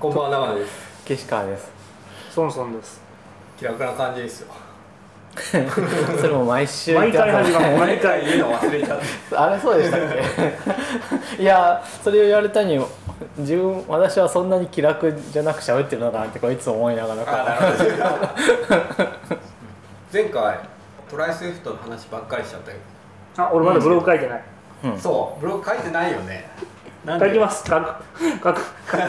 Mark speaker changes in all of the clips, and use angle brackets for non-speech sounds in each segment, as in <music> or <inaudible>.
Speaker 1: こんばんは長野です
Speaker 2: 岸川です <laughs>
Speaker 3: ソンソンです
Speaker 1: 気楽な感じですよ
Speaker 2: それも毎週
Speaker 3: 毎回始まる <laughs> 毎回
Speaker 1: 言うの忘れちゃっ
Speaker 2: あれそうでしたっけ <laughs> いやそれを言われたに自分私はそんなに気楽じゃなく喋ってるのかなってこういつも思いながら
Speaker 1: た
Speaker 2: こ
Speaker 1: あなるほど <laughs> 前回トライスウィフトの話ばっかりしちゃったよ、
Speaker 3: あ俺まだブログ書いてない、
Speaker 2: うん
Speaker 1: そうブログ書いてないよねなん
Speaker 3: 書き
Speaker 1: で
Speaker 3: ます書く書く書く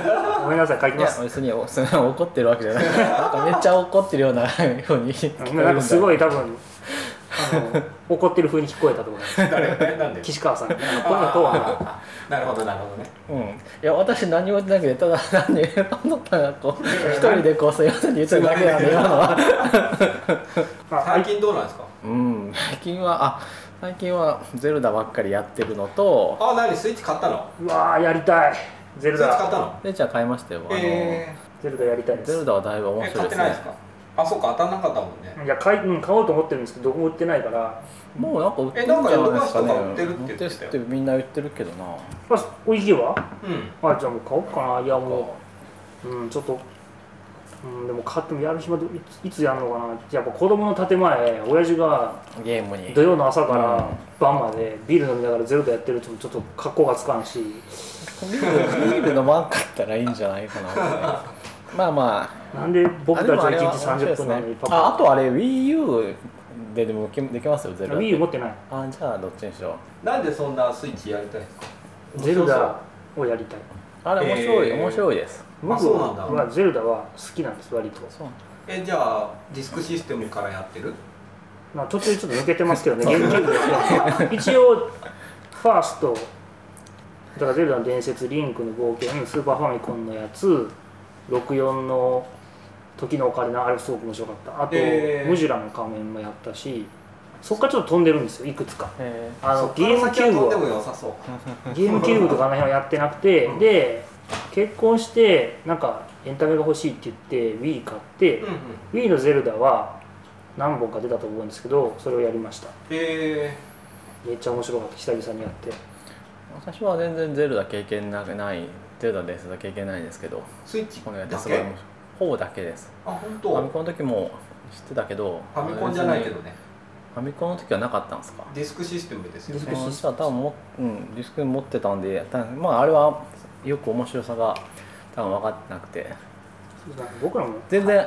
Speaker 3: ごめんなさい書き
Speaker 2: うい
Speaker 3: ま
Speaker 2: や
Speaker 3: す
Speaker 2: 別におそんな怒ってるわけじ
Speaker 3: <laughs>
Speaker 2: ゃないなんかめっちゃ怒ってるようなように聞こえる
Speaker 3: なんかすご
Speaker 2: い
Speaker 3: い多分あの怒ってる風に聞こえたと思います
Speaker 1: 誰誰なんで
Speaker 3: <laughs> 岸川さんあのこういうのとは
Speaker 1: あーなるほどなるほどね
Speaker 2: うんいや私何も言ってなくてただ <laughs> 何言えばのかがこう一人でこうすいませんって言ってるだけなんで今のは
Speaker 3: <laughs> まあ
Speaker 1: 最近どうなんですか
Speaker 2: うん最近はあ最近はゼルダばっかりやってるのと
Speaker 1: あ何スイッチ買ったの
Speaker 3: うわーやりたいゼ
Speaker 1: ス
Speaker 3: ル
Speaker 1: イッチ買った
Speaker 3: ダ
Speaker 1: の
Speaker 2: ゼルダ買いましたよあの、
Speaker 1: え
Speaker 3: ゼルダやりたいです
Speaker 2: ゼルダはだいぶ
Speaker 1: ー、
Speaker 2: 面
Speaker 1: え
Speaker 2: 白
Speaker 1: 買
Speaker 2: い
Speaker 1: って
Speaker 2: です
Speaker 1: ないです
Speaker 2: ね
Speaker 1: かあそうか当たんなかったもんね
Speaker 3: いや買い、うん、買おうと思ってるんですけどどこも売ってないから、
Speaker 2: もうなんか売って
Speaker 1: え
Speaker 2: るんじゃ
Speaker 1: なんか
Speaker 2: ないですかね
Speaker 1: ヨドバシとか売ってるって言ってたよ
Speaker 2: 売ってるってみんな言ってるけどな
Speaker 3: まあ、おいしいわ
Speaker 1: うん
Speaker 3: あじゃあもう買おうかないやもううんちょっとうんでも買ってもやる暇どいついつやるのかなやっぱ子供の建前親父が
Speaker 2: ゲームに
Speaker 3: 土曜の朝か
Speaker 2: うん
Speaker 3: ら晩までビール飲みながらゼロでやってるとちょっと格好がつかんし
Speaker 2: ビールビール飲まんかったらいいんじゃないかなまあま
Speaker 3: なんで僕
Speaker 2: あ
Speaker 3: た
Speaker 2: で
Speaker 3: ち
Speaker 2: もあ
Speaker 3: は
Speaker 2: れは
Speaker 3: 1日30分なのにパ
Speaker 2: ああ
Speaker 3: パ
Speaker 2: とあれ WiiU ででもできできますよゼル
Speaker 3: Wii
Speaker 2: ダ
Speaker 3: 持ってない
Speaker 2: あじゃあどっちにしよう
Speaker 1: なんでそんなスイッチやりたいんですか
Speaker 3: ゼルダをやりたい
Speaker 2: あれ面白い、
Speaker 1: えー
Speaker 2: 面白いです
Speaker 1: あ
Speaker 3: 僕
Speaker 1: そうなんだ
Speaker 3: はゼルダは好きなんです割と
Speaker 2: そう
Speaker 1: えじゃあディスクシステムからやってる
Speaker 3: まあ途中ちょっと抜けてますけどねゲームキューブですけど一応ファーストだからゼルダの伝説リンクの冒険スーパーファミコンのやつ64の時のオカリナあれすごく面白かったあと、
Speaker 1: えー
Speaker 3: ムジュラの仮面もやったしそっからちょっと飛んでるんですよいくつか
Speaker 2: え
Speaker 3: あ
Speaker 1: そ
Speaker 3: の
Speaker 1: っ
Speaker 3: ゲ
Speaker 1: か
Speaker 3: ー
Speaker 1: ら先
Speaker 3: ムキュ
Speaker 1: はどう
Speaker 3: ーブを
Speaker 1: でも良さそう
Speaker 3: ゲームキューブとかあの辺はやってなくて、
Speaker 1: うん
Speaker 3: で結婚してなんかエンタメが欲しいって言って Wii 買って、
Speaker 1: うんうん
Speaker 3: Wii のゼルダは何本か出たと思うんですけどそれをやりました
Speaker 1: え
Speaker 3: めっちゃ面白かった久々にやって
Speaker 2: 私は全然ゼルダ経験なないゼルダ伝説は経験ないんですけど
Speaker 1: ー、スイッチ
Speaker 2: このやって
Speaker 1: だ
Speaker 2: すごい
Speaker 1: け
Speaker 2: 面白い方だけです
Speaker 1: あ本
Speaker 2: ファミ
Speaker 1: 当
Speaker 2: コンの時も知ってたけど
Speaker 1: ファミコンじゃないけどね
Speaker 2: ファミコンの時はなかったんですか
Speaker 1: ディスクシステムですよ
Speaker 3: ディス
Speaker 1: ね
Speaker 3: クシ
Speaker 2: 私は多分も、うん、ディスク持ってたんでたまああれはよく面白さが多分分かってなくて
Speaker 3: 僕らも
Speaker 2: 全然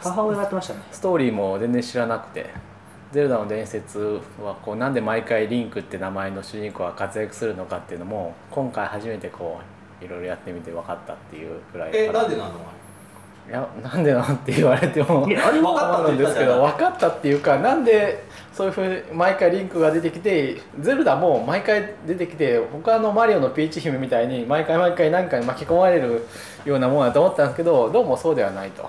Speaker 3: 母親がやってましたね
Speaker 2: ストーリーも全然知らなくて「ゼルダの伝説」はこうなんで毎回リンクって名前の主人公が活躍するのかっていうのも今回初めてこういろいろやってみて分かったっていうくらい
Speaker 1: え
Speaker 2: か
Speaker 1: な
Speaker 2: ら
Speaker 1: んでなの
Speaker 2: いやなんでなんて言われても
Speaker 3: いやあれ
Speaker 1: わ
Speaker 3: は
Speaker 1: かったって言
Speaker 2: んで
Speaker 1: った
Speaker 2: す
Speaker 1: じゃ
Speaker 2: け
Speaker 1: ん
Speaker 2: ど分かったっていうかなんでそういうふうに毎回リンクが出てきてゼルダも毎回出てきて他のマリオのピーチ姫みたいに毎回毎回何かに巻き込まれるようなもんだと思ったんですけどどうもそうではないと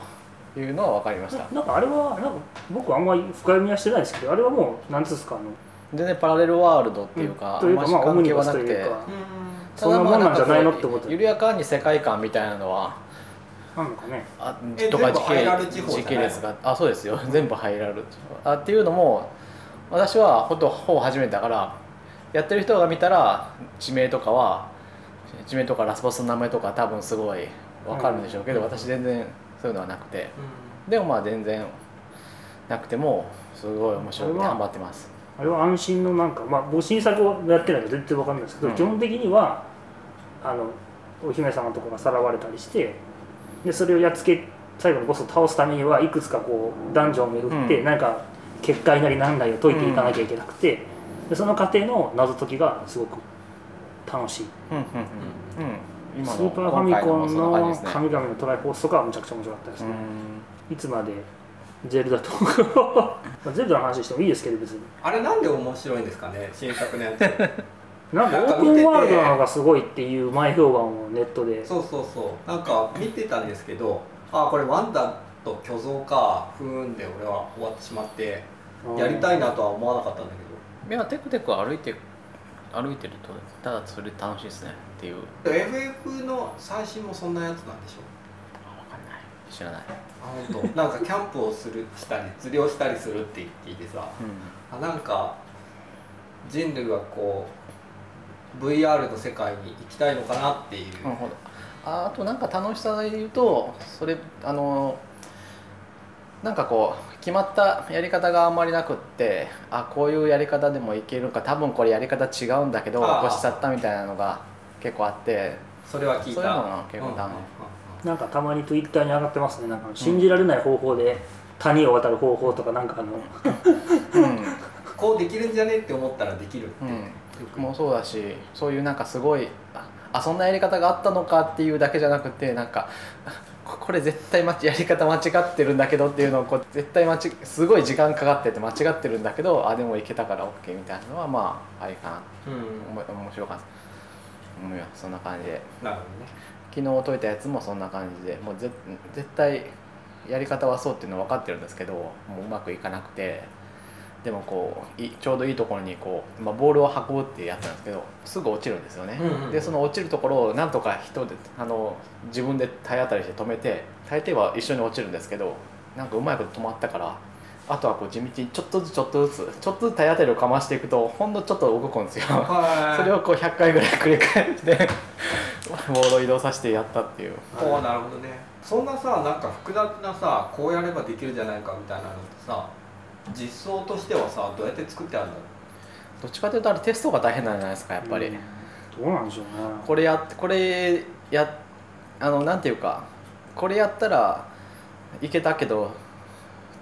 Speaker 2: いうのは分かりました
Speaker 3: なんかあれはなんか僕はあんまり深読みはしてないですけどあれはもう何ですかあの
Speaker 2: 全然パラレルワールドっていうか、
Speaker 3: というかまあオムニバス
Speaker 2: な
Speaker 3: と
Speaker 2: くて
Speaker 3: いうか
Speaker 1: あ
Speaker 3: そんなもんなんじゃないのってこと
Speaker 2: 緩やかに世界観みたいなのは
Speaker 3: なんかね
Speaker 2: あ
Speaker 1: え
Speaker 2: とか
Speaker 1: 全部
Speaker 2: 時
Speaker 1: ハイラル地
Speaker 2: 系
Speaker 1: 方じゃない
Speaker 2: 時系列があそうですよ全部入られるあっていうのも私はほんとほぼ初めてだからやってる人が見たら地名とかは地名とかラスボスの名前とか多分すごいわかるんでしょうけど、
Speaker 3: うん
Speaker 2: 私全然そういうのはなくて
Speaker 1: う
Speaker 2: でもまあ全然なくてもすごい面白くて頑張ってます
Speaker 3: あれは安心のなんかまあ僕新作はやってないから全然わかんないですけど、
Speaker 2: うん
Speaker 3: 基本的にはあのお姫様とかがさらわれたりしてでそれをやっつけ最後のボスを倒すためにはいくつかこうダンジョンを巡って、
Speaker 2: うん
Speaker 3: なんか結界なりなんなりを解いていかなきゃいけなくて、でその過程の謎解きがすごく楽しい
Speaker 2: うんうんうんうん今
Speaker 3: ス
Speaker 2: の
Speaker 3: ーパーファミ
Speaker 2: 今回
Speaker 3: コ
Speaker 2: も
Speaker 3: ン
Speaker 2: そんな感
Speaker 3: の
Speaker 2: じですね
Speaker 3: 神々のトライフォースとかはむちゃくちゃ面白かったです
Speaker 2: う
Speaker 3: ね、
Speaker 2: ん
Speaker 3: いつまでゼルダと <laughs> まあゼルダの話してもいいですけど別に
Speaker 1: あれなんで面白いんですかね新作のやつ
Speaker 3: なんかオープンワールドなのがすごいっていう前評判をネットで
Speaker 1: そうそうそうなんか見てたんですけどあこれワンダと巨像かふーんで俺は終わってしまってやりたいなとは思わなかったんだけど
Speaker 2: いやテクテク歩いて歩いてるとただそれ楽しいですねっていう
Speaker 1: FF の最新もそんなやつなんでしょ
Speaker 2: わかんない知らない、
Speaker 1: あ本当。なんかキャンプをするしたり釣りをしたりするって言っていてさあなんか人類はこう VR の世界に行きたいのかなっていう、
Speaker 2: なるほどああとなんか楽しさで言うとそれあのなんかこう決まったやり方があんまりなくってあこういうやり方でもいけるのか多分これやり方違うんだけど
Speaker 1: あー
Speaker 2: 越しちゃったみたいなのが結構あ
Speaker 1: <laughs>
Speaker 2: って
Speaker 1: それは聞いた
Speaker 2: そういうのが結構ダメ
Speaker 3: なんかたまにツイッターに上がってますねなんか信じられない方法で谷を渡る方法とかなんかあの
Speaker 2: うん
Speaker 1: こうできるんじゃねって思ったらできるって、
Speaker 2: うんもうそうだしそういうなんかすごいああそんなやり方があったのかっていうだけじゃなくてなんかあここれ絶対まちやり方間違ってるんだけどっていうのをこう絶対間ちすごい時間かかってて間違ってるんだけどあでもいけたから OK みたいなのはまあありかなおも面白かった思いますそんな感じで
Speaker 1: なるほ
Speaker 2: 昨日解いたやつもそんな感じでもうぜ絶対やり方はそうっていうのは分かってるんですけどもううまくいかなくてでもこういちょうどいいところにこう、まあ、ボールを運ぶっていうやつなんですけどすぐ落ちるんですよね、
Speaker 1: うんうん
Speaker 2: でその落ちるところをなんとか人であの自分で体当たりして止めて大抵は一緒に落ちるんですけどなんかうまいこと止まったからあとはこう地道にちょっとずつちょっとずつちょっとずつ体当たりをかましていくとほんのちょっと動くんですよ
Speaker 1: どねは
Speaker 2: それをこう100回ぐらい繰り返してボードを移動させてやったっていう
Speaker 1: こうなるほどねそんなさなんか複雑なさこうやればできるじゃないかみたいなのってさ実装としてはさどうやって作ってあるんだろ
Speaker 2: どっちかというとあれテストが大変なんじゃないですかやっぱり、
Speaker 3: うんどうなんでしょうね
Speaker 2: これやってこれやあのなんていうかこれやったらいけたけどっ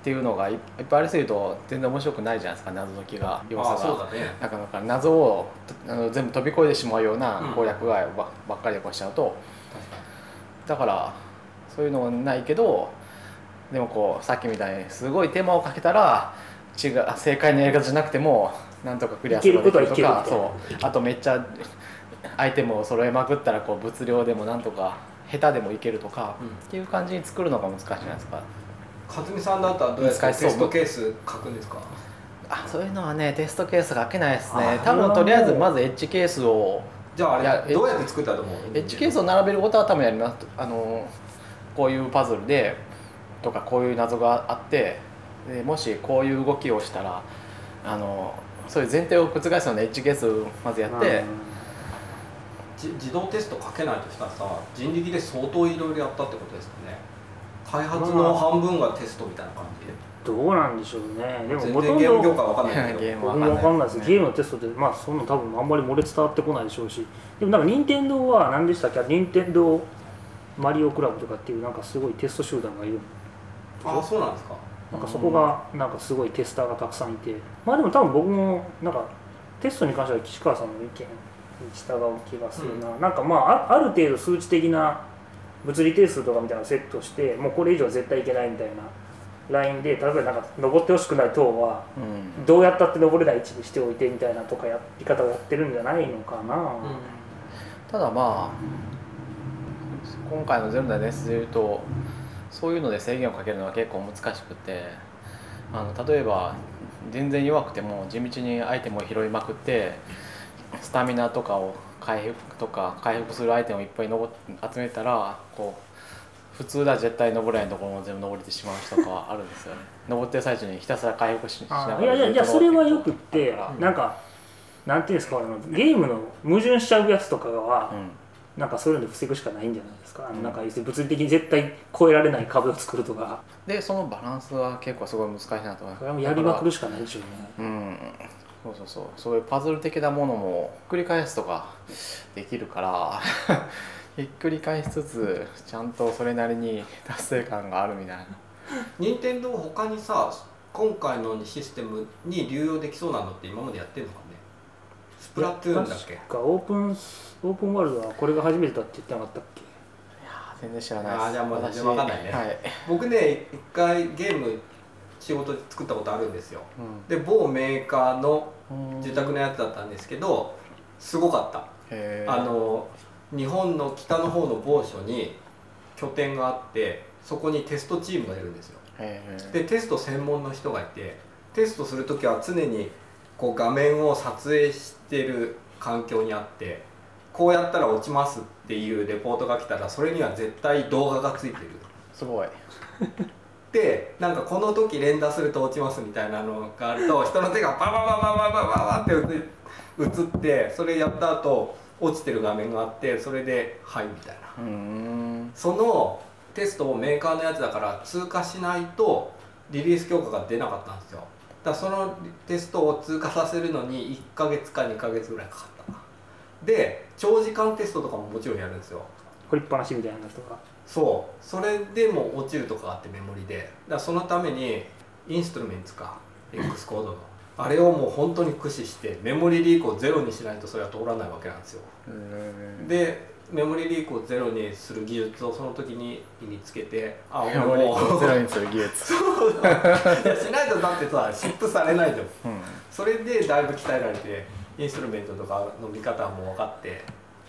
Speaker 2: ていうのがいいっぱいありすぎると全然面白くないじゃないですか謎解きが
Speaker 1: う
Speaker 2: 要素が
Speaker 1: あそうだね
Speaker 2: なかなか謎をあの全部飛び越えてしまうよう
Speaker 1: うん
Speaker 2: な攻略外ばばっかりでこうしちゃうと、だからそういうのはないけどでもこうさっきみたいにすごい手間をかけたら違う正解のやり方じゃなくてもなんとかクリアすることができると
Speaker 3: い
Speaker 2: か
Speaker 3: けることは
Speaker 2: そうあとめっちゃアイテムを揃えまくったらこう物量でもなんとか下手でもいけるとか、
Speaker 1: うん
Speaker 2: っていう感じに作るのが難しいじゃないですか。
Speaker 1: かずみさんだったらどうやって
Speaker 2: 難
Speaker 1: テ
Speaker 2: しそう
Speaker 1: ストケース書くんですか
Speaker 2: あそういうのはねテストケースが開けないです
Speaker 3: あ
Speaker 2: ね多分
Speaker 3: なるほど
Speaker 2: とりあえずまずエッジケースを
Speaker 1: じゃ
Speaker 2: い
Speaker 1: あ
Speaker 2: や
Speaker 1: あれどうやって作ったと思う
Speaker 2: エッジケースを並べることは多分やりますあのこういうパズルでとかこういう謎があってでもしこういう動きをしたらあのそういう前提を覆すようなエッジケースをまずやって、
Speaker 1: じ自動テスト書けないとしたらさ人力で相当いろいろやったってことですかね開発の半分がテストみたいな感じ
Speaker 3: うんどうなんでしょうねでも
Speaker 1: 全
Speaker 3: ほと
Speaker 1: 然
Speaker 3: ん
Speaker 1: ゲーム業界
Speaker 3: ど
Speaker 1: わかんないけど
Speaker 2: ゲーム
Speaker 3: 僕
Speaker 2: わ
Speaker 3: も分か
Speaker 2: か
Speaker 3: ん
Speaker 2: ん
Speaker 3: な
Speaker 2: ないい
Speaker 3: で
Speaker 2: ですすね
Speaker 3: ねゲームのテストでまあそんな多分あんまり漏れ伝わってこないでしょうしでもなんか任天堂は何でしたっけ任天堂マリオクラブとかっていうなんかすごいテスト集団がいる
Speaker 1: あそうなんですか
Speaker 3: なんかそこがなんかすごいテスターがたくさんいてまあでも多分僕もなんかテストに関しては岸川さんの意見に従う気がするな、なんかまああある程度数値的な物理定数とかみたいなのをセットしてもうこれ以上は絶対いけないみたいなラインで例えばなんか登ってほしくない塔は
Speaker 2: うん
Speaker 3: どうやったって登れない位置にしておいてみたいなとかやり方をやってるんじゃないのかな、
Speaker 2: ただまあ今回の「ゼロの伝説」でいうとそういうので制限をかけるのは結構難しくてあの例えば全然弱くても地道にアイテムを拾いまくってスタミナとかを回復とか回復するアイテムをいっぱいのぼ集めたらこう普通だ絶対登れないところも全部登れてしまう人とかはあるんですよね <laughs> 登ってる最中にひたすら回復ししなが
Speaker 3: あ
Speaker 2: ら
Speaker 3: いやいやいやそれはよくって
Speaker 2: うん
Speaker 3: なんかなんていうんですかあのゲームの矛盾しちゃうやつとかは、
Speaker 2: うん
Speaker 3: なんかそういうので防ぐしかないんじゃないですか、あのなんか要するに物理的に絶対超えられない壁を作るとか、
Speaker 2: でそのバランスは結構すごい難しいなと思います
Speaker 3: それはもうやりまくるしかないでしょうね。
Speaker 2: うんそうそうそうそういうパズル的なものもひっくり返すとかできるから <laughs> ひっくり返しつつちゃんとそれなりに達成感があるみたいな
Speaker 1: 任天堂他にさ今回のシステムに流用できそうなのって今までやってんのかねスプラトゥーンだっけ
Speaker 3: 確かオープンスオープンワールドはこれが初めてだって言ってなかったっけ
Speaker 2: 全然知らないです
Speaker 1: あーじゃあもう全然
Speaker 2: 私
Speaker 1: わかんないね
Speaker 2: はい、
Speaker 1: 僕ね一回ゲーム仕事で作ったことあるんですよ
Speaker 2: う
Speaker 1: で某メーカーの
Speaker 2: ん、
Speaker 1: 住宅のやつだったんですけどすごかった
Speaker 2: へー
Speaker 1: あの日本の北の方の某所に拠点があってそこにテストチームがいるんですよ
Speaker 2: へー
Speaker 1: でテスト専門の人がいてテストする時は常にこう画面を撮影してる環境にあってこうやったら落ちますっていうレポートが来たらそれには絶対動画がついてる
Speaker 2: すごい
Speaker 1: でなんかこの時連打すると落ちますみたいなのがあると人の手がババババババババって映ってそれやった後落ちてる画面があってそれで「はい」みたいな
Speaker 2: うーん
Speaker 1: そのテストをメーカーのやつだから通過しないとリリース強化が出なかったんですよだからそのテストを通過させるのに1ヶ月か2ヶ月ぐらいかかったなで長時間テストとかももちろんやるんですよ
Speaker 3: 掘りっぱなしみたいな人が
Speaker 1: そうそれでも落ちるとかあってメモリでだからそのためにインストゥルメンツか X コードのあれをもう本当に駆使してメモリリークをゼロにしないとそれは通らないわけなんですよ
Speaker 2: うーん
Speaker 1: でメモリリークをゼロにする技術をその時に身につけてあ
Speaker 2: メ
Speaker 1: 俺
Speaker 2: モリ
Speaker 1: も
Speaker 2: ーをゼロにする技術、
Speaker 1: いや <laughs> しないとだってさシップされないじゃん
Speaker 2: うん
Speaker 1: それでだいぶ鍛えられてインストゥルメントとかの見方も分かって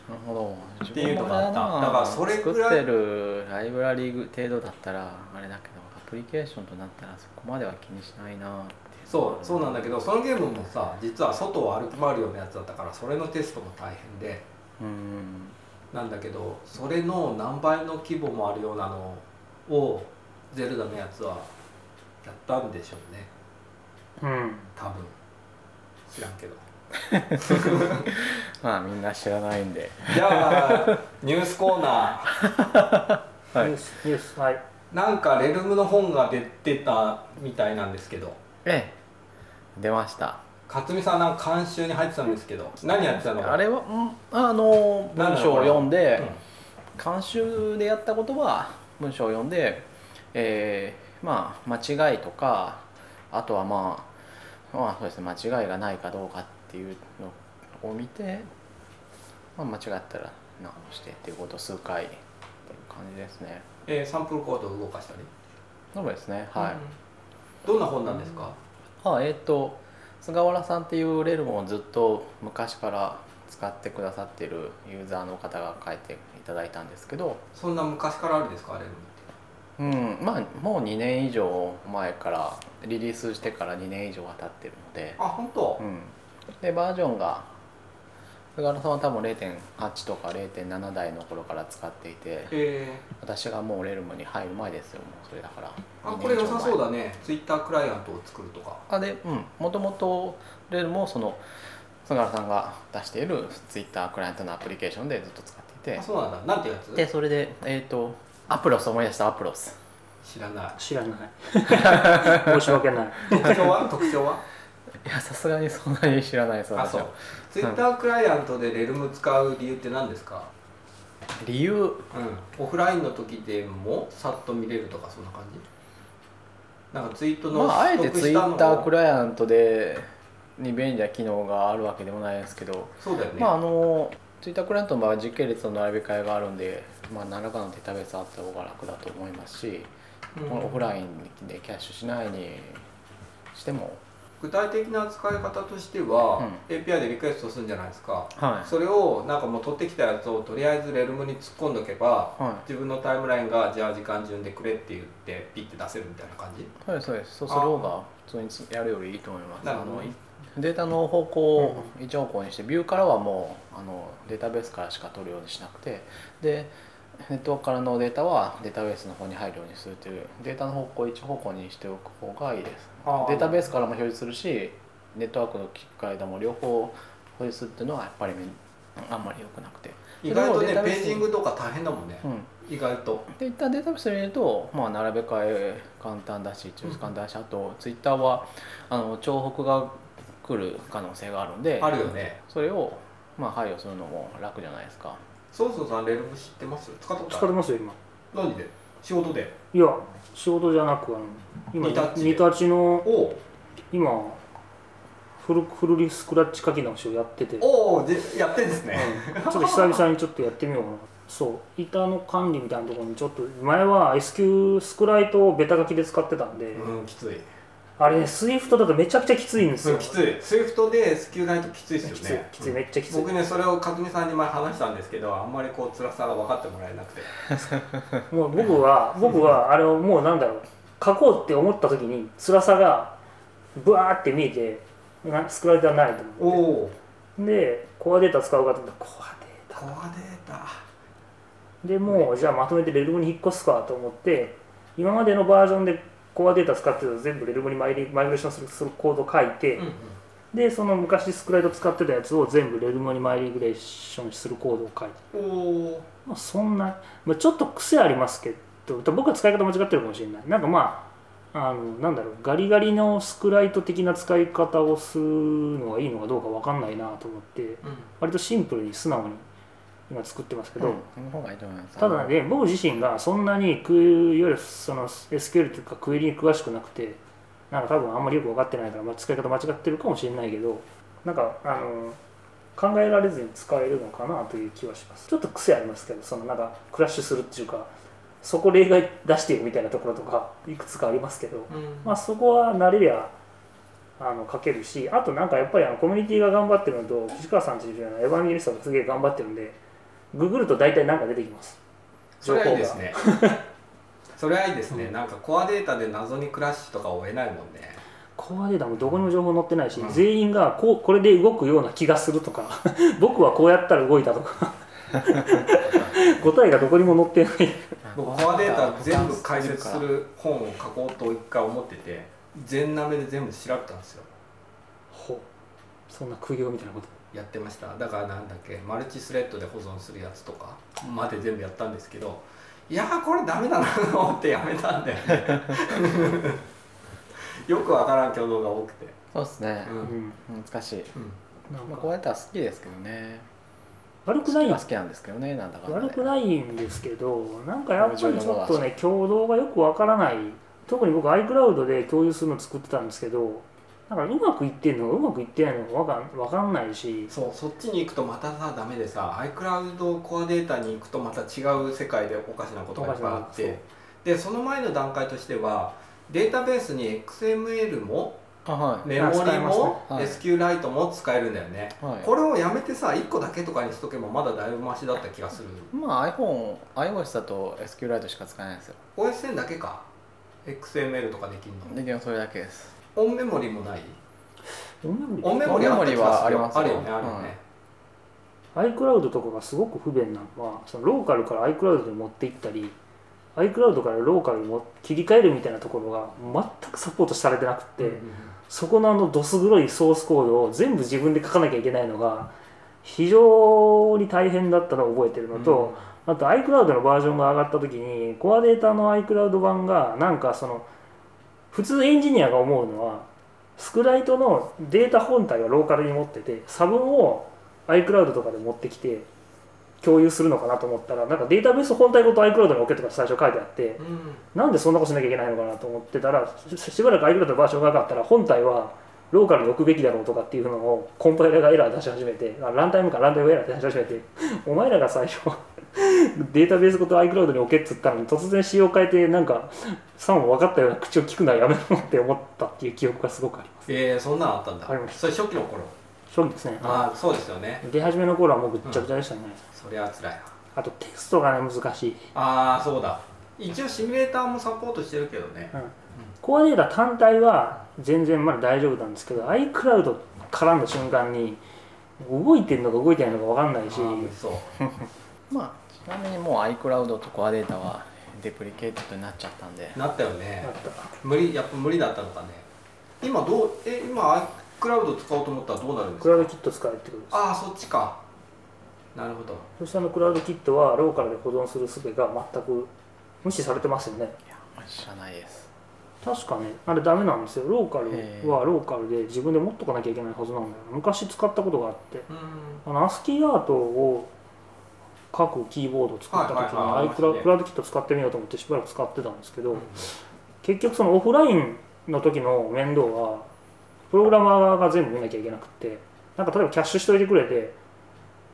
Speaker 2: なるほど
Speaker 1: っていうのがあった
Speaker 2: 自分も
Speaker 1: だからそれくらい
Speaker 2: 作ってるライブラリー程度だったらあれだけどアプリケーションとなったらそこまでは気にしないなって
Speaker 1: そうそうなんだけどそのゲームもさ実は外を歩き回るようなやつだったからそれのテストも大変で
Speaker 2: うん
Speaker 1: なんだけどそれの何倍の規模もあるようなのをゼルダのやつはやったんでしょうね
Speaker 3: うん
Speaker 1: 多分知らんけど
Speaker 2: まあみんな知らないんで
Speaker 1: じゃ
Speaker 2: <laughs>
Speaker 1: あニュースコーナー
Speaker 2: はい
Speaker 3: ニュースニュースはい
Speaker 1: なんかレルムの本が出てたみたいなんですけど
Speaker 2: ええ出ました
Speaker 1: 勝美さんなんか監修に入ってたんですけど何やってたのか
Speaker 2: あれは、うん、あの
Speaker 1: なんだろう
Speaker 2: 文章を読んで、
Speaker 1: う
Speaker 2: 監修でやったことは文章を読んで、えーまあ間違いとかあとはまあまあそうですね間違いがないかどうかっていうのを見て、まあ、間違ったら直してっていうことを数回っていう感じですね
Speaker 1: んえーサンプルコードを動かしたり
Speaker 2: そうですねはい、
Speaker 1: どんな本なんですか、
Speaker 2: あえっ、と菅原さんっていうレルモンをずっと昔から使ってくださってるユーザーの方が書いていただいたんですけど、
Speaker 1: そんな昔からあるんですかレルムって
Speaker 2: うんまあもう2年以上前からリリースしてから2年以上は経ってるので、
Speaker 1: あ本当
Speaker 2: う、ん、でバージョンが菅原さんは多分0.8とか0.7台の頃から使っていて
Speaker 1: え
Speaker 2: 私がもうレルムに入る前ですよもうそれだから
Speaker 1: ーあこれ良さそう
Speaker 2: だ
Speaker 1: だねツイッタークライアントを作るとか
Speaker 2: あでうんもともとレルムをその菅原さんが出している Twitter クライアントのアプリケーションでずっと使っていて
Speaker 1: あそうなんだなんてやつ
Speaker 2: でそれでえっ、とアプロス思い出したアプロス
Speaker 1: 知らない
Speaker 3: 知らない申し訳ない
Speaker 1: 特徴
Speaker 2: <laughs>
Speaker 1: は特徴はい
Speaker 2: やさすがにそんなに知らないです
Speaker 1: あ
Speaker 2: 私
Speaker 1: そ
Speaker 2: は
Speaker 1: うツイッタークライアントでレルム使う理由って何ですか、
Speaker 2: 理由
Speaker 1: うん、オフラインの時でもさっと見れるとかそんな感じなんかツイートの
Speaker 2: まああえ
Speaker 1: 取
Speaker 2: てツ
Speaker 1: 得し
Speaker 2: イ
Speaker 1: たの
Speaker 2: ッ
Speaker 1: を
Speaker 2: タークライアントでに便利な機能があるわけでもないですけど、
Speaker 1: そうだよね、
Speaker 2: まああのツイッタークライアントの場合は時系列の並び替えがあるんで、まあ、何らかのデータベースあった方が楽だと思いますし、
Speaker 1: うん
Speaker 2: オフラインでキャッシュしないにしても、
Speaker 1: 具体的な使い方としては、API でリクエストするんじゃないですか
Speaker 2: は
Speaker 1: それをなんかもう取ってきたやつをとりあえずレルムに突っ込んどけば
Speaker 2: い、はい、
Speaker 1: 自分のタイムラインがじゃあ時間順でくれって言ってピッて出せるみたいな感じ
Speaker 2: そうですそうですそうする方が普通につやるよりいいと思います
Speaker 1: なる
Speaker 2: あ
Speaker 1: ほど
Speaker 2: の
Speaker 1: ね
Speaker 2: いデータの方向を一方向にしてビューからはもうあのデータベースからしか取るようにしなくてでネットワークからのデータはデータベースの方に入るようにするというデータの方向を一方向にしておく方がいいです
Speaker 1: あー
Speaker 2: データベースからも表示するしネットワークの切り替えだも両方表示するっていうのはやっぱりめあんまり良くなくて、
Speaker 1: 意外とね
Speaker 2: それ
Speaker 1: ペ
Speaker 2: をデータベースに
Speaker 1: ージングとか大変だもんね、
Speaker 2: うん、
Speaker 1: 意外と
Speaker 2: で一旦データベースに入れると、まあ、並べ替え簡単だし中間だし、あとツイッターはあの重複が来る可能性があるんで
Speaker 1: あるよね
Speaker 2: それを、まあ、配慮するのも楽じゃないですか
Speaker 1: そうそうさんレルム知ってます使ったこ
Speaker 3: 疲
Speaker 1: とあ
Speaker 3: れ
Speaker 1: る
Speaker 3: ますよ今
Speaker 1: 何で仕事で
Speaker 3: いや仕事じゃなくあの今
Speaker 1: ニタッチで
Speaker 3: ニタッチの
Speaker 1: おう
Speaker 3: 今フルフルリスクラッチ書き直しをやっててちょ
Speaker 1: おうでやってんですね、
Speaker 3: っと久々にちょっとやってみようかなそう板の管理みたいなところにちょっと前は SQ スクライトをベタ書きで使ってたんで、
Speaker 1: うんきつい
Speaker 3: あれ SWIFT だとめちゃくちゃきついんです
Speaker 1: そ
Speaker 3: よ、
Speaker 1: うきついスイフトでスキューライトきついで
Speaker 3: き
Speaker 1: す
Speaker 3: つい
Speaker 1: よね
Speaker 3: きついめっちゃきつい
Speaker 1: 僕ねそれを勝美さんに前話したんですけどあんまりこう辛さが分かってもらえなくて
Speaker 3: もう僕は僕はあれをもうなんだろう書こうって思った時に辛さがブワーって見えてなスクライトはないと
Speaker 1: お
Speaker 3: 思っ
Speaker 1: お
Speaker 3: てでコアデータ使うかと思ったらコアデータ
Speaker 1: コアデータ
Speaker 3: でもうじゃあまとめてレルムに引っ越すかと思って今までのバージョンでコアデータ使ってたの全部レルムにマイリマイグレーションするするコード書いて、
Speaker 1: うんうん
Speaker 3: でその昔スクライド使ってたやつを全部レルモにマイリグレーションするコードを書いて
Speaker 1: おお
Speaker 3: まあ、そんな、まあ、ちょっと癖ありますけど多分僕は使い方間違ってるかもしれないなんかまああのなんだろうガリガリのスクライト的な使い方をするのがいいのかどうか分かんないなと思って割とシンプルに素直に今作ってますけど、
Speaker 2: その方がいいと思います
Speaker 3: ただね僕自身がそんなにクエいわゆるその SQL というかクエリに詳しくなくてなんか多分あんまりよく分かってないから、まあ、使い方間違ってるかもしれないけどなんかあの考えられずに使えるのかなという気はしますちょっと癖ありますけどそのなんかクラッシュするっていうかそこ例外出していくみたいなところとかいくつかありますけど、まあ、そこは慣れりゃあの書けるしあとなんかやっぱりあのコミュニティが頑張ってるのと岸川さんちのエヴァンゲリストがすげえ頑張ってるんでググると大体何か出てきます
Speaker 1: それはいいですね <laughs> それはいいですね、なんかコアデータで謎にクラッシュとか追えないもんね
Speaker 3: コアデータもどこにも情報載ってないし、
Speaker 1: うん
Speaker 3: 全員がこうこれで動くような気がするとか <laughs> 僕はこうやったら動いたと <laughs> か答えがどこにも載ってない
Speaker 1: 僕コアデータ全部解説する本を書こうと一回思ってて全ナメで全部調べたんですよ
Speaker 3: ほうそんな苦行みたいなこと
Speaker 1: やってましただからなんだっけマルチスレッドで保存するやつとかまで全部やったんですけどいやーこれダメだなと思ってやめたんで <laughs> よくわからん挙動が多くて、
Speaker 2: そうですね
Speaker 1: う、
Speaker 3: うんん
Speaker 2: 難し
Speaker 1: う
Speaker 2: い、
Speaker 1: ん
Speaker 3: なん
Speaker 2: まあ、
Speaker 3: か
Speaker 2: こうやったら好きですけどね
Speaker 3: 悪
Speaker 2: 好
Speaker 3: く
Speaker 2: き
Speaker 3: ない
Speaker 2: は好きなんですけどねなんだかんだで
Speaker 3: 悪くないんですけどなんかやっぱりちょっとね共同がよくわからない特に僕 iCloud で共有するの作ってたんですけどなんかうまくいってんのかうまくいってないのかわかんわかんないし
Speaker 1: そうそっちに行くとまたさダメでさ iCloud コアデータに行くとまた違う世界でおかしなことがいっぱいあっ
Speaker 3: おかしな
Speaker 1: てでその前の段階としてはデータベースに XML も
Speaker 2: あはい、
Speaker 1: メモ
Speaker 3: 使
Speaker 1: リ
Speaker 3: えますね
Speaker 1: も
Speaker 2: はい
Speaker 1: SQLite も使えるんだよね
Speaker 2: はい、
Speaker 1: これをやめてさ1個だけとかにしとけばまだだいぶマシだった気がする
Speaker 2: まあ iPhone、iOS だと SQLite しか使えないんですよ。
Speaker 1: OSN だけか XML とかできるの
Speaker 2: で、でもそれだけです。
Speaker 1: オンメモリもない
Speaker 3: オンメ
Speaker 1: オン
Speaker 3: モ
Speaker 1: メ
Speaker 3: リ
Speaker 1: モリった気が
Speaker 2: オンメモリはありますよ
Speaker 1: あるよねあるよね、
Speaker 3: iCloud とかがすごく不便なのはそのローカルから iCloud に持っていったり iCloud からローカルにも切り替えるみたいなところが全くサポートされてなくて、
Speaker 1: うん
Speaker 3: そこのあのどす黒いソースコードを全部自分で書かなきゃいけないのが非常に大変だったのを覚えてるのと、あと iCloud のバージョンが上がった時にコアデータの iCloud 版がなんかその普通エンジニアが思うのはスクライトのデータ本体はローカルに持ってて差分を iCloud とかで持ってきて共有するのかなと思ったらなんかデータベース本体ごと iCloud に置けとか最初書いてあって、
Speaker 1: うん
Speaker 3: なんでそんなことしなきゃいけないのかなと思ってたらししばらく iCloud のバージョンが上がったら本体はローカルに置くべきだろうとかっていうのをコンパイラーがエラー出し始めてあランタイムかランタイムエラー出し始めてお前らが最初データベースごと iCloud に置けっつったのに突然仕様変えてなんかさも分かったような口を聞くのはやめろって思ったっていう記憶がすごくあります
Speaker 1: えー、そんなのあったんだ
Speaker 3: ありま
Speaker 1: それ初期の頃
Speaker 3: 正直ですね
Speaker 1: ああそうですよね
Speaker 3: 出始めの頃はもうぐっちゃぐちゃでしたね、
Speaker 1: そりゃ辛いな
Speaker 3: あとテストがね難しい
Speaker 1: ああそうだ一応シミュレーターもサポートしてるけどね
Speaker 3: コアデータ単体は全然まだ大丈夫なんですけど iCloud 絡んだ瞬間に動いてるのか動いてないのか分かんないし
Speaker 1: あーそう
Speaker 2: まあ、ちなみにもう iCloud とコアデータはデプリケートになっちゃったんで、
Speaker 1: なったよね
Speaker 3: だった
Speaker 1: 無理やっぱ無理だったのかね今どうえ今 iCloud 使おうと思ったらどうなるんです
Speaker 3: クラウド
Speaker 1: か
Speaker 3: キット使えってことです
Speaker 1: ああそっちかなるほど
Speaker 3: そしてあのクラウドキットはローカルで保存する術が全く無視されてますよね
Speaker 2: いや、まあ、知らないです。
Speaker 3: 確かねあれダメなんですよローカ
Speaker 2: へ
Speaker 3: ル
Speaker 2: ー
Speaker 3: はローカルで自分で持っとかなきゃいけないはずなんだよ昔使ったことがあって
Speaker 1: うん
Speaker 3: あの ASCII アートを書くキーボードを作った時に
Speaker 1: はいはいはいありましたね
Speaker 3: iCloud クラウドキット使ってみようと思ってしばらく使ってたんですけど、結局そのオフラインの時の面倒はプログラマーが全部見なきゃいけなくってなんか例えばキャッシュしといてくれて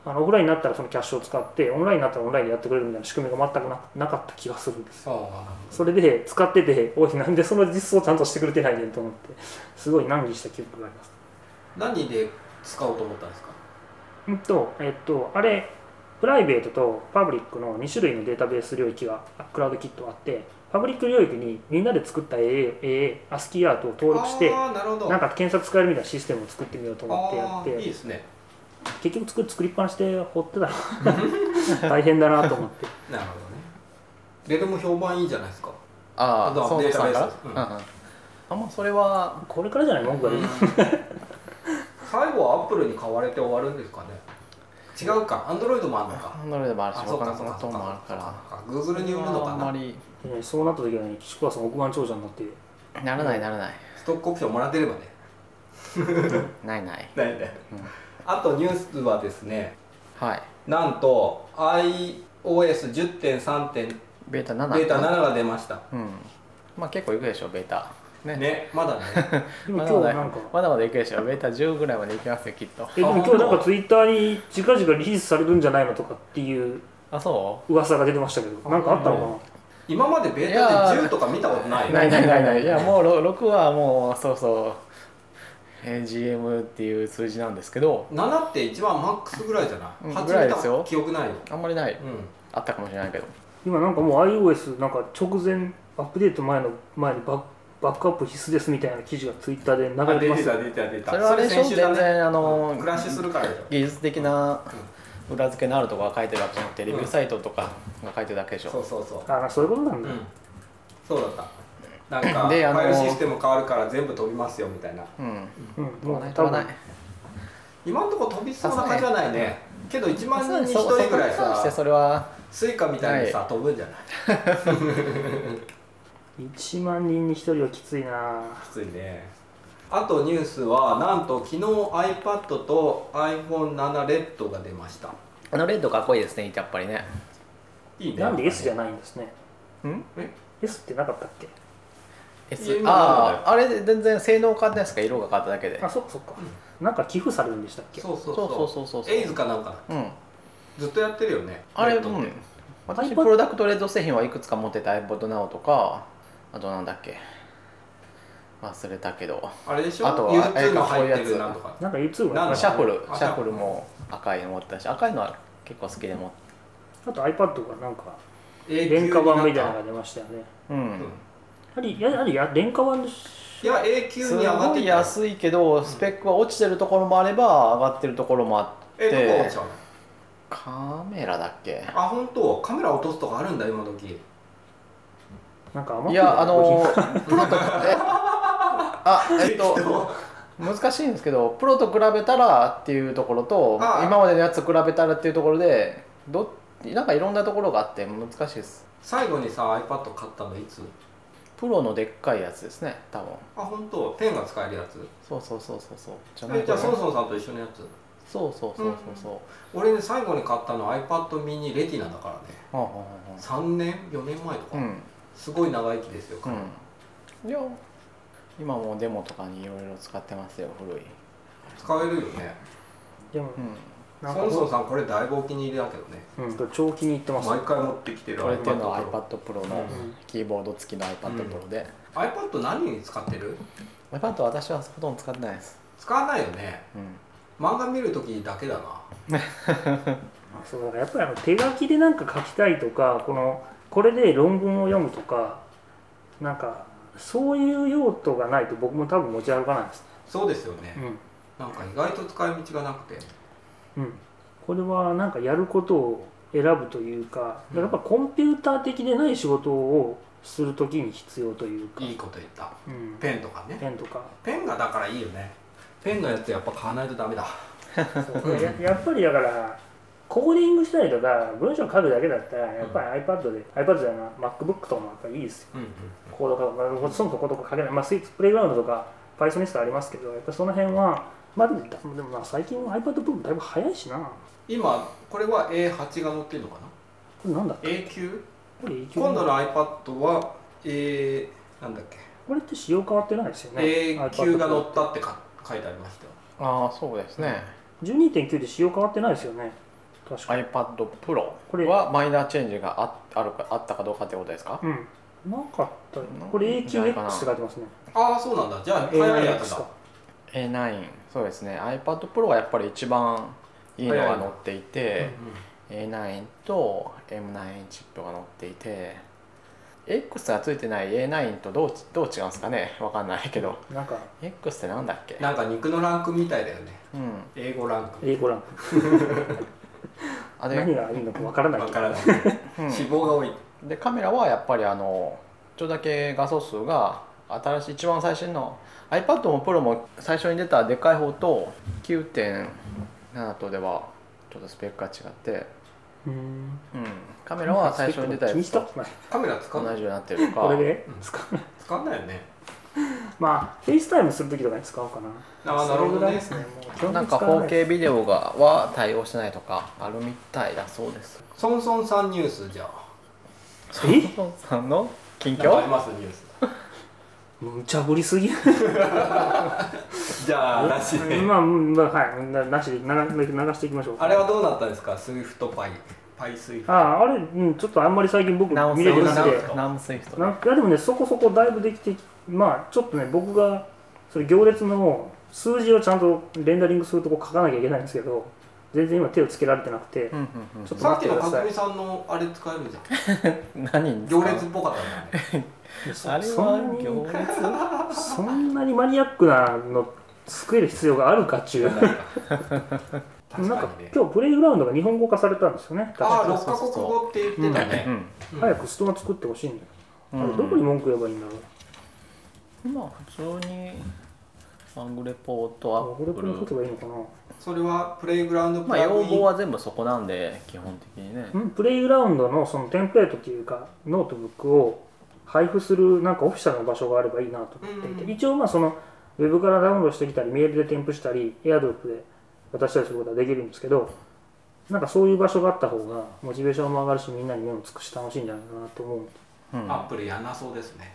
Speaker 3: あのオフラインになったらそのキャッシュを使ってオンラインになったらオンラインでやってくれるみたいな仕組みが全くななかった気がするんです
Speaker 1: そうあ
Speaker 3: それで使ってておいなんでその実装ちゃんとしてくれてないねんと思ってすごい難儀した記憶があります
Speaker 1: ー何で使おうと思ったんですか
Speaker 3: うんとえっとあれプライベートとパブリックの2種類のデータベース領域がクラウドキットあってパブリック領域にみんなで作った AA、AA、ASCII アートを登録して
Speaker 1: ああなるほど
Speaker 3: なんか検索使えるみたいなシステムを作ってみようと思ってや
Speaker 1: あー
Speaker 3: っ
Speaker 1: いい
Speaker 3: て
Speaker 1: ですね
Speaker 3: 結局作作りっぱなしで放っ
Speaker 1: <laughs>
Speaker 3: てたら大変だなと思って
Speaker 1: なるほどねレドも評判いいじゃないですか
Speaker 2: あ
Speaker 1: だ
Speaker 2: あ、そう
Speaker 1: デー
Speaker 2: で
Speaker 1: タ
Speaker 2: す
Speaker 1: ベース
Speaker 2: か。うんうんあんまあそれは、
Speaker 3: これからじゃない文句が出る
Speaker 1: うん最後はアップルに買われて終わるんですかね違うかアンドロイドもあるのか
Speaker 2: ハンドルでもあるし
Speaker 1: あそう
Speaker 2: 他
Speaker 1: か
Speaker 2: の
Speaker 1: そ
Speaker 2: ス
Speaker 1: う
Speaker 2: マ
Speaker 1: か
Speaker 2: ー
Speaker 1: そ
Speaker 2: ト
Speaker 1: う
Speaker 2: フォンもあ
Speaker 1: か
Speaker 2: るから
Speaker 1: グーズルに売るの
Speaker 2: あ
Speaker 1: か
Speaker 2: んま
Speaker 1: な
Speaker 2: り
Speaker 3: でねそうなった時はね岸川さん億万長者になって
Speaker 2: ならないならない
Speaker 1: ストックオプションもらってればね
Speaker 2: ないない
Speaker 1: ないね
Speaker 2: うん
Speaker 1: あとニュースはですね
Speaker 2: はい
Speaker 1: なんと iOS10.3. 点
Speaker 2: ベータ7
Speaker 1: ベータ7が出ました
Speaker 2: うんまあ結構いくでしょベータね
Speaker 1: ねまだね
Speaker 3: でも
Speaker 2: ま
Speaker 3: 今
Speaker 2: だま
Speaker 3: 日は
Speaker 2: だ
Speaker 3: なんか
Speaker 2: まだまだいくでしょベータ10ぐらいまでいきますよきっと
Speaker 3: えでも今日なんかツイッターに近々リリースされるんじゃないのとかっていう
Speaker 2: あそ
Speaker 3: 噂が出てましたけどなんかあったの
Speaker 1: 今までベータで10とか見たことな
Speaker 2: う
Speaker 1: い
Speaker 2: ないないないない
Speaker 1: い
Speaker 2: いやもうろ6はもうそうそうえー GM っていう数字なんですけど
Speaker 1: 7って一番マックスぐらいじゃない、
Speaker 2: うん
Speaker 1: 8
Speaker 2: ぐらいですよ
Speaker 1: 見た記憶ないよ、
Speaker 2: あんまりない
Speaker 1: うん、
Speaker 2: あったかもしれないけど
Speaker 3: かな今なんかもう iOS なんか直前アップデート前の前にバッバックアップ必須ですみたいな記事がツイッターで
Speaker 1: あ
Speaker 3: 流れて
Speaker 1: 出
Speaker 3: ま
Speaker 1: て
Speaker 3: す
Speaker 1: た出てた出てた
Speaker 2: それはあれでしょ
Speaker 1: 先週だ
Speaker 2: 全然あ
Speaker 1: う
Speaker 2: の
Speaker 1: んクラッシュするからでしょ
Speaker 2: 技術的な裏付けのあるとこが書いてるわけじゃなくてレビューサイトとかが書いてるだけでし
Speaker 1: そ
Speaker 2: ょ
Speaker 1: うそうそ
Speaker 3: あなんかそういうことなん
Speaker 1: う、う
Speaker 3: だ、
Speaker 1: ん、そうだったなんかフ
Speaker 2: であの
Speaker 1: ァイルシステム変わるから全部飛びますよみたいな
Speaker 2: うん
Speaker 3: うん
Speaker 2: 飛
Speaker 3: も
Speaker 2: ば
Speaker 3: う
Speaker 2: ない
Speaker 3: 多
Speaker 2: 飛ばない
Speaker 3: 分
Speaker 1: 今のとこ飛びそうな感じはないねけど1万人に1
Speaker 2: そう
Speaker 1: 人ぐらい
Speaker 2: そうして
Speaker 1: さ
Speaker 2: それは
Speaker 1: スイカみたいにさ飛ぶんじゃない
Speaker 3: 1万人に1人はきついな
Speaker 1: きついねあとニュースはなんと昨日 iPad と iPhone7 レッドが出ました
Speaker 2: あのレッドかっこいいですねやっぱりね
Speaker 1: いいね
Speaker 3: なんで S じゃ
Speaker 1: ん
Speaker 3: ないんですね
Speaker 2: うん
Speaker 3: S ってなかったっけ
Speaker 2: S
Speaker 1: 今
Speaker 2: あああれ全然性能変わってないですか色が変わっただけで
Speaker 3: あそっかそっか、なんか寄付されるんでしたっけ
Speaker 1: そうそう
Speaker 2: そうそう
Speaker 1: そ
Speaker 2: そうそう
Speaker 1: うエイズかなんか
Speaker 2: うん
Speaker 1: ずっとやってるよね
Speaker 2: あれ
Speaker 1: レ
Speaker 2: う
Speaker 1: ッドって
Speaker 2: ん私
Speaker 3: iPod
Speaker 2: プロダクトレッド製品はいくつか持ってた iPod Now とかあとなんだっけ忘れたけど
Speaker 1: あれでしょ
Speaker 2: あとは
Speaker 1: U2 の入って
Speaker 2: あれかそういう
Speaker 1: る
Speaker 2: やつ
Speaker 1: なんとか
Speaker 3: なんか YouTube
Speaker 1: なんだ
Speaker 3: が
Speaker 2: シャッフル
Speaker 1: あ
Speaker 2: シャッフルも赤いの持ってたし赤いのは結構好きで持って
Speaker 3: あと iPad がなんか
Speaker 1: 永久
Speaker 3: 廉価版みたいなの
Speaker 1: になっ
Speaker 3: が出ましたよね
Speaker 2: うん、
Speaker 1: たうん
Speaker 3: あれいやあれや廉価版でし
Speaker 1: いや永久
Speaker 2: す
Speaker 1: に上がっ
Speaker 2: ご
Speaker 1: て
Speaker 2: い
Speaker 1: たよ
Speaker 2: 安いけどスペックは落ちてるところもあれば上がってるところもあって
Speaker 1: えどこ落ちゃうの
Speaker 2: カメラだっけ
Speaker 1: あ本当カメラ落とすとかあるんだ今時
Speaker 3: ょなんか余
Speaker 2: い
Speaker 3: ってる
Speaker 2: やあ
Speaker 3: 部
Speaker 2: の
Speaker 3: 品
Speaker 2: プロとえあえっと難しいんですけどプロと比べたらっていうところと
Speaker 1: ああ
Speaker 2: 今までのやつ比べたらっていうところでどなんかいろんなところがあって難しいです
Speaker 1: 最後にさ iPad 買ったのいつ
Speaker 2: プロのでっかいやつですね多分
Speaker 1: あ本当ペンが使えるやつ
Speaker 2: そうそうそうそうそうじゃない
Speaker 1: えじゃ
Speaker 2: か
Speaker 1: あ
Speaker 2: な
Speaker 1: ソ
Speaker 2: そ
Speaker 1: ン
Speaker 2: う
Speaker 1: ソンさんと一緒のやつ
Speaker 2: そうそうそうそうは
Speaker 1: 俺ね最後に買ったの iPad mini レティナだからね
Speaker 2: あはあは
Speaker 1: 3年4年前と
Speaker 2: あ
Speaker 1: か、
Speaker 2: うん
Speaker 1: すごい長生きですよ、
Speaker 2: うんいや今もうデモとかにいろいろ使ってますよ古い
Speaker 1: 使えるよね
Speaker 3: でも
Speaker 2: うん
Speaker 1: ソ
Speaker 3: なん
Speaker 1: ン
Speaker 3: か
Speaker 1: ソン
Speaker 3: こ
Speaker 1: さんこれだいぶお気に入りだけどね
Speaker 3: う、うん、長期に行ってます
Speaker 1: 毎回持ってきてる
Speaker 2: これっていうのは
Speaker 1: iPad
Speaker 2: iPad Pro
Speaker 1: う
Speaker 2: の
Speaker 3: ん
Speaker 2: キーボード付きの iPad Pro で、
Speaker 1: iPad 何に使ってる
Speaker 2: iPad は私はほとんど使ってないです、
Speaker 1: 使わないよね
Speaker 2: うん、
Speaker 1: 漫画見るときだけだな
Speaker 3: そうだからやっぱりあの手書きでなんか書きたいとかこのこれで論文を読むとかなんかそういう用途がないと僕も多分持ち歩かないです
Speaker 1: そうですよね、
Speaker 3: ね
Speaker 1: なんか意外と使い道がなくて
Speaker 3: うん、うん、これはなんかやることを選ぶというかだからやっぱコンピューター的でない仕事をするときに必要というか、
Speaker 1: いいこと言った
Speaker 3: うん、
Speaker 1: ペンとかね
Speaker 3: ペンとか
Speaker 1: ペンがだからいいよねペンのやつやっぱ買わないとダメだ
Speaker 3: そうややっぱりだからコーディングしたりとか文章書くだけだったらやっぱり iPad で、iPad じゃない MacBook とかもやっぱりいいですよ
Speaker 1: うんうん
Speaker 3: コード化まあ、そもそもコード化書けない、まあ、スイーツプレイグラウンドとか Pythonist はありますけどやっぱその辺はまあでもでもまあ最近 iPad ブームだいぶ早いしなこ
Speaker 1: 今これは A8 が載ってるのかな
Speaker 3: れなんだっけ
Speaker 1: A9
Speaker 3: これ A 級
Speaker 1: 今度の iPad は A なんだっけ
Speaker 3: これって仕様変わってないですよね
Speaker 1: A 級が載
Speaker 3: iPad
Speaker 1: ったってか書いてありましたよ
Speaker 2: ああそうですね、
Speaker 3: 12.9で仕様変わってないですよね確かに
Speaker 2: iPad
Speaker 3: これ
Speaker 2: Pro はマイナーチェンジがああるかあったかどうかってことですか、
Speaker 3: うんなかったこれ A 級 X って書いてますね
Speaker 1: ああそうなんだじゃあ早いや
Speaker 3: A9X
Speaker 1: つだ
Speaker 3: か
Speaker 2: A9 そうですね iPad Pro はやっぱり一番いいのが載っていて、A9 と M9 チップが載っていて X が付いてない A9 とどうどう違うんですかねわかんないけど
Speaker 3: なんか
Speaker 2: X ってなんだっけ
Speaker 1: なんか肉のランクみたいだよね
Speaker 2: うん
Speaker 1: 英語ランク
Speaker 3: A ご覧
Speaker 2: あで
Speaker 3: 何がいいのかわからない
Speaker 1: わ
Speaker 3: け
Speaker 1: か
Speaker 3: ど
Speaker 1: らない
Speaker 2: うん
Speaker 1: 脂肪が多い
Speaker 2: でカメラはやっぱりあのちょっとだけ画素数が新しい一番最新の iPad も Pro も最初に出たでかい方と9.7とではちょっとスペックが違って、
Speaker 3: うん
Speaker 2: うん、カメラは最初に出たや
Speaker 3: 気に
Speaker 2: つ
Speaker 3: した
Speaker 2: と
Speaker 3: ことない
Speaker 1: カメラ使
Speaker 2: 同
Speaker 1: う
Speaker 2: じようになってると
Speaker 3: こ
Speaker 2: か
Speaker 3: れで
Speaker 1: うん
Speaker 3: 使う
Speaker 1: 使わないよね
Speaker 3: まあフェイスタイムするときとかに使おうかな
Speaker 1: あーなるほどね
Speaker 3: それぐらいですねもう基本
Speaker 2: なん
Speaker 3: 的
Speaker 2: か
Speaker 3: に使わない
Speaker 2: 4K ビデオがは対応してないとかあるみたいだそうです
Speaker 1: ソンソンさんニュースじゃあ
Speaker 3: え
Speaker 2: ソンさんの近
Speaker 1: なんかあり
Speaker 2: 況
Speaker 1: ますニュース
Speaker 3: 無茶ぶりすぎる
Speaker 1: じゃあなしで
Speaker 3: まあ、うんまあ、はいななしで流流していきましょう
Speaker 1: あれはどうなったんですかスイフトパイパイスイフ
Speaker 3: あ
Speaker 1: ト
Speaker 3: ああれ、うん、ちょっとあんまり最近僕
Speaker 2: ナウス
Speaker 3: 見れてな
Speaker 1: 直
Speaker 3: く
Speaker 1: す
Speaker 3: て
Speaker 2: ナウスイフト
Speaker 3: なんかいやでもねそこそこだいぶできてきまあちょっとね僕がそれ行列の数字をちゃんとレンダリングするとこ書かなきゃいけないんですけど全然今手をつけられてなくて、
Speaker 2: うんうん
Speaker 3: ちょっと
Speaker 1: さっ
Speaker 3: 待
Speaker 1: き
Speaker 3: っ
Speaker 1: の
Speaker 3: てくださ
Speaker 1: 角
Speaker 3: い
Speaker 1: 見さんのあれ使えるじゃん
Speaker 2: うん何に使う
Speaker 1: 行列っぽかったんだよね
Speaker 3: そ
Speaker 2: あれ
Speaker 3: そん
Speaker 2: は
Speaker 3: な
Speaker 2: 行
Speaker 3: に
Speaker 2: 列
Speaker 3: そんなにマニアックなの作る必要があるかっちゅう
Speaker 1: 確
Speaker 3: なん
Speaker 1: か
Speaker 3: か
Speaker 1: にね
Speaker 3: 今日プレイグラウンドが日本語化されたんですよね確
Speaker 1: ああ
Speaker 3: か
Speaker 1: 六カ国語って言ってたね、うん
Speaker 3: 早くストア作ってほしいんだよ、
Speaker 2: うん
Speaker 3: あれどこに文句言えばいいんだろう
Speaker 2: 今普通にアングレポートア
Speaker 3: あこれ
Speaker 2: ップ
Speaker 3: これ書け
Speaker 2: ル
Speaker 3: ばいいのかな
Speaker 1: それはプレイグラウンドプ
Speaker 2: まあ
Speaker 1: ラグ
Speaker 2: 要
Speaker 1: イン、
Speaker 2: 望は全部そこなんで基本的にね
Speaker 3: うんプレイグラウンドのそのテンプレートというかノートブックを配布するなんかオフィシャルの場所があればいいなと思っていて、
Speaker 1: うん
Speaker 3: 一応まあそのウェブからダウンロードしてきたりメールで添付したり AirDrop で渡したりすることはできるんですけどなんかそういう場所があった方がモチベーションも上がるしみんなに目を尽くして楽しいんじゃないかなと思う
Speaker 2: うん
Speaker 1: アップルやんなそうですね、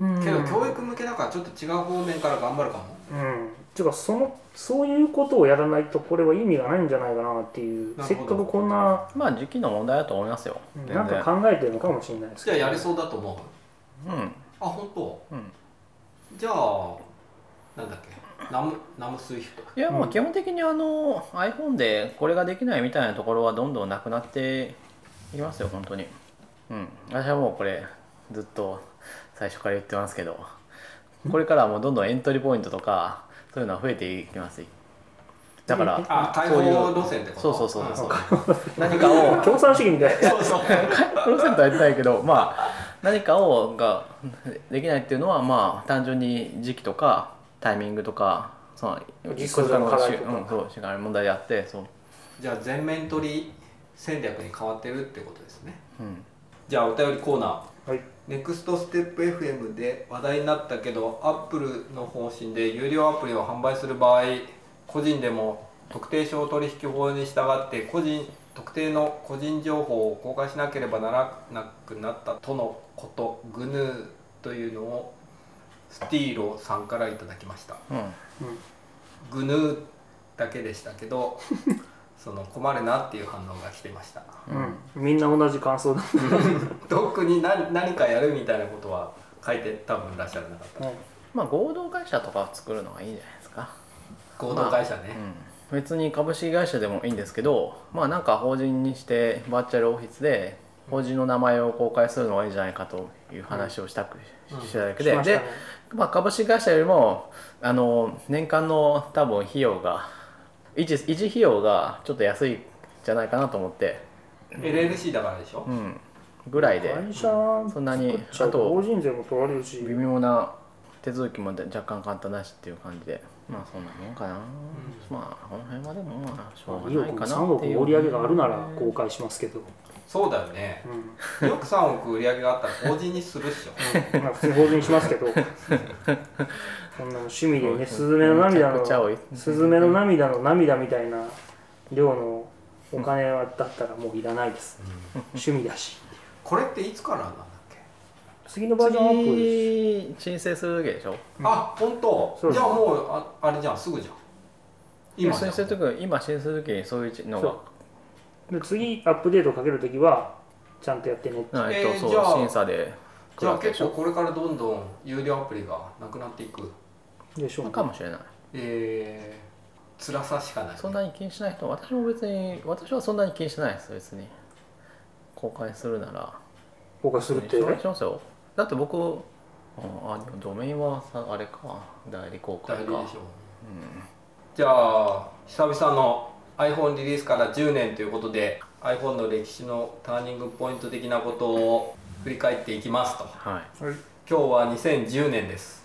Speaker 3: うん
Speaker 1: けど教育向けだからちょっと違う方面から頑張るかも
Speaker 3: うんていうかそのそういうことをやらないとこれは意味がないんじゃないかなってい
Speaker 1: なる
Speaker 3: う
Speaker 1: ほど
Speaker 3: せっかくこんな
Speaker 2: まあ時期の問題だと思いますよ
Speaker 3: うん
Speaker 2: 全
Speaker 3: なんか
Speaker 2: 然
Speaker 3: 考えてるのかもしれないです
Speaker 1: じ
Speaker 3: け
Speaker 1: ゃあ
Speaker 3: ど
Speaker 1: やりそうだと思う
Speaker 2: うん
Speaker 1: あ本当
Speaker 2: うん
Speaker 1: じゃあなんだっけナムナムスイフト
Speaker 2: いやも
Speaker 3: う
Speaker 2: うん基本的にあの iPhone でこれができないみたいなところはどんどんなくなっていきますよ本当にうん私はもうこれずっと最初から言ってますけどこれからはもうどんどんエントリーポイントとかそういうのは増えていきますだから
Speaker 1: あ開放路線ってこと
Speaker 2: そうそうそうそううん何かを
Speaker 3: 共産主義みたいな
Speaker 1: そうそう
Speaker 2: プロセントはやってないけどまあ何かをができないっていうのはまあ単純に時期とかタイミングとかその
Speaker 3: 実装上の課題とか
Speaker 2: うんそうしがない問題であってそう、
Speaker 1: じゃあ全面取り戦略に変わってるってことですね
Speaker 2: うん、
Speaker 1: じゃあお便りコーナー
Speaker 3: はい
Speaker 1: ネクストステップ FM で話題になったけどアップルの方針で有料アプリを販売する場合個人でも特定商取引法に従って個人特定の個人情報を公開しなければならなくなったとのことグヌーというのをスティーロさんからいただきました
Speaker 2: うん
Speaker 3: うん
Speaker 1: グヌーだけでしたけ <laughs> どその困るなっていう反応が来てました
Speaker 3: うん、みんな同じ感想だ、
Speaker 1: 特に何何かやるみたいなことは書いて多分いらっしゃらなかった
Speaker 3: ね、
Speaker 2: まあ合同会社とか作るのがいいんじゃないですか、
Speaker 1: 合同会社ね、
Speaker 2: うん、別に株式会社でもいいんですけどまあなんか法人にしてバーチャルオフィスで法人の名前を公開するのがいいんじゃないかという話をしたく、
Speaker 1: うん
Speaker 2: してただけ
Speaker 3: し
Speaker 2: で、
Speaker 3: ました
Speaker 2: で
Speaker 3: ね
Speaker 2: まあ、株式会社よりもあの年間の多分費用が維持維持費用がちょっと安いんじゃないかなと思って、
Speaker 1: LLC だからでしょ、
Speaker 2: うん、ぐらいで
Speaker 3: 会社
Speaker 2: そんなに
Speaker 3: ち
Speaker 2: あ
Speaker 3: ょっと
Speaker 2: と
Speaker 3: 法人税も取られるし
Speaker 2: 微妙な手続きも若干簡単だしっていう感じでまあそんなもんかな、まあこの辺はでもまあしょうが
Speaker 3: 2
Speaker 2: ない
Speaker 3: 億
Speaker 2: か
Speaker 3: 3
Speaker 2: なっ
Speaker 3: 億
Speaker 2: ていう
Speaker 3: 売り上げがあるなら公開しますけど、
Speaker 1: そうだよ
Speaker 3: <laughs>
Speaker 1: ね
Speaker 3: う
Speaker 1: 2億3億売り上げがあったら法人にするっしょ
Speaker 3: ん、まあ普通に法人しますけ
Speaker 2: <laughs>
Speaker 3: どそんなの趣味でねスズメの涙
Speaker 2: めちゃくちゃ多
Speaker 3: の
Speaker 2: い
Speaker 3: スズメの涙の涙みたいな量のお金はだったらもういらないです、趣味だし
Speaker 1: これっていつからなんだっけ、
Speaker 3: 次のバージョンアップです
Speaker 2: 次申請するわけでしょ
Speaker 3: うん
Speaker 1: あ本
Speaker 3: そ
Speaker 1: 当じ
Speaker 3: うで
Speaker 1: ゃ
Speaker 3: す
Speaker 1: あもうああれじゃんすぐじゃん今じゃ
Speaker 2: 申
Speaker 1: ん
Speaker 2: 請する時に今申請する時にそういうのが
Speaker 3: そで次アップデートかけるときはちゃんとやってね
Speaker 2: うんえっ
Speaker 1: えー
Speaker 2: とそう
Speaker 1: じゃあ
Speaker 2: 審査で来
Speaker 1: じ
Speaker 2: る
Speaker 1: ゃあ
Speaker 2: わけで
Speaker 1: 結
Speaker 2: しょ
Speaker 1: 構これからどんどん有料アプリがなくなっていく
Speaker 3: でしょうね
Speaker 2: かもしれない
Speaker 1: えー、辛さしかない、
Speaker 2: そんなに気にしない人私も別に私はそんなに気にしてないです別に公開するなら
Speaker 3: 公開するって
Speaker 2: 公開しますよだって僕うんあでもドメインはさあれか代理公開
Speaker 1: 代
Speaker 2: か
Speaker 1: 理でしょう、じゃあ久々の iPhone リリースから10年ということで iPhone の歴史のターニングポイント的なことを振り返っていきますと
Speaker 2: はい
Speaker 3: はい
Speaker 1: 今日は2010年です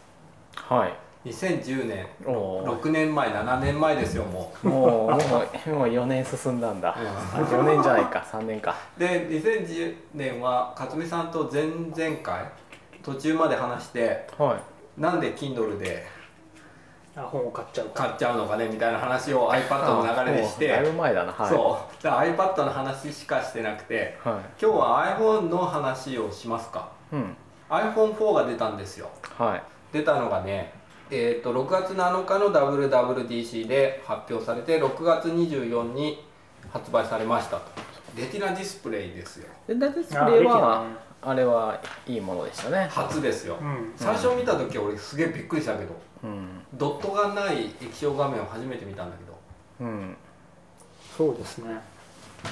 Speaker 2: はい
Speaker 1: 2010年
Speaker 2: おお
Speaker 1: 6年前7年前ですよも
Speaker 2: もうもうもう4年進んだんだ
Speaker 1: う、うん
Speaker 2: 4年じゃないか3年か
Speaker 1: で2010年は克美さんと前々回途中まで話して
Speaker 2: は
Speaker 1: なんで Kindle で
Speaker 3: あ本を買っちゃうか
Speaker 1: 買っちゃうのかねみたいな話を iPad の流れでし
Speaker 2: あ
Speaker 1: て、
Speaker 2: もうだいぶ前だなはい
Speaker 1: そうだから iPad の話しかしてなくて
Speaker 2: は
Speaker 1: 今日は iPhone の話をしますか
Speaker 2: いうん
Speaker 1: iPhone4 が出たんですよ
Speaker 2: はい
Speaker 1: 出たのがねえー、と6月7日の WWDC で発表されて6月24に発売されましたとレティナディスプレイですよ
Speaker 2: でだってそ
Speaker 3: あ
Speaker 2: れ
Speaker 3: でき
Speaker 2: は
Speaker 3: たね
Speaker 2: あれはいいものでしたね
Speaker 1: 初ですよ、
Speaker 3: うん
Speaker 1: 最初見た時は俺すげえびっくりしたけど
Speaker 2: うん
Speaker 1: ドットがない液晶画面を初めて見たんだけど
Speaker 2: うん
Speaker 3: そうですね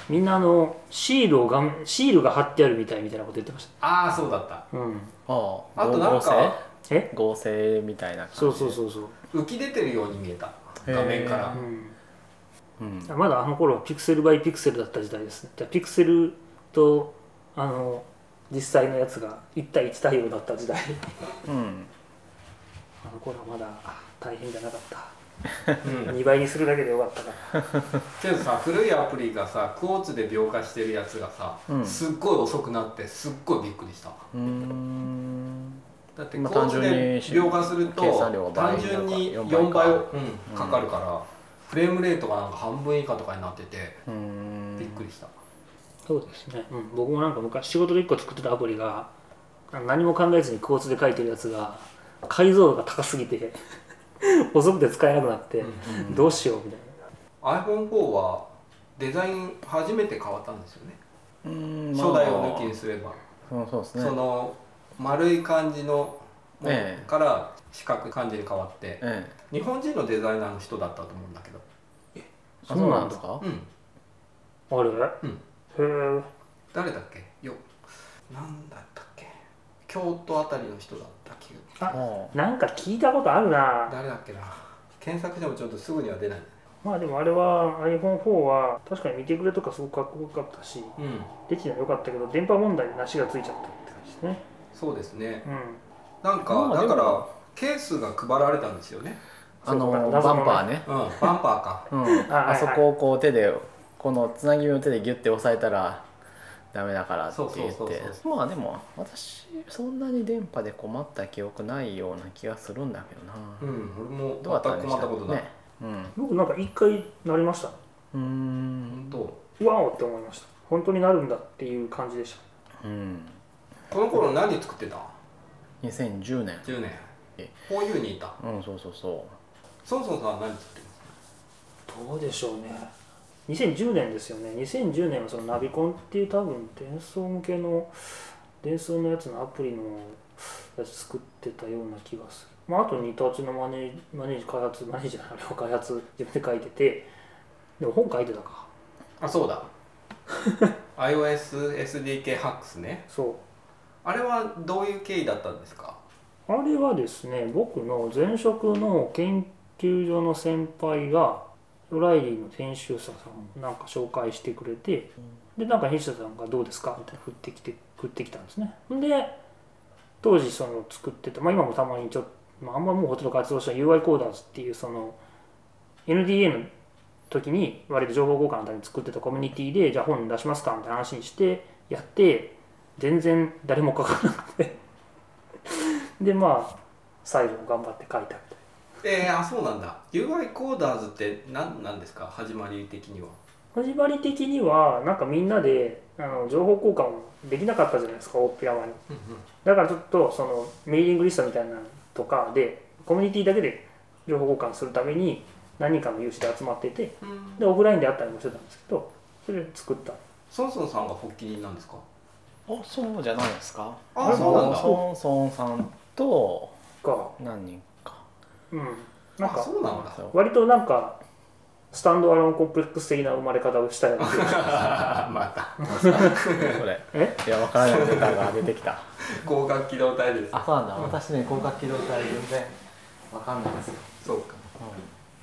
Speaker 3: みんなあのシールをがんシールが貼ってあるみたいみたいなこと言ってまし
Speaker 1: ああそうだった
Speaker 3: たうん
Speaker 2: ああ
Speaker 1: あとなんか
Speaker 3: え
Speaker 2: 合成みたいな感じ
Speaker 3: そうそうそうそう、
Speaker 1: 浮き出てるように見えた画面か
Speaker 2: へ
Speaker 1: ら
Speaker 3: うん、
Speaker 2: うん
Speaker 3: まだあの頃はピクセルバイピクセルだった時代ですねじゃあピクセルとあの実際のやつが1対1対応だった時代 <laughs>
Speaker 2: うん
Speaker 3: あの頃はまだ大変じゃなかっ
Speaker 1: う
Speaker 3: た
Speaker 1: ん
Speaker 3: 2倍にするだけでよかったから
Speaker 1: けどさ古いアプリがさクォーツで描画してるやつがさ、
Speaker 2: うん
Speaker 1: すっごい遅くなってすっごいびっくりした
Speaker 2: うーん
Speaker 1: だってクォ
Speaker 2: まあ
Speaker 1: ーツで
Speaker 2: 単純
Speaker 1: 描
Speaker 2: に
Speaker 1: 画すると
Speaker 2: 計算量が倍
Speaker 1: 単
Speaker 2: になるか
Speaker 1: 純に4倍
Speaker 2: 4倍
Speaker 1: をうんかかるから、フレームレートがなんか半分以下とかになってて
Speaker 2: うーん
Speaker 1: びっくりした、
Speaker 3: そうですね、うん、僕もなんか昔仕事で1個作ってたアプリが何も考えずにクォーツで書いてるやつが解像度が高すぎて <laughs> 遅くて使えなくなって、どうしようみたい
Speaker 1: iPhone4 はデザイン初めて変わったんですよね、
Speaker 2: うーん
Speaker 1: 初代を抜き
Speaker 2: ま
Speaker 1: にすれば、
Speaker 2: あうんそうですね
Speaker 1: その丸い感じのも
Speaker 2: え
Speaker 1: の
Speaker 2: え
Speaker 1: から四角い感じに変わって、
Speaker 2: ええ
Speaker 1: 日本人のデザイナーの人だったと思うんだけど
Speaker 2: あ
Speaker 3: そうなんだ
Speaker 2: そうなんですか
Speaker 1: うん
Speaker 3: なあれ、へえ
Speaker 1: 誰だっけよなんだったっけ京都あたりの人だった気が
Speaker 2: ああ
Speaker 3: なんか聞いたことあるな
Speaker 1: 誰だっけな検索してもちょっとすぐには出ない
Speaker 3: まあでもあれは iPhone4 は確かに見てくれとかすごくかっこよかったし
Speaker 1: うん
Speaker 3: できて良かったけど電波問題に梨がついちゃったって感じですね
Speaker 1: そうですね
Speaker 3: うん
Speaker 1: なんか、
Speaker 2: まあ
Speaker 1: だ
Speaker 2: でも
Speaker 1: からケースが配られたんですよね
Speaker 2: あの
Speaker 3: そう
Speaker 2: バ
Speaker 3: 謎の
Speaker 2: ン
Speaker 3: ね
Speaker 2: パーね
Speaker 1: うんバンパーか
Speaker 2: うん
Speaker 3: はいはい
Speaker 2: あそこをこう手でこのつなぎ目を手でギュッて押さえたらダメだからって言
Speaker 1: そうそうそう
Speaker 2: ってまあでも私そんなに電波で困った記憶ないような気がするんだけどな、
Speaker 1: うん俺も
Speaker 2: どう
Speaker 1: 全
Speaker 2: だったん
Speaker 1: く
Speaker 2: で
Speaker 1: 困
Speaker 2: し
Speaker 1: ったた
Speaker 2: っ
Speaker 1: こ
Speaker 2: け
Speaker 1: とない、
Speaker 2: ねうん
Speaker 3: 僕なんか一回なりました
Speaker 2: うーん
Speaker 1: 本
Speaker 3: わおって思いました本当になるんだっていう感じでし
Speaker 2: うん
Speaker 1: 当この頃何作ってた
Speaker 2: 2010年
Speaker 1: 10年
Speaker 2: え
Speaker 1: こういうにいた
Speaker 2: うんそうそうそ
Speaker 1: そもそもさん何作ってる
Speaker 3: たどうでしょうね2010年ですよね2010年はそのナビコンっていう多分伝送向けの伝送のやつのアプリのやつ作ってたような気がする、まあ、あとニトアツのマネージマネージ開発マネージャーのあれを開発自分で書いててでも本書いてたか
Speaker 1: あそう <laughs> だ iOSSDK ハックスね
Speaker 3: そう
Speaker 1: あれはどういう経緯だったんですか
Speaker 3: あれはですね僕の前職の研究所の先輩がオライリーの編集者さんをなんか紹介してくれてでなんか編集者さんが「どうですか?」みたいな振ってきて振ってきたんですねで当時その作ってた、まあ、今もたまにちょっと、まあ、あんまもうほとんど活動した UI コーダーズっていうその NDA の時に割と情報交換のために作ってたコミュニティでじゃあ本出しますかみたいな話にしてやって全然誰も書かなくてでまあ最後頑張って書いたみたい
Speaker 1: えー、あそうなんだ UI コーダーズって何なんですか始まり的には
Speaker 3: な始まり的にはなんかみんなであの情報交換をできなかったじゃないですか大っぴらにだからちょっとそのメーリングリストみたいなのとかでコミュニティだけで情報交換するために何人かの有志で集まってて
Speaker 1: うん
Speaker 3: でオフラインであったりもしてたんですけどそれで作った
Speaker 1: ソンソンさんが発起人なんですか
Speaker 2: うあそうじゃないですか
Speaker 1: あそうなんだ
Speaker 2: ソンソンさんと
Speaker 3: か
Speaker 2: 何人か
Speaker 3: うんなん
Speaker 1: あ
Speaker 3: か
Speaker 1: そうなんだ
Speaker 3: 割となんかスタンドアローンコンプレックス的な生まれ方をしたような気が
Speaker 1: <laughs>
Speaker 3: し
Speaker 1: <laughs> また
Speaker 2: それ
Speaker 3: え
Speaker 2: いやわからないネタが出てきた
Speaker 1: 光学機動隊です
Speaker 2: あそうなんだ私ね広角機動隊全然わかんないですよ、
Speaker 1: そうか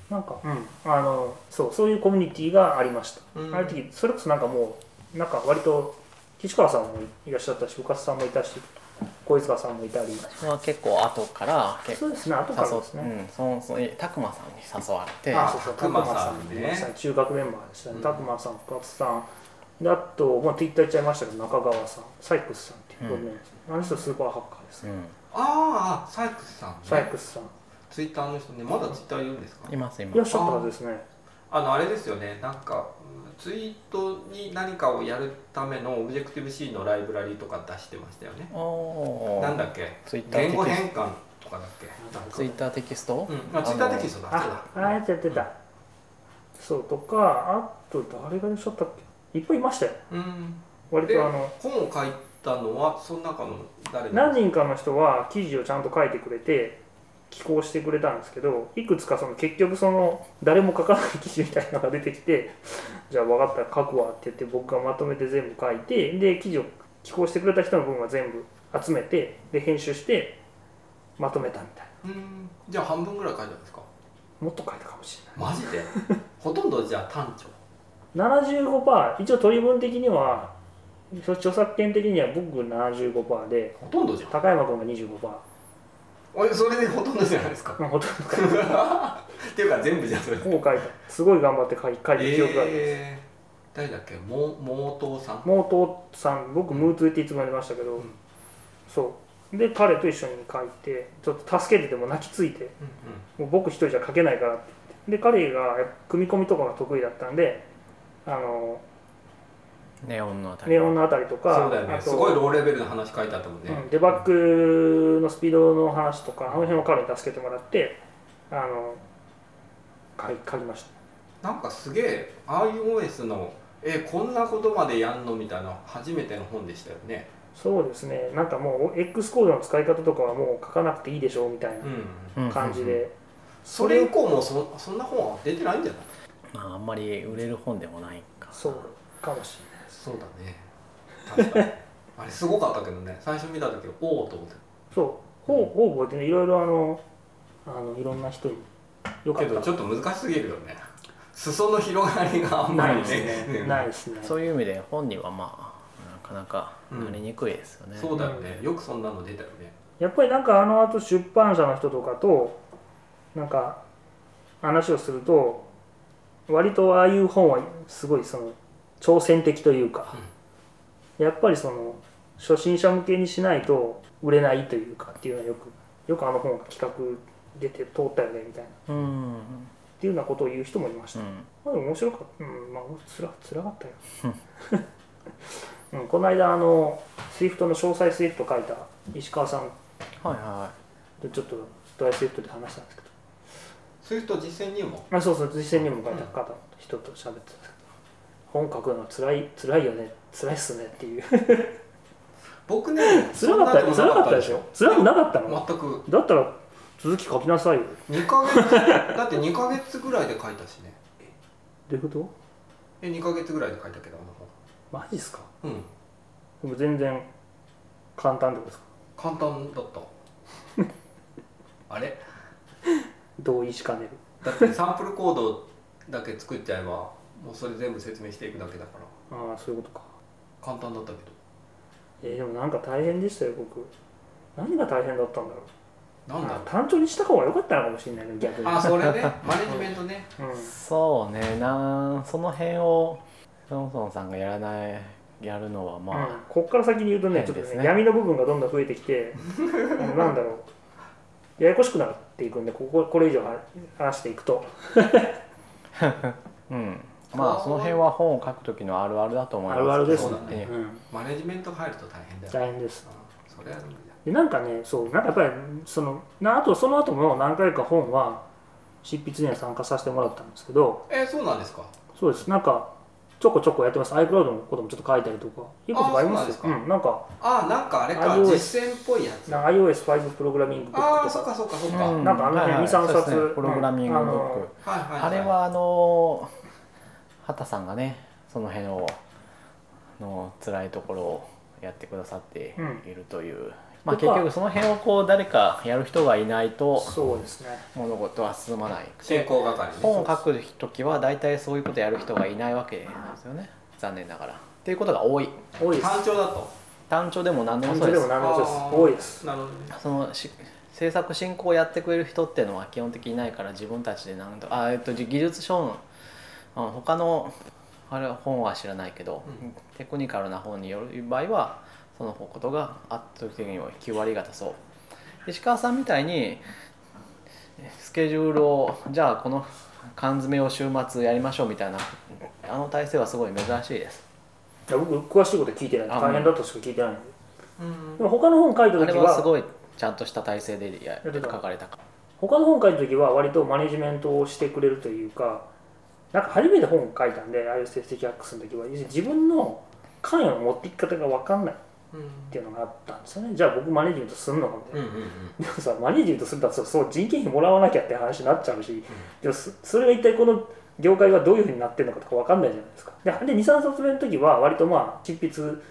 Speaker 3: なんか、うん、あのそうそういうコミュニティがありました、
Speaker 1: うん
Speaker 3: ある時それこそなんかもうなんか割と岸川さんもいらっしゃったし深津さんもいたし小泉さんもいたり
Speaker 2: 私は結構後から結
Speaker 3: そうですね後から
Speaker 2: 構
Speaker 3: です
Speaker 2: 誘
Speaker 3: ね、
Speaker 2: う、ん、そのそのえ拓磨さんに誘われて
Speaker 3: あそうそう
Speaker 1: たくまさんね
Speaker 3: たくまさ中学メンバーでした
Speaker 1: う
Speaker 3: ね
Speaker 1: ん
Speaker 3: たくまさん深津さんであともう Twitter 言っちゃいましたけど中川さんサイクスさんっていう
Speaker 2: うん
Speaker 3: ごめんあの人スーパーハッカーです、
Speaker 2: うん、
Speaker 1: ああサイクスさんね
Speaker 3: サイクスさん
Speaker 1: ツイッターの人ねまだツイッターいるんですか
Speaker 2: いますい
Speaker 3: いら
Speaker 2: ま
Speaker 3: っ
Speaker 2: す
Speaker 3: しゃったはずですね
Speaker 1: あのあれですよねなんかうんツイートに何かをやるためのオブジェクティブ C のライブラリとか出してましたよね
Speaker 2: おー
Speaker 1: なんだっけ
Speaker 2: ツイッター
Speaker 1: 言
Speaker 2: テ
Speaker 1: 語
Speaker 2: キス
Speaker 1: 変換とかだっけ
Speaker 2: トツイッターテキスト、
Speaker 1: うんあツイッターテキストだそう
Speaker 3: ああ
Speaker 1: だ
Speaker 3: やってやってた、そうとかあと誰がいらっしゃったっけいっぱいいましたよ
Speaker 1: うん
Speaker 3: 割
Speaker 1: で
Speaker 3: とあの
Speaker 1: 本を書いたのはその中の誰
Speaker 3: 何人かの人は記事をちゃんと書いてくれて寄稿してくれたんですけどいくつかその結局その誰も書かない記事みたいなのが出てきてじゃあ分かった書くわって言って僕がまとめて全部書いてで記事を寄稿してくれた人の分は全部集めてで編集してまとめたみたいな
Speaker 1: うんじゃあ半分ぐらい書いたんですか
Speaker 3: もっと書いたかもしれない
Speaker 1: マジ <laughs> でほとんどじゃあ単調
Speaker 3: 75%一応取り分的には著著作権的には僕75%で
Speaker 1: ほとんどじゃん
Speaker 3: 高山君が25%
Speaker 1: 俺それでほとんどじゃないですか <laughs>
Speaker 3: まあほとんど書い
Speaker 1: っていうか全部じゃんそれ
Speaker 3: たほぼ書いたすごい頑張って書い書いて記憶がある、
Speaker 1: えー、誰だっけも毛頭さん
Speaker 3: 毛頭さん僕ムートゥーっていつもやりましたけど、
Speaker 1: うん
Speaker 3: そうで彼と一緒に書いてちょっと助けてても泣きついてもう僕一人じゃ書けないからって言ってで彼が組み込みとかが得意だったんであの
Speaker 2: ネオンのあたり
Speaker 3: ネオンのあたりとか
Speaker 1: そうだよ
Speaker 3: あ
Speaker 1: ね
Speaker 3: と
Speaker 1: すごいローレベルの話書いてあったもんね、
Speaker 3: うん、デバッグのスピードの話とかあの辺を彼に助けてもらってあの書い書きました
Speaker 1: なんかすげえ iOS のえこんなことまでやんのみたいな初めての本でしたよね
Speaker 3: そうですねなんかもう X コードの使い方とかはもう書かなくていいでしょうみたい
Speaker 1: うん
Speaker 2: うん
Speaker 3: な感じで、
Speaker 2: うん
Speaker 1: それ以降もそそんな本は出てないんじゃない
Speaker 2: まあ、あんまり売れる本でもないか
Speaker 3: そうかもし
Speaker 1: そうだね確かにあれすごかったけどね最初見た時おおと思って
Speaker 3: れないそう方方々ってねいろいろあのあのいろんな人によか
Speaker 1: け
Speaker 3: っ
Speaker 1: ど
Speaker 3: た
Speaker 1: ちょっと難しすぎるよね裾の広がりがあんま
Speaker 3: ない
Speaker 1: り
Speaker 3: です
Speaker 1: ね
Speaker 3: ね
Speaker 1: うん
Speaker 3: ないですね
Speaker 2: そういう意味で本にはまあなかなかなりにくいですよね、
Speaker 1: そうだよねよくそんなの出たよね
Speaker 3: やっぱりなんかあの後出版社の人とかとなんか話をすると割とああいう本はすごいその挑戦的というか、やっぱりその初心者向けにしないと売れないというかっていうのはよくよくあの本が企画出て通ったよねみたいなっ
Speaker 2: うん、うん
Speaker 3: ていうようなことを言う人もいました、まあ、でも面白かったうんまあつらつらかったよ、うん、この間あの SWIFT の詳細 SWIFT 書いた石川さん
Speaker 2: はいは
Speaker 3: でちょっとドライスイフトで話したんですけど
Speaker 1: そういう人実践入門
Speaker 3: あそうそう実践にも書いた方の人と喋ってたんですけど本書くのは辛い辛いよね辛いっすねって <laughs> いう
Speaker 1: 僕ね
Speaker 3: 辛かった
Speaker 1: そん
Speaker 3: 辛
Speaker 1: なも
Speaker 3: か
Speaker 1: な
Speaker 3: ったでしょ辛くなかったの
Speaker 1: 全く
Speaker 3: だったら続き書きなさいよど
Speaker 1: 2ヶ
Speaker 3: <laughs>
Speaker 1: 月だって2ヶ月ぐらいで書いたしね
Speaker 3: ういうこと
Speaker 1: え2ヶ月ぐらいで書いたけどあの
Speaker 3: マジっすか
Speaker 1: 本うん
Speaker 3: でも全然簡単ってことですか
Speaker 1: 簡単だったあれ
Speaker 3: 同意しかねる
Speaker 1: だってサンプルコードだけ作っちゃえばもうそれ全部説明していくだけだから
Speaker 3: ああそういうことか
Speaker 1: 簡単だったけど
Speaker 3: えーでもなんか大変でしたよ僕何が大変だったんだろう
Speaker 1: なんだろ
Speaker 3: あ単調にした方が良かったのかもしれないね逆
Speaker 1: う
Speaker 3: に
Speaker 1: あそれねマネジメントね
Speaker 3: うん
Speaker 2: いそうねなんその辺をソンソンさんがやらないやるのはま
Speaker 3: うん、こっから先に言うとねち
Speaker 2: 変
Speaker 3: ょっと
Speaker 2: ですね
Speaker 3: ね闇の部分がどんどん増えてき
Speaker 1: <laughs>
Speaker 3: てあのなんだろうややこしくなっていくんでこここれ以上は話していくと
Speaker 2: あ、うんまあその辺は本を書く時のあるあるだと思いますけど
Speaker 3: あるあるです
Speaker 1: ね
Speaker 2: ええ
Speaker 3: うん、
Speaker 1: マネジメント入ると大変だよ
Speaker 3: 大変です
Speaker 1: うんそれやるんだ
Speaker 3: でなんかねそうなんかやっぱりそのなあとその後も何回か本は執筆には参加させてもらったんですけど
Speaker 1: えそうなんですか
Speaker 3: そうですなんかちょこちょこやってます iCloud のこともちょっと書いたりとかいくつかありますよ
Speaker 1: あそう
Speaker 3: う
Speaker 1: なんですか
Speaker 3: ん、なんか
Speaker 1: あなんかあれか
Speaker 3: iOS
Speaker 1: 実践っぽいやつ
Speaker 3: なんか iOS5 プログラミングブッ
Speaker 1: あ
Speaker 3: ク
Speaker 1: あ
Speaker 3: と
Speaker 1: そっ
Speaker 3: か
Speaker 1: かそっかそっか、
Speaker 2: う
Speaker 1: はい
Speaker 3: なんかあの辺
Speaker 2: はいはい
Speaker 3: 23
Speaker 2: そ
Speaker 3: 冊
Speaker 2: うですねプログラミングブ
Speaker 3: うん
Speaker 2: ッ
Speaker 3: あ
Speaker 2: ク
Speaker 3: の
Speaker 1: はい
Speaker 2: あれはあの畑さんがねその辺をあの辛いところをやってくださっているという、まあ
Speaker 3: と
Speaker 2: 結
Speaker 3: か
Speaker 2: 局その辺をこう誰かやる人がいないと
Speaker 3: そうですね
Speaker 2: 物事は進まない
Speaker 1: 進行係ね
Speaker 2: 本を書く時は大体そういうことやる人がいないわけなんですよね残念ながらっていうことが多い
Speaker 3: 多いです
Speaker 1: 単調だと
Speaker 2: 単調でも何でも
Speaker 3: 単
Speaker 2: そうで
Speaker 3: 純ですも何でもそうです
Speaker 1: あー
Speaker 3: 多いです
Speaker 1: なるほどね
Speaker 2: そのし制作進行をやってくれる人っていうのは基本的にいないから自分たちでなんとあえっとじ技術書のあ他のあれ本は知らないけど、
Speaker 1: うん
Speaker 2: テクニカルな本による場合はそのことが圧倒的には9割方そう石川さんみたいにスケジュールをじゃあこの缶詰を週末やりましょうみたいなあの体制はすごい珍しいです
Speaker 3: いや僕詳しいこと聞いてない
Speaker 2: あ
Speaker 3: 大変だとしか聞いてない
Speaker 1: うん
Speaker 3: でも他の本書いた
Speaker 2: あれ
Speaker 3: 時
Speaker 2: はす
Speaker 3: は
Speaker 2: ごいちゃんとした体制でや書かれたか
Speaker 3: 他の本書いた時は割とマネジメントをしてくれるというかなんか初めて本を書いたんでああいう成績アックスの時は要するに自分の関与の持っていき方が分かんないっていうのがあったんですよねじゃあ僕マネジメントするのかみたいな
Speaker 1: うんうんうん
Speaker 3: でもさマネージメントするんだったらそう人件費もらわなきゃって話になっちゃうし、でもそそれが一体この業界がどういうふうになってるのかとか分かんないじゃないですかでで23冊目の時は割とまあ執筆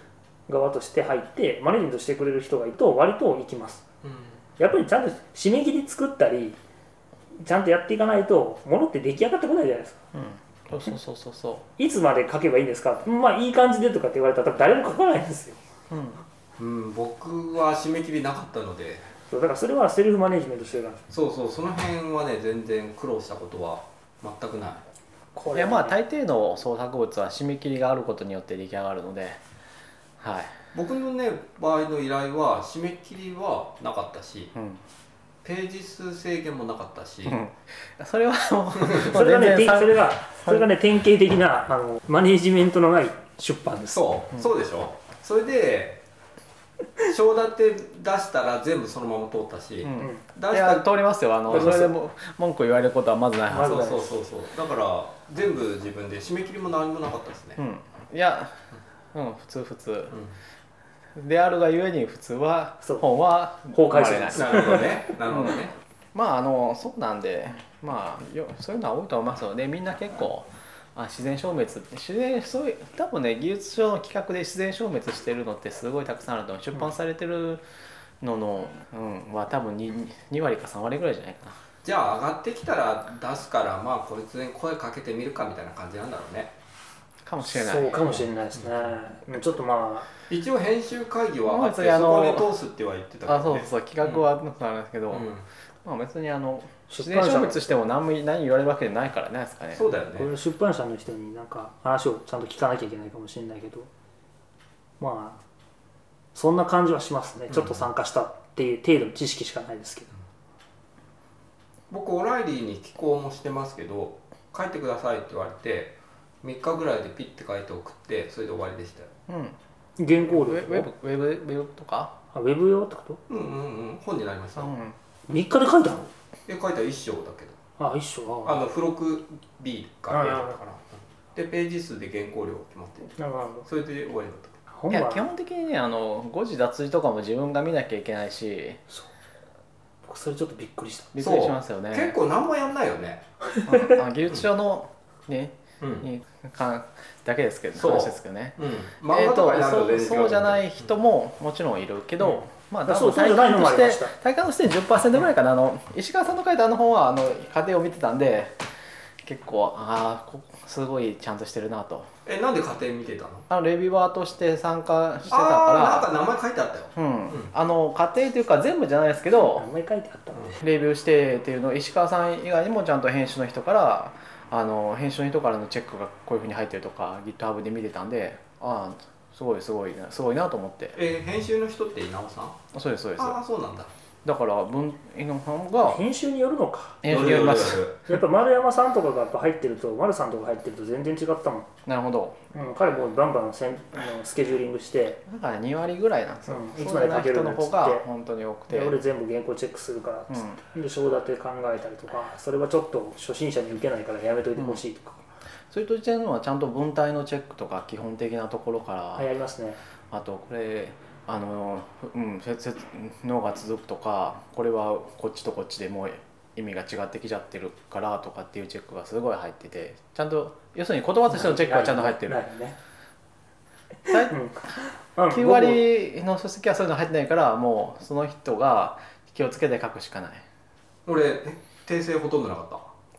Speaker 3: 側として入ってマネージメントしてくれる人がいると割と行きます
Speaker 1: う
Speaker 3: やっぱりちゃんと締め切り作ったりちゃんとやっていかないと物って出来上がってこないじゃないですか
Speaker 2: うんそうそうそうそうそう
Speaker 3: いつまで書けばいいんですかまあいい感じでとかって言われたら多分誰も書かないんですよ
Speaker 2: うん
Speaker 1: んうん僕は締め切りなかったので
Speaker 3: そうだからそれはセルフマネージメントしてるから
Speaker 1: そうそうその辺はね全然苦労したことは全くない
Speaker 3: こ
Speaker 2: い
Speaker 3: れ
Speaker 2: や
Speaker 3: は
Speaker 2: まあ大抵の創作物は締め切りがあることによって出来上がるので、はい
Speaker 1: 僕のね場合の依頼は締め切りはなかったし
Speaker 2: うん
Speaker 1: ページ数制限もなかったし、
Speaker 2: それは
Speaker 3: <laughs>
Speaker 2: もう
Speaker 3: それが
Speaker 2: 全
Speaker 3: ね、
Speaker 2: 然
Speaker 3: て
Speaker 2: さ
Speaker 3: それが、それがね、典型的な、あの、マネージメントのない出版です。
Speaker 1: そう、そうでしょそれで章立て出したら全部そのまま通ったし、
Speaker 2: う
Speaker 1: 出
Speaker 2: ん
Speaker 3: うん
Speaker 1: した
Speaker 2: いや通りますよあ
Speaker 1: 通
Speaker 2: の
Speaker 1: り
Speaker 2: そ
Speaker 1: ます
Speaker 2: れでも文句言われることはまずないは
Speaker 3: ま
Speaker 2: ず、
Speaker 3: ず
Speaker 1: そうそうそうそうだから全部自分で締め切りも何もなかったですね、
Speaker 2: うん、いやうん普通普通
Speaker 1: うん
Speaker 2: であるがゆえに普通は
Speaker 3: そう
Speaker 2: 本は
Speaker 3: 崩壊す
Speaker 2: 生
Speaker 3: る
Speaker 2: まれな
Speaker 1: な
Speaker 2: い
Speaker 1: るほどねなるほどね、
Speaker 2: まああのそうなんでまあよそういうのは多いと思いますのでみんな結構あ自然消滅って自然そういう多分ね技術上の企画で自然消滅してるのってすごいたくさんあると思う出版されてるのの、うん、は多分 2, 2割か3割ぐらいじゃないかな
Speaker 1: じゃあ上がってきたら出すからまあこいつに声かけてみるかみたいな感じなんだろうね
Speaker 2: かもしれない
Speaker 3: そうかもしれないですね。うんちょっとまあ、
Speaker 1: 一応編集会議
Speaker 2: ま
Speaker 1: は
Speaker 2: あ
Speaker 1: あって
Speaker 2: 別にあ
Speaker 1: そこ
Speaker 2: の
Speaker 1: で通すっては言ってたけど、ね、
Speaker 2: あそうそう企画はそうなんですけど、まあ、別にあの自
Speaker 3: 出
Speaker 2: 然
Speaker 3: 版社
Speaker 2: 消滅しても何も何言われるわけじゃないからねですかね
Speaker 1: そうだよね
Speaker 3: これ出版社の人になんか話をちゃんと聞かなきゃいけないかもしれないけど、まあ、そんな感じはしますね。ちょっと参加したっていう程度の知識しかないですけど。
Speaker 1: 僕オライリーに寄稿もしてますけど書いてくださいって言われて3日ぐらいでピッて書いて送ってそれで終わりでしたよ
Speaker 2: うん、ウ
Speaker 3: 原稿料
Speaker 2: ェウェブウェブウェブとか、
Speaker 3: あ、ウェブ用ってこと
Speaker 1: うんうんうん本になりまし
Speaker 2: う
Speaker 1: た、
Speaker 2: ん、
Speaker 3: ?3 日で書いたの
Speaker 1: で書いたら1章だけど
Speaker 3: あ、一緒。
Speaker 1: あ
Speaker 3: あ
Speaker 1: の付録 B か A だったかなでページ数で原稿料決まってて
Speaker 3: なるほど。
Speaker 1: それで終わりだった
Speaker 3: 本
Speaker 2: いや
Speaker 3: は
Speaker 2: 基本的にねあの誤字脱字とかも自分が見なきゃいけないし
Speaker 3: 僕それちょっとびっくりした。
Speaker 2: びっくりしますよね
Speaker 1: 結構何もやんないよね
Speaker 2: うんあ技術上の、ね
Speaker 1: うん、
Speaker 2: に関だけですけど
Speaker 1: そう
Speaker 2: 話ですけどね
Speaker 1: うん、
Speaker 2: え
Speaker 1: 漫
Speaker 2: ー
Speaker 1: 画とかになる
Speaker 2: そ
Speaker 1: と全然
Speaker 2: う
Speaker 1: 違う
Speaker 2: そうじゃないい人ももちろんいるけど、
Speaker 3: うん
Speaker 2: まあ
Speaker 3: だから
Speaker 2: 多分
Speaker 3: そうそうじゃないのもありました
Speaker 2: 体感として10%ぐらいかなあの石川さんの書いたあの本はあの家庭を見てたんで結構ああすごいちゃんとしてるなと
Speaker 1: えなんで家庭見てたの
Speaker 2: あのレビュアーとして参加してた
Speaker 1: ああー
Speaker 2: か
Speaker 1: なんか名前書いてあったよ
Speaker 2: らうん、
Speaker 1: うん
Speaker 2: あの家庭というか全部じゃないですけど、
Speaker 3: あんまり書いてあったんで。
Speaker 2: レビューしてっていうのを石川さん以外にもちゃんと編集の人からあの編集の人からのチェックがこういうふうに入ってるとか GitHub で見てたんでああすごいすごいなすごいなと思って
Speaker 1: えー編集の人って稲尾さん
Speaker 2: そうですそうです
Speaker 1: ああそうなんだ
Speaker 2: だから文の方が
Speaker 3: 編集によるのか。
Speaker 2: 編集やります
Speaker 1: 夜 <laughs> 々
Speaker 3: やっぱ丸山さんとかがやっぱ入ってると丸さんとか入ってると全然違ったもん、
Speaker 2: なるほど
Speaker 3: うん、彼もうバンバンせんあのスケジューリングして
Speaker 2: だから2割ぐらいなんですよ、
Speaker 3: うんい
Speaker 2: そ
Speaker 3: つ
Speaker 2: う
Speaker 3: ま
Speaker 2: じ
Speaker 3: で
Speaker 2: ゃな
Speaker 3: 書
Speaker 2: い
Speaker 3: け
Speaker 2: 人
Speaker 3: るの
Speaker 2: の
Speaker 3: っつって
Speaker 2: 方が本当に多くて
Speaker 3: で俺全部原稿チェックするからっつって、で章立て考えたりとかそれはちょっと初心者に受けないからやめといてほしいとか、
Speaker 2: それとしてるのはちゃんと文体のチェックとか基本的なところから、
Speaker 3: あやりますね
Speaker 2: あとこれあの、うん、せせ脳が続くとかこれはこっちとこっちでもう意味が違ってきちゃってるからとかっていうチェックがすごい入っててちゃんと要するに言葉としてのチェックがちゃんと入ってる
Speaker 3: ないないね
Speaker 2: 最
Speaker 3: うん
Speaker 2: 9割の書籍はそういうの入ってないからもうその人が気をつけて書くしかないい
Speaker 1: 俺え訂正ほとんどなかっ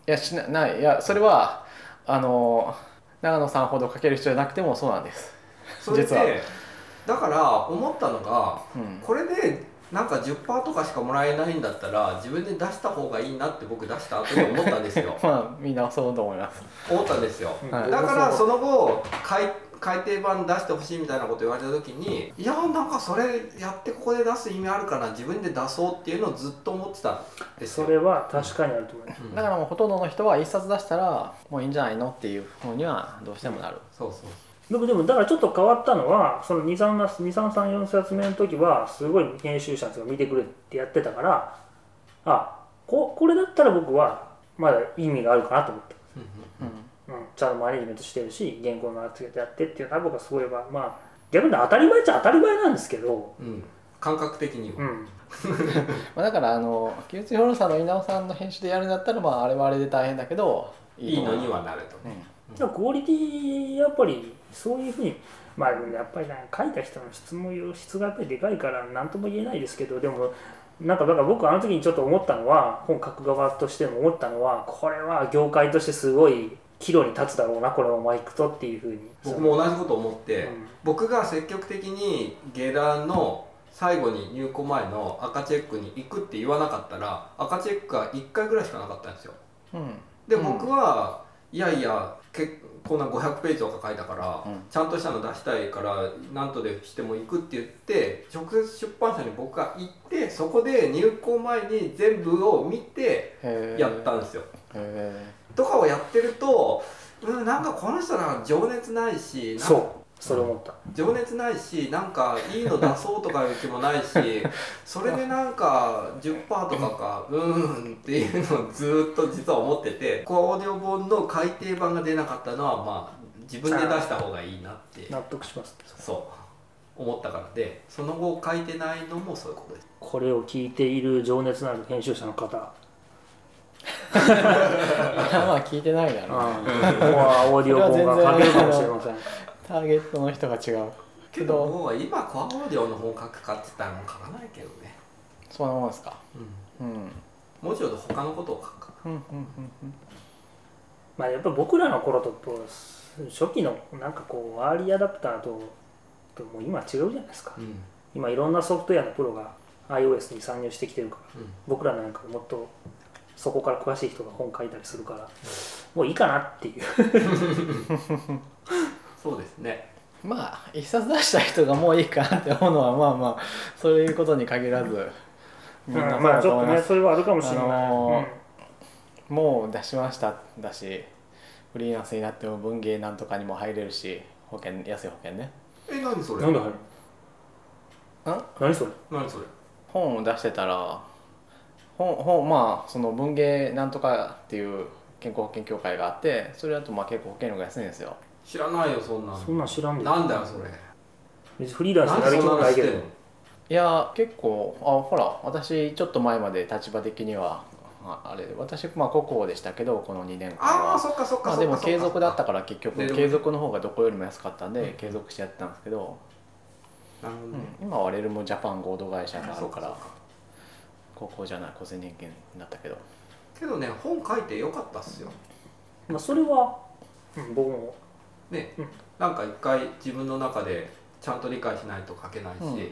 Speaker 1: た
Speaker 2: やしなないいやそれはあの長野さんほど書ける人じゃなくてもそうなんです
Speaker 1: それ
Speaker 2: 実は
Speaker 1: でだから思ったのが
Speaker 2: うん
Speaker 1: これでなんか10%とかしかもらえないんだったら自分で出した方がいいなって僕出した後に思ったんです
Speaker 2: <laughs>
Speaker 1: よ
Speaker 2: まあみんなそうと思います
Speaker 1: 思ったんですよ
Speaker 3: うん
Speaker 2: は
Speaker 1: だ
Speaker 2: い
Speaker 1: からその後改改訂版出してほしいみたいなこと言われた時にいやーなんかそれやってここで出す意味あるかな自分で出そうっていうのをずっと思ってたんです
Speaker 3: そ
Speaker 1: よ
Speaker 3: れは確かにあると思います
Speaker 1: うん
Speaker 2: だからもうほとんどの人は一冊出したらもういいんじゃないのっていう方にはどうしてもなる、
Speaker 1: そうそう
Speaker 3: 僕でもだからちょっと変わったのはその2334冊目の時はすごい編集者の人が見てくれってやってたからあここれだったら僕はまだ意味があるかなと思った
Speaker 1: うんうん
Speaker 3: うん、ちゃんとマネジメントしてるし原稿の扱いやってっていうのは僕はすごいまあまあ逆に当たり前っちゃ当たり前なんですけど、
Speaker 1: うん、感覚的に
Speaker 3: う
Speaker 1: は、
Speaker 3: ん、
Speaker 2: まあ、だからあの木内ロルさんの稲尾さんの編集でやるんだったらまああれはあれで大変だけど
Speaker 1: いいのに
Speaker 2: は、
Speaker 1: はなると
Speaker 2: う
Speaker 1: ね、
Speaker 2: ん
Speaker 3: でもクオリティやっぱりそういうふうにまあやっぱりね書いた人の質も質がやっぱりでかいから何とも言えないですけどでもなんかだから僕あの時にちょっと思ったのは本書く側としても思ったのはこれは業界としてすごい岐路に立つだろうなこれをマイクとっていうふうに
Speaker 1: 僕も同じこと思って、
Speaker 3: うん
Speaker 1: 僕が積極的に下段の最後に入庫前の赤チェックに行くって言わなかったら赤チェックが1回ぐらいしかなかったんですよ
Speaker 2: うん
Speaker 1: で
Speaker 2: うん
Speaker 1: 僕は、いやいやけこんな500ページとか書いたから、
Speaker 2: うん
Speaker 1: ちゃんとしたの出したいから何とでしても行くって言って直接出版社に僕が行ってそこで入稿前に全部を見て
Speaker 2: へー
Speaker 1: やったんですよ、
Speaker 2: へ
Speaker 1: とかをやってると、うん、なんかこの人ら情熱ないしなんか
Speaker 3: そうそれ思った、
Speaker 1: 情熱ないしなんかいいの出そうとかいう気も <laughs> ないしそれでなんか10%とかかうーんっていうのをずーっと実は思っててコアオーディオ本の改訂版が出なかったのはまあ自分で出した方がいいなって
Speaker 3: 納得します
Speaker 1: そう思ったからでその後書いてないのもそういうことです
Speaker 3: これを聞いている情熱のある編集者の方
Speaker 2: ーいやまあ聞いてないだ
Speaker 1: <laughs>
Speaker 3: う、
Speaker 2: ろうん
Speaker 3: オーディオ本が書けるかもしれません。
Speaker 2: ターゲットの人が違う
Speaker 1: けどもう今コアオーディオの本書くかって言ったらもう書かないけどね、
Speaker 2: そんなもんですか
Speaker 1: うん、
Speaker 2: うんうん
Speaker 1: もうちょっと他のことを書くか
Speaker 2: うんうんうん
Speaker 3: まあやっぱ僕らの頃とと初期のなんかこうアーリーアダプターとともう今違うじゃないですか
Speaker 1: う。んうん
Speaker 3: 今いろんなソフトウェアのプロが iOS に参入してきてるから、僕らなんかもっとそこから詳しい人が本書いたりするから、もういいかなっていう。
Speaker 1: そうですね
Speaker 2: まあ一冊出した人がもういいかなって思うのはまあまあそういうことに限らずみんなそう
Speaker 3: まあ
Speaker 2: だ
Speaker 3: ち
Speaker 2: と
Speaker 3: ょ
Speaker 2: 思
Speaker 3: っ
Speaker 2: い
Speaker 3: と
Speaker 2: ま
Speaker 3: ね
Speaker 2: す、
Speaker 3: それはあるかもしれない。
Speaker 2: あのー
Speaker 3: うん
Speaker 2: もう出しましただしフリーランスになっても文芸なんとかにも入れるし保険安い保険ね
Speaker 1: え何それ
Speaker 3: なんだ入
Speaker 2: ん
Speaker 3: る何それ
Speaker 1: 何それ
Speaker 2: 本を出してたら本本まあその文芸なんとかっていう健康保険協会があってそれだとまあ結構保険料が安いんですよ
Speaker 1: 知らないよそんなの
Speaker 3: そんなん知らんで
Speaker 1: なんだよそれ
Speaker 3: 別にフリーランス
Speaker 1: なん
Speaker 3: にな
Speaker 1: で
Speaker 3: る
Speaker 1: そん
Speaker 3: 気
Speaker 1: な
Speaker 3: もな
Speaker 1: 話し
Speaker 3: いけ
Speaker 1: て
Speaker 3: ど
Speaker 1: んの。
Speaker 2: いや結構あほら私ちょっと前まで立場的にはああれ私まあ国宝でしたけどこの2年間
Speaker 1: ああ
Speaker 2: は
Speaker 1: そっかそっかそっか
Speaker 2: まあ、でも継続だったから結局
Speaker 1: ねでも
Speaker 2: 継続の方がどこよりも安かったん
Speaker 1: うん
Speaker 2: で継続してやってたんですけど、
Speaker 1: なるほど
Speaker 2: うん
Speaker 1: ね
Speaker 2: 今はレルムジャパン合同会社があ
Speaker 1: そ
Speaker 2: る
Speaker 1: っ
Speaker 2: か
Speaker 1: そ
Speaker 2: ら
Speaker 1: っ
Speaker 2: 高校じゃない個人人間になったけど
Speaker 1: けどね本書いてよかったっすよ
Speaker 3: まあそれは、うん、僕も
Speaker 1: ね、
Speaker 3: うん
Speaker 1: なんか一回自分の中でちゃんと理解しないと書けないし、
Speaker 2: うん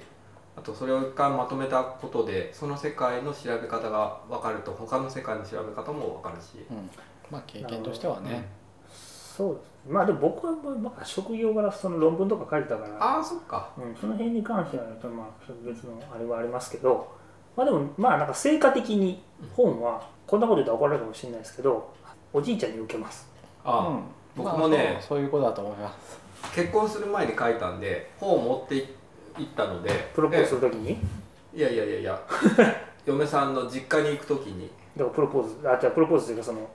Speaker 1: あとそれを一回まとめたことでその世界の調べ方が分かると他の世界の調べ方も分かるし、
Speaker 2: うん、まあ経験としてはね、
Speaker 3: そうですまあでも僕はまあまあ職業柄その論文とか書いてたから、
Speaker 1: ああそっか
Speaker 3: うん、その辺に関してはやっぱりまあ別のあれはありますけどまあでもまあなんか成果的に本はこんなこと言ったら怒られるかもしれないですけどおじいちゃんに受けます
Speaker 1: ああ、
Speaker 2: うん
Speaker 1: 僕もね
Speaker 2: まあそうそういうことだと思います
Speaker 1: 結婚する前に書いたんで本を持っていったので
Speaker 3: プロポーズするときに
Speaker 1: えいやいやいやいや嫁さんの実家に行く時に
Speaker 3: だからプロポーズあじゃあプロポーズというかその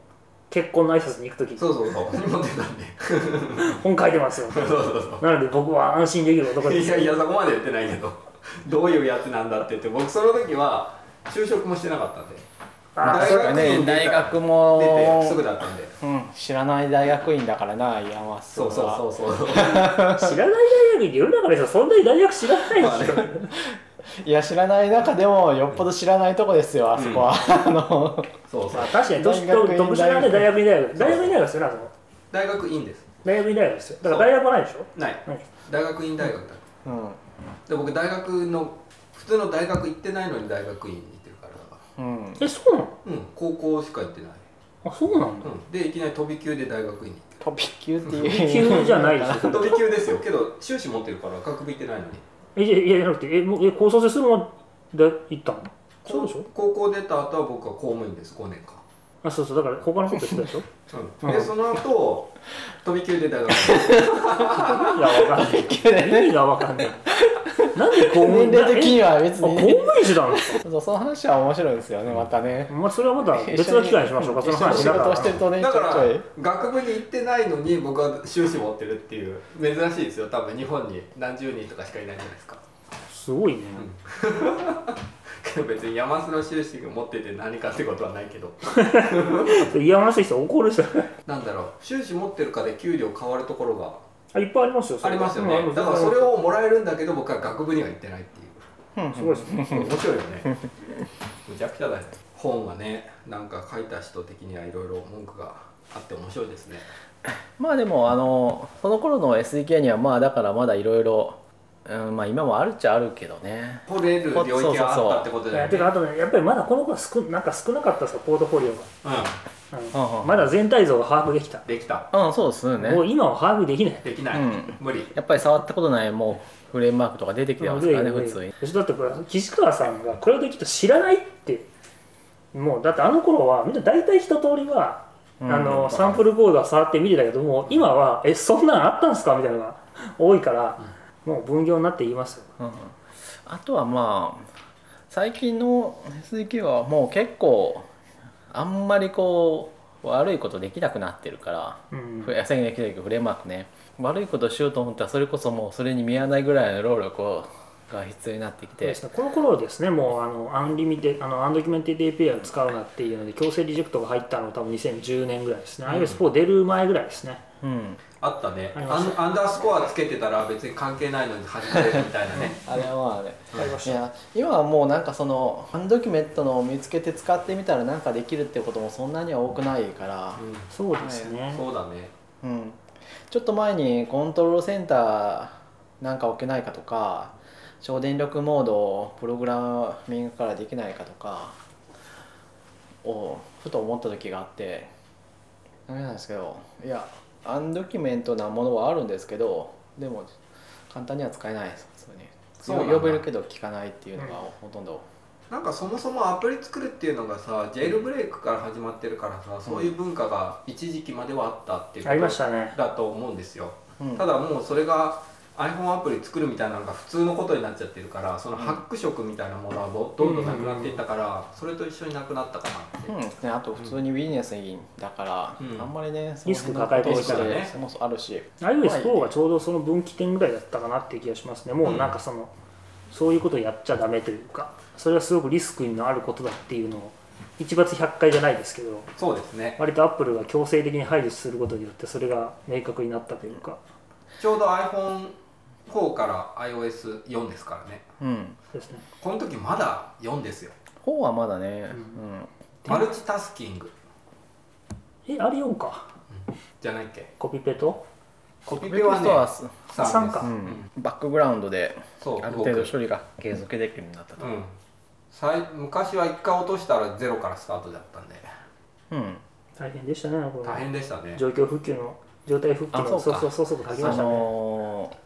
Speaker 3: 結婚の挨拶に行くときに
Speaker 1: そうそうそう持ってたんで
Speaker 3: 本書いてますよ
Speaker 1: そうそうそう
Speaker 3: なので僕は安心できる男で
Speaker 1: い
Speaker 3: す
Speaker 1: やいやそこまで言ってないけどどういうやつなんだって言って僕その時は就職もしてなかったんで
Speaker 3: あ
Speaker 1: 大
Speaker 3: そ
Speaker 1: 学院出た
Speaker 2: 大学
Speaker 1: 出
Speaker 2: も
Speaker 1: てすぐだったんで
Speaker 2: うん、知らない大学院だからな山は
Speaker 1: そうそうそうそうそう
Speaker 3: 知らない大学にいる中でさそんなに大学知らないでしょ、
Speaker 1: まあね
Speaker 2: いや知らない中でもよっぽど知らないとこですよあそこは、あの
Speaker 1: そうそう
Speaker 3: まあ確かに特
Speaker 2: 大学院
Speaker 3: 殊なね大学院大学大学院大学ですよねあそこ
Speaker 1: 大学院です
Speaker 3: 大学院大学ですよだから大学はないでしょ
Speaker 1: ない
Speaker 3: ない
Speaker 1: 大学院大学だ
Speaker 2: うん
Speaker 1: で僕大学の普通の大学行ってないのに大学院に行ってるから
Speaker 2: うん
Speaker 3: えそうなの
Speaker 1: うん高校しか行ってない、
Speaker 3: あそうなんだ
Speaker 1: うん、でいきなり飛び級で大学院に行って
Speaker 2: 飛び級っていう
Speaker 3: 急じゃないです
Speaker 1: る
Speaker 3: よ
Speaker 1: 飛び級ですよけど修士持ってるから学部行ってないのに
Speaker 3: えいやいやじゃなくてえもうえ高卒ですもんで行ったのそうでしょ
Speaker 1: 高校出た後は僕は公務員です5年間
Speaker 3: あそうそうだから他のことしてたでしょい
Speaker 1: うん、でその後飛び級で大学
Speaker 3: やわかんない
Speaker 2: 級だ
Speaker 3: 意味がわかんないなんで公
Speaker 2: <laughs> 年
Speaker 3: 務員
Speaker 2: 齢的には別
Speaker 3: えあ公 <laughs> 務
Speaker 2: に
Speaker 3: 員してたの
Speaker 2: そうその話は面白いですよねまたね
Speaker 3: まあそれはまた別の機会にしましょうかそ
Speaker 2: 一
Speaker 3: の
Speaker 2: 緒に
Speaker 3: 話
Speaker 2: 仕
Speaker 3: だか
Speaker 2: 事をして
Speaker 3: ら
Speaker 2: るとねちょ
Speaker 1: だ
Speaker 2: いち
Speaker 1: から
Speaker 2: ょい
Speaker 1: 学部に行ってないのに僕は修士持ってるっていう珍しいですよ多分日本に何十人とかしかいないじゃないですか <laughs>
Speaker 3: すごいね
Speaker 1: けど別に山洲の修士持ってて何かってことはないけど
Speaker 3: 嫌がらせ人怒るじゃん
Speaker 1: なんだろう修士持ってるかで給料変わるところが
Speaker 3: あいっぱいありますよそ
Speaker 1: あ
Speaker 3: れ
Speaker 1: り
Speaker 3: は
Speaker 1: ますよ
Speaker 3: うんあ
Speaker 1: ね
Speaker 3: る
Speaker 1: だからそれをもらえるんだけど僕は学部には行ってないっていう
Speaker 3: すごいですね
Speaker 1: 面白いよねむちゃくちゃだよ本はねなんか書いた人的にはいろいろ文句があって面白いですね
Speaker 2: まあでもあのその頃の SDK にはまあだからまだいろいろうんまあ今もあるっちゃあるけどね
Speaker 1: 掘れる領域があったってこと
Speaker 3: い
Speaker 1: だよ
Speaker 3: や
Speaker 1: ね
Speaker 3: てかあとねやっぱりまだこの子は少なんか少なかったですかポートフォリオが
Speaker 1: う
Speaker 2: うんうん
Speaker 3: まだ全体像が把握できた
Speaker 1: ん、できた
Speaker 2: うんそうですね
Speaker 3: もう今は把握できない
Speaker 1: できない、
Speaker 2: うん
Speaker 1: 無理
Speaker 2: やっぱり触ったことないもうフレームワークとか出てきてますからね
Speaker 3: うん
Speaker 2: 普通に
Speaker 3: だってこれ岸川さんがこれをきっと知らないってもうだってあの頃はみんな大体一通りは、
Speaker 2: うん
Speaker 3: あのサンプルコードは触ってみてたけどもう今はえそんなんあったんですかみたいなのが多いから、もう分業になって言いますよ
Speaker 2: うんあとはまあ最近の SDK はもう結構あんまりこう悪いことできなくなってるから
Speaker 3: うん
Speaker 2: ふ先月のフレームワークね悪いことしようと思ったらそれこそもうそれに見合わないぐらいの労力をが必要になってき
Speaker 3: そうで
Speaker 2: て
Speaker 3: すね、この頃ですね、もうあのアンリミテあのアンドキュメンテッド API を使うなっていうので、強制リジェクトが入ったの多分2010年ぐらいですね、iOS4 出る前ぐらいですね、
Speaker 2: うん
Speaker 1: あったね
Speaker 3: ありま
Speaker 1: ア
Speaker 3: し
Speaker 1: ンアンダースコアつけてたら別に関係ないのに始めるみたいなね
Speaker 2: あれはまあね
Speaker 3: ありまし
Speaker 2: い
Speaker 3: た
Speaker 2: や今はもうなんかそのアンドキュメントのを見つけて使ってみたらなんかできるってこともそんなには多くないから、
Speaker 1: う
Speaker 3: そうですね
Speaker 1: ん、、そうだね
Speaker 2: うん、ちょっと前にコントロールセンターなんか置けないかとか省電力モードをプログラミングからできないかとかをふと思った時があってダメなんですけどいやアンドキュメントなものはあるんですけどでも簡単には使えないです普
Speaker 1: そう
Speaker 2: 通
Speaker 1: なん
Speaker 2: に
Speaker 1: だ
Speaker 2: 呼べるけど聞かないっていうのがほとんど、
Speaker 1: なんかそもそもアプリ作るっていうのがさジェイルブレイクから始まってるからさそういう文化が一時期まではあったっていう
Speaker 3: ありま
Speaker 1: こ
Speaker 3: したね、
Speaker 1: とだと思うんですよ
Speaker 2: うん
Speaker 1: ただもうそれが iPhone アプリ作るみたいなのが普通のことになっちゃってるからそのハック色みたいなものはどどんどんなくなっていったからそれと一緒になくなったかなって
Speaker 2: うんね、あと普通にビジネスにだから、
Speaker 1: うん
Speaker 2: あんまりねそ
Speaker 3: リスク抱えてる
Speaker 1: からね
Speaker 2: そもそもあるし、
Speaker 3: iOS4 がちょうどその分岐点ぐらいだったかなっていう気がしますね、もうなんかその、そういうことをやっちゃだめというか、それはすごくリスクのあることだっていうのを、一罰100回じゃないですけど、
Speaker 1: そうですね
Speaker 3: 割とアップルが強制的に排除することによって、それが明確になったというか。
Speaker 1: ちょうど iPhone4 から iOS4 ですからね
Speaker 2: うん、
Speaker 3: そうですね
Speaker 1: この時まだ4ですよ
Speaker 2: 本はまだね、
Speaker 3: う
Speaker 2: うん
Speaker 1: マルチタスキング
Speaker 3: え、あれ4か。
Speaker 1: じゃないっけ
Speaker 3: コピペと
Speaker 1: コピ
Speaker 2: コ
Speaker 1: ペはね
Speaker 2: す
Speaker 1: 3
Speaker 3: 三か
Speaker 1: です、
Speaker 2: う
Speaker 3: う
Speaker 2: ん、バックグラウンドで
Speaker 1: そう
Speaker 2: ある
Speaker 1: 動く
Speaker 2: 程度処理が継続できるようになったと、
Speaker 1: うんさい昔は1回落としたらゼロからスタートだったんで
Speaker 2: うん
Speaker 3: 大変でしたね、こ
Speaker 1: 大
Speaker 3: の
Speaker 1: 変でしたね
Speaker 3: 状況復旧の、状態復旧
Speaker 2: あそ
Speaker 3: の、そうう
Speaker 2: か
Speaker 3: そうそうそう書きま
Speaker 2: あ
Speaker 3: したね。
Speaker 2: の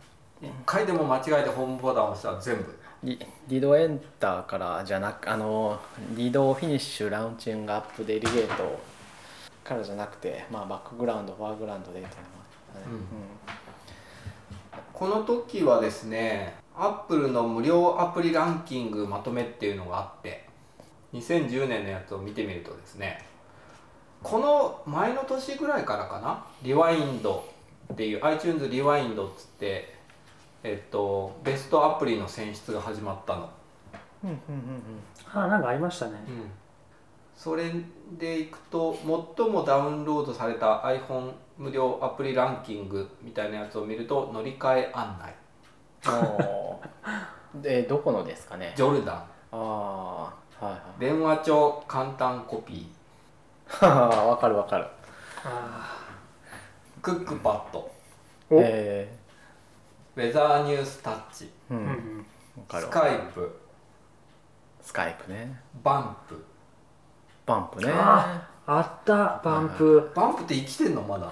Speaker 1: 1回でも間違えてホームボタンを押したら全部
Speaker 2: ーリリドエンターからじゃなくあのーリドフィニッシュラウンチングアップデリゲートからじゃなくて、まあ、バックグラウンドフォアグラウンドでみたいなのがあったね、
Speaker 1: この時はですねアップルの無料アプリランキングまとめっていうのがあって2010年のやつを見てみるとですねこの前の年ぐらいからかなリワインドっていう iTunes リワインドっつってえっとベストアプリの選出が始まったの、
Speaker 2: うんうんうんうんうん
Speaker 3: あ、なんかありましたね。
Speaker 1: それでいくと最もダウンロードされた iPhone 無料アプリランキングみたいなやつを見ると乗り換え案内
Speaker 2: おーでどこのですかね
Speaker 1: ジョルダン
Speaker 2: ああはいはい
Speaker 1: 電話帳簡単コピ
Speaker 2: わかるわかる
Speaker 3: あ
Speaker 1: ークックパッド
Speaker 3: お
Speaker 2: え
Speaker 1: ウェザーニュースタッチ
Speaker 2: う
Speaker 3: うん
Speaker 2: ん、
Speaker 3: うん
Speaker 2: わかる
Speaker 1: ス
Speaker 2: わ
Speaker 1: カイプ
Speaker 2: スカイプね
Speaker 1: バンプ
Speaker 2: バンプね
Speaker 3: ああったバンプ
Speaker 1: バンプって生きてんのまだ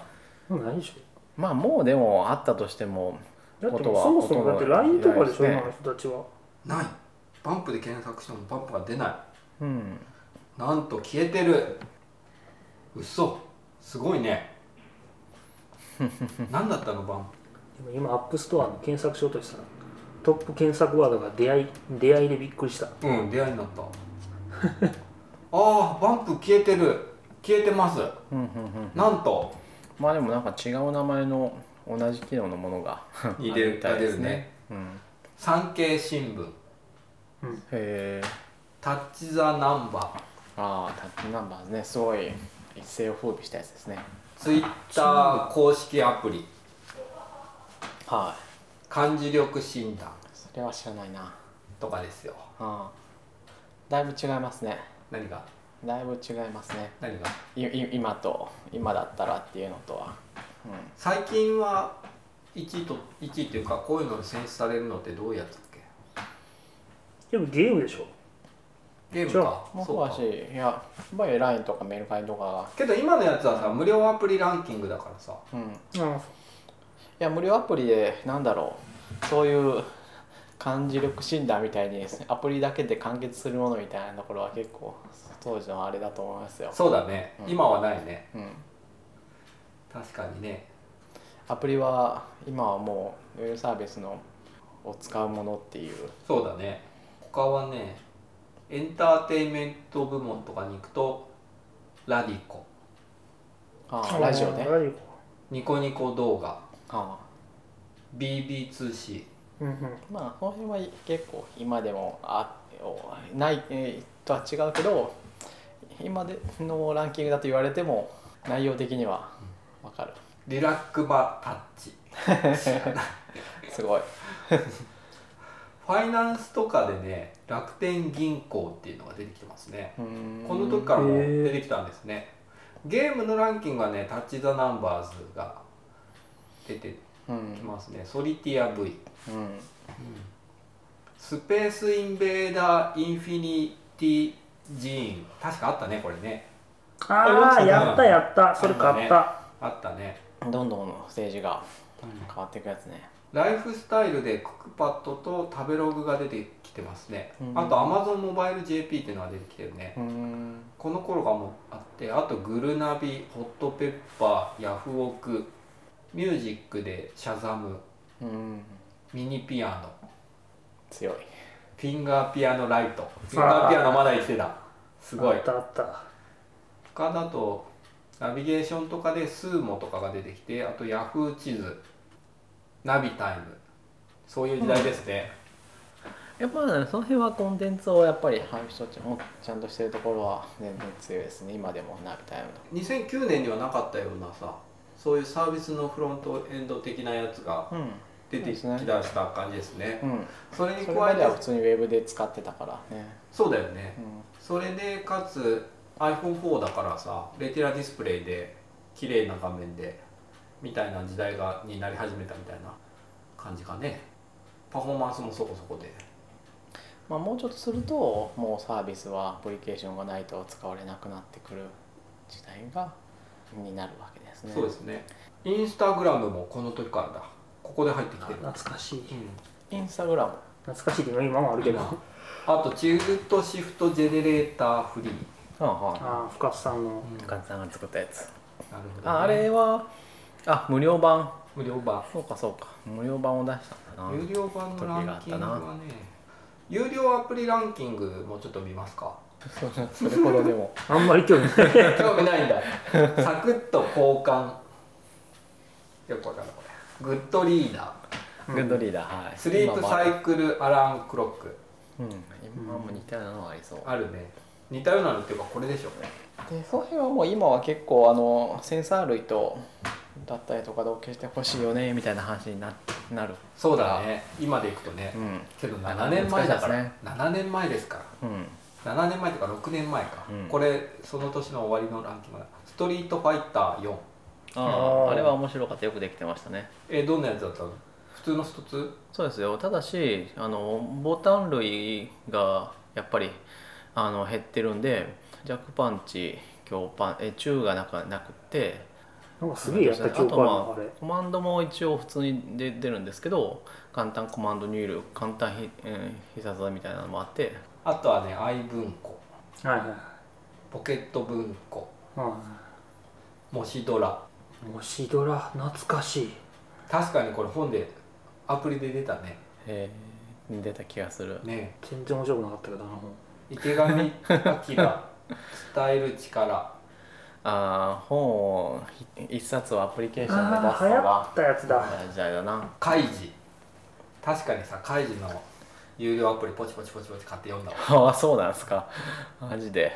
Speaker 3: もうないでし
Speaker 2: まあもうでもあったとしても
Speaker 3: ょだって
Speaker 2: ことは
Speaker 3: そもそもだって LINE とかでしょ
Speaker 2: ないですね
Speaker 3: 今の人たちは
Speaker 1: ないバンプで検索してもバンプが出ない
Speaker 2: うん
Speaker 1: なんと消えてる嘘すごい <laughs> ね何だったのバン
Speaker 3: でも今アップストアの検索しようとしたらトップ検索ワードが出会い出会いでびっくりした
Speaker 1: プうん出会いになったああバンプ消えてる消えてます
Speaker 2: うんうんうん
Speaker 1: なんと
Speaker 2: まあでもなんか違う名前の同じ機能のもの <laughs> が
Speaker 1: に出る
Speaker 2: みたいです
Speaker 1: 出るね
Speaker 2: うん、
Speaker 1: 産経新聞
Speaker 3: うん
Speaker 2: へえ
Speaker 1: タッチ・ザ・ナンバー
Speaker 2: ああタッチナンバーズねすごい一世を風靡したやつですね
Speaker 1: ツイッター公式アプリ
Speaker 2: はい
Speaker 1: 漢字力診断
Speaker 2: それは知らないな
Speaker 1: とかですよ
Speaker 2: あーだいぶ違いますね
Speaker 1: 何が
Speaker 2: だいぶ違いますね
Speaker 1: 何が
Speaker 2: いい今と今だったらっていうのとは、うん、
Speaker 1: 最近は1位と1位というかこういうのに選出されるのってどういうやつだっけ
Speaker 3: でもゲームでしょ
Speaker 1: ゲームか
Speaker 2: もう
Speaker 1: そう
Speaker 2: 詳
Speaker 1: か
Speaker 2: しいいややっぱり LINE とかメルカリとか
Speaker 1: けど今のやつはさ無料アプリランキングだからさ
Speaker 2: がうんい
Speaker 3: うん
Speaker 2: や無料アプリでなんだろうそういう漢字力診断みたいにアプリだけで完結するものみたいなところは結構当時のあれだと思いますよ、
Speaker 1: そうだね
Speaker 2: うん
Speaker 1: 今はないね
Speaker 2: うん、
Speaker 1: 確かにね
Speaker 2: アプリは今はもうウェブサービスのを使うものっていう
Speaker 1: そうだね他はねエンターテインメント部門とかに行くとラディコ
Speaker 2: あーラジオね
Speaker 3: ラジ
Speaker 1: ニコニコ動画
Speaker 2: あ
Speaker 1: BB2C
Speaker 3: オうんうん
Speaker 2: ーまあこの辺はい結構今でもあおない、えーとは違うけど今でのランキングだと言われても内容的にはわかる
Speaker 1: リラックバタッチ
Speaker 2: すごい
Speaker 1: ファイナンスとかでね楽天銀行っていうのが出てきてますね
Speaker 2: うーん
Speaker 1: この時からも出てきたんですねゲームのランキングはねタッチ・ザ・ナンバーズが出て
Speaker 2: うん、
Speaker 1: きますねソリティア V
Speaker 2: うん、
Speaker 1: スペース・インベーダー・インフィニティ・ジーン確かあったねこれね
Speaker 3: ああ
Speaker 1: あ
Speaker 3: やったやったそれ買った
Speaker 1: あったね
Speaker 2: どんどん政治が変わっていくやつね
Speaker 1: ライフスタイルでクックパッドと食べログが出てきてますね、
Speaker 2: うん
Speaker 1: あと Amazon モバイル JP っていうのが出てきてるね
Speaker 2: うーん
Speaker 1: この頃がもうあってあとグルナビホットペッパーヤフオクミュージックでシャザム
Speaker 2: うん
Speaker 1: ミニピアノ
Speaker 2: 強い
Speaker 1: フィンガーピアノライトフィンガーピアノまだ生きてたすごい
Speaker 3: あったあった
Speaker 1: 他だとナビゲーションとかでスーモとかが出てきてあとヤフー地図ナビタイムそういう時代ですね、
Speaker 2: やっぱねその辺はコンテンツをやっぱり配布とちもちゃんとしてるところは全然強いですね今でもナビタイムの
Speaker 1: 2009年にはなかったようなさそういうサービスのフロントエンド的なやつが
Speaker 2: うん
Speaker 1: 出てき
Speaker 2: そう
Speaker 1: だ
Speaker 2: ですね
Speaker 1: した感じですね
Speaker 2: うん、
Speaker 1: それに
Speaker 2: それま
Speaker 1: 加え
Speaker 2: で
Speaker 1: て
Speaker 2: は普通にウェブで使ってたからね、
Speaker 1: そうだよね
Speaker 2: う
Speaker 1: それでかつ iPhone4 だからさレティラディスプレイで綺麗な画面でみたいな時代がになり始めたみたいな感じかねパフォーマンスもそこそこで
Speaker 2: まあ、もうちょっとするともうサービスはアプリケーションがないと使われなくなってくる時代がになるわけですね
Speaker 1: そうですねインスタグラムもこの時からだここで入ってきてる、
Speaker 3: 懐かしい
Speaker 2: インスタグラム
Speaker 3: 懐かしいっていうのは今もあるけど
Speaker 1: 今あとチルトシフトジェネレーターフリー
Speaker 2: ああ
Speaker 3: ああ深津さんの
Speaker 2: 深津さんが作ったやつ
Speaker 1: なるほどね、
Speaker 2: ああれはあ無料版
Speaker 1: 無料版
Speaker 2: そうかそうか無料版を出したんだな
Speaker 1: 有料版のランキングはね有料アプリランキングもちょっと見ますか
Speaker 2: <laughs> それほど
Speaker 1: <laughs>
Speaker 2: でも
Speaker 3: あんまり興味ない
Speaker 2: <laughs>
Speaker 1: 興味ないんだサクッと交換よくわかるこれグッドリーダ
Speaker 2: グッドリーダーはい
Speaker 1: ースリープ
Speaker 2: 今もあ
Speaker 1: サ
Speaker 2: る
Speaker 1: イクルアランクロック
Speaker 2: うん、今も似たようなのがありそう、
Speaker 1: あるね似たようなのっていうかこれでしょ
Speaker 2: でその辺はもう今は結構あのセンサー類とだったりとか同居してほしいよねみたいな話にななる
Speaker 1: そうだね今でいくとね、
Speaker 2: うん
Speaker 1: けど
Speaker 2: あ
Speaker 1: 7年前だから、
Speaker 2: 懐か
Speaker 1: 7年前ですから
Speaker 2: うん
Speaker 1: 7年前とか6年前か、
Speaker 2: うん
Speaker 1: これその年の終わりのランキングだストリートファイター4
Speaker 2: あ
Speaker 3: あ
Speaker 2: あ
Speaker 3: ー
Speaker 2: あれは面白かったよくできてましたね
Speaker 1: えどんなやつだったの普通のストツ
Speaker 2: そうですよただしあのボタン類がやっぱりあの減ってるんで弱パンチ強パンえ中がなかなくて
Speaker 3: なんかすげえやった記
Speaker 2: あ
Speaker 3: 憶
Speaker 2: と
Speaker 3: あるな
Speaker 2: ま
Speaker 3: あれ
Speaker 2: あコマンドも一応普通に出出るんですけど簡単コマンド入力簡単ひ、うん、必殺技みたいなのもあって
Speaker 1: あとはね愛文庫
Speaker 3: はいはい
Speaker 1: ポケット文庫
Speaker 3: は
Speaker 1: モシドラ
Speaker 3: いもしドラ懐かしい
Speaker 1: 確かにこれ本でアプリで出たね
Speaker 2: えー出た気がする
Speaker 1: ね
Speaker 3: 全然面白くなかったけどあの
Speaker 1: 池上彰伝える力
Speaker 2: あー本をひ一冊をアプリケーションで出す
Speaker 3: 本
Speaker 2: の
Speaker 3: 流行
Speaker 2: が
Speaker 3: ったやつだ
Speaker 2: 大事だよな
Speaker 1: 開示確かにさ開示の有料アプリポチポチポチポチ買って読んだわ
Speaker 2: ああそうなんですかマジで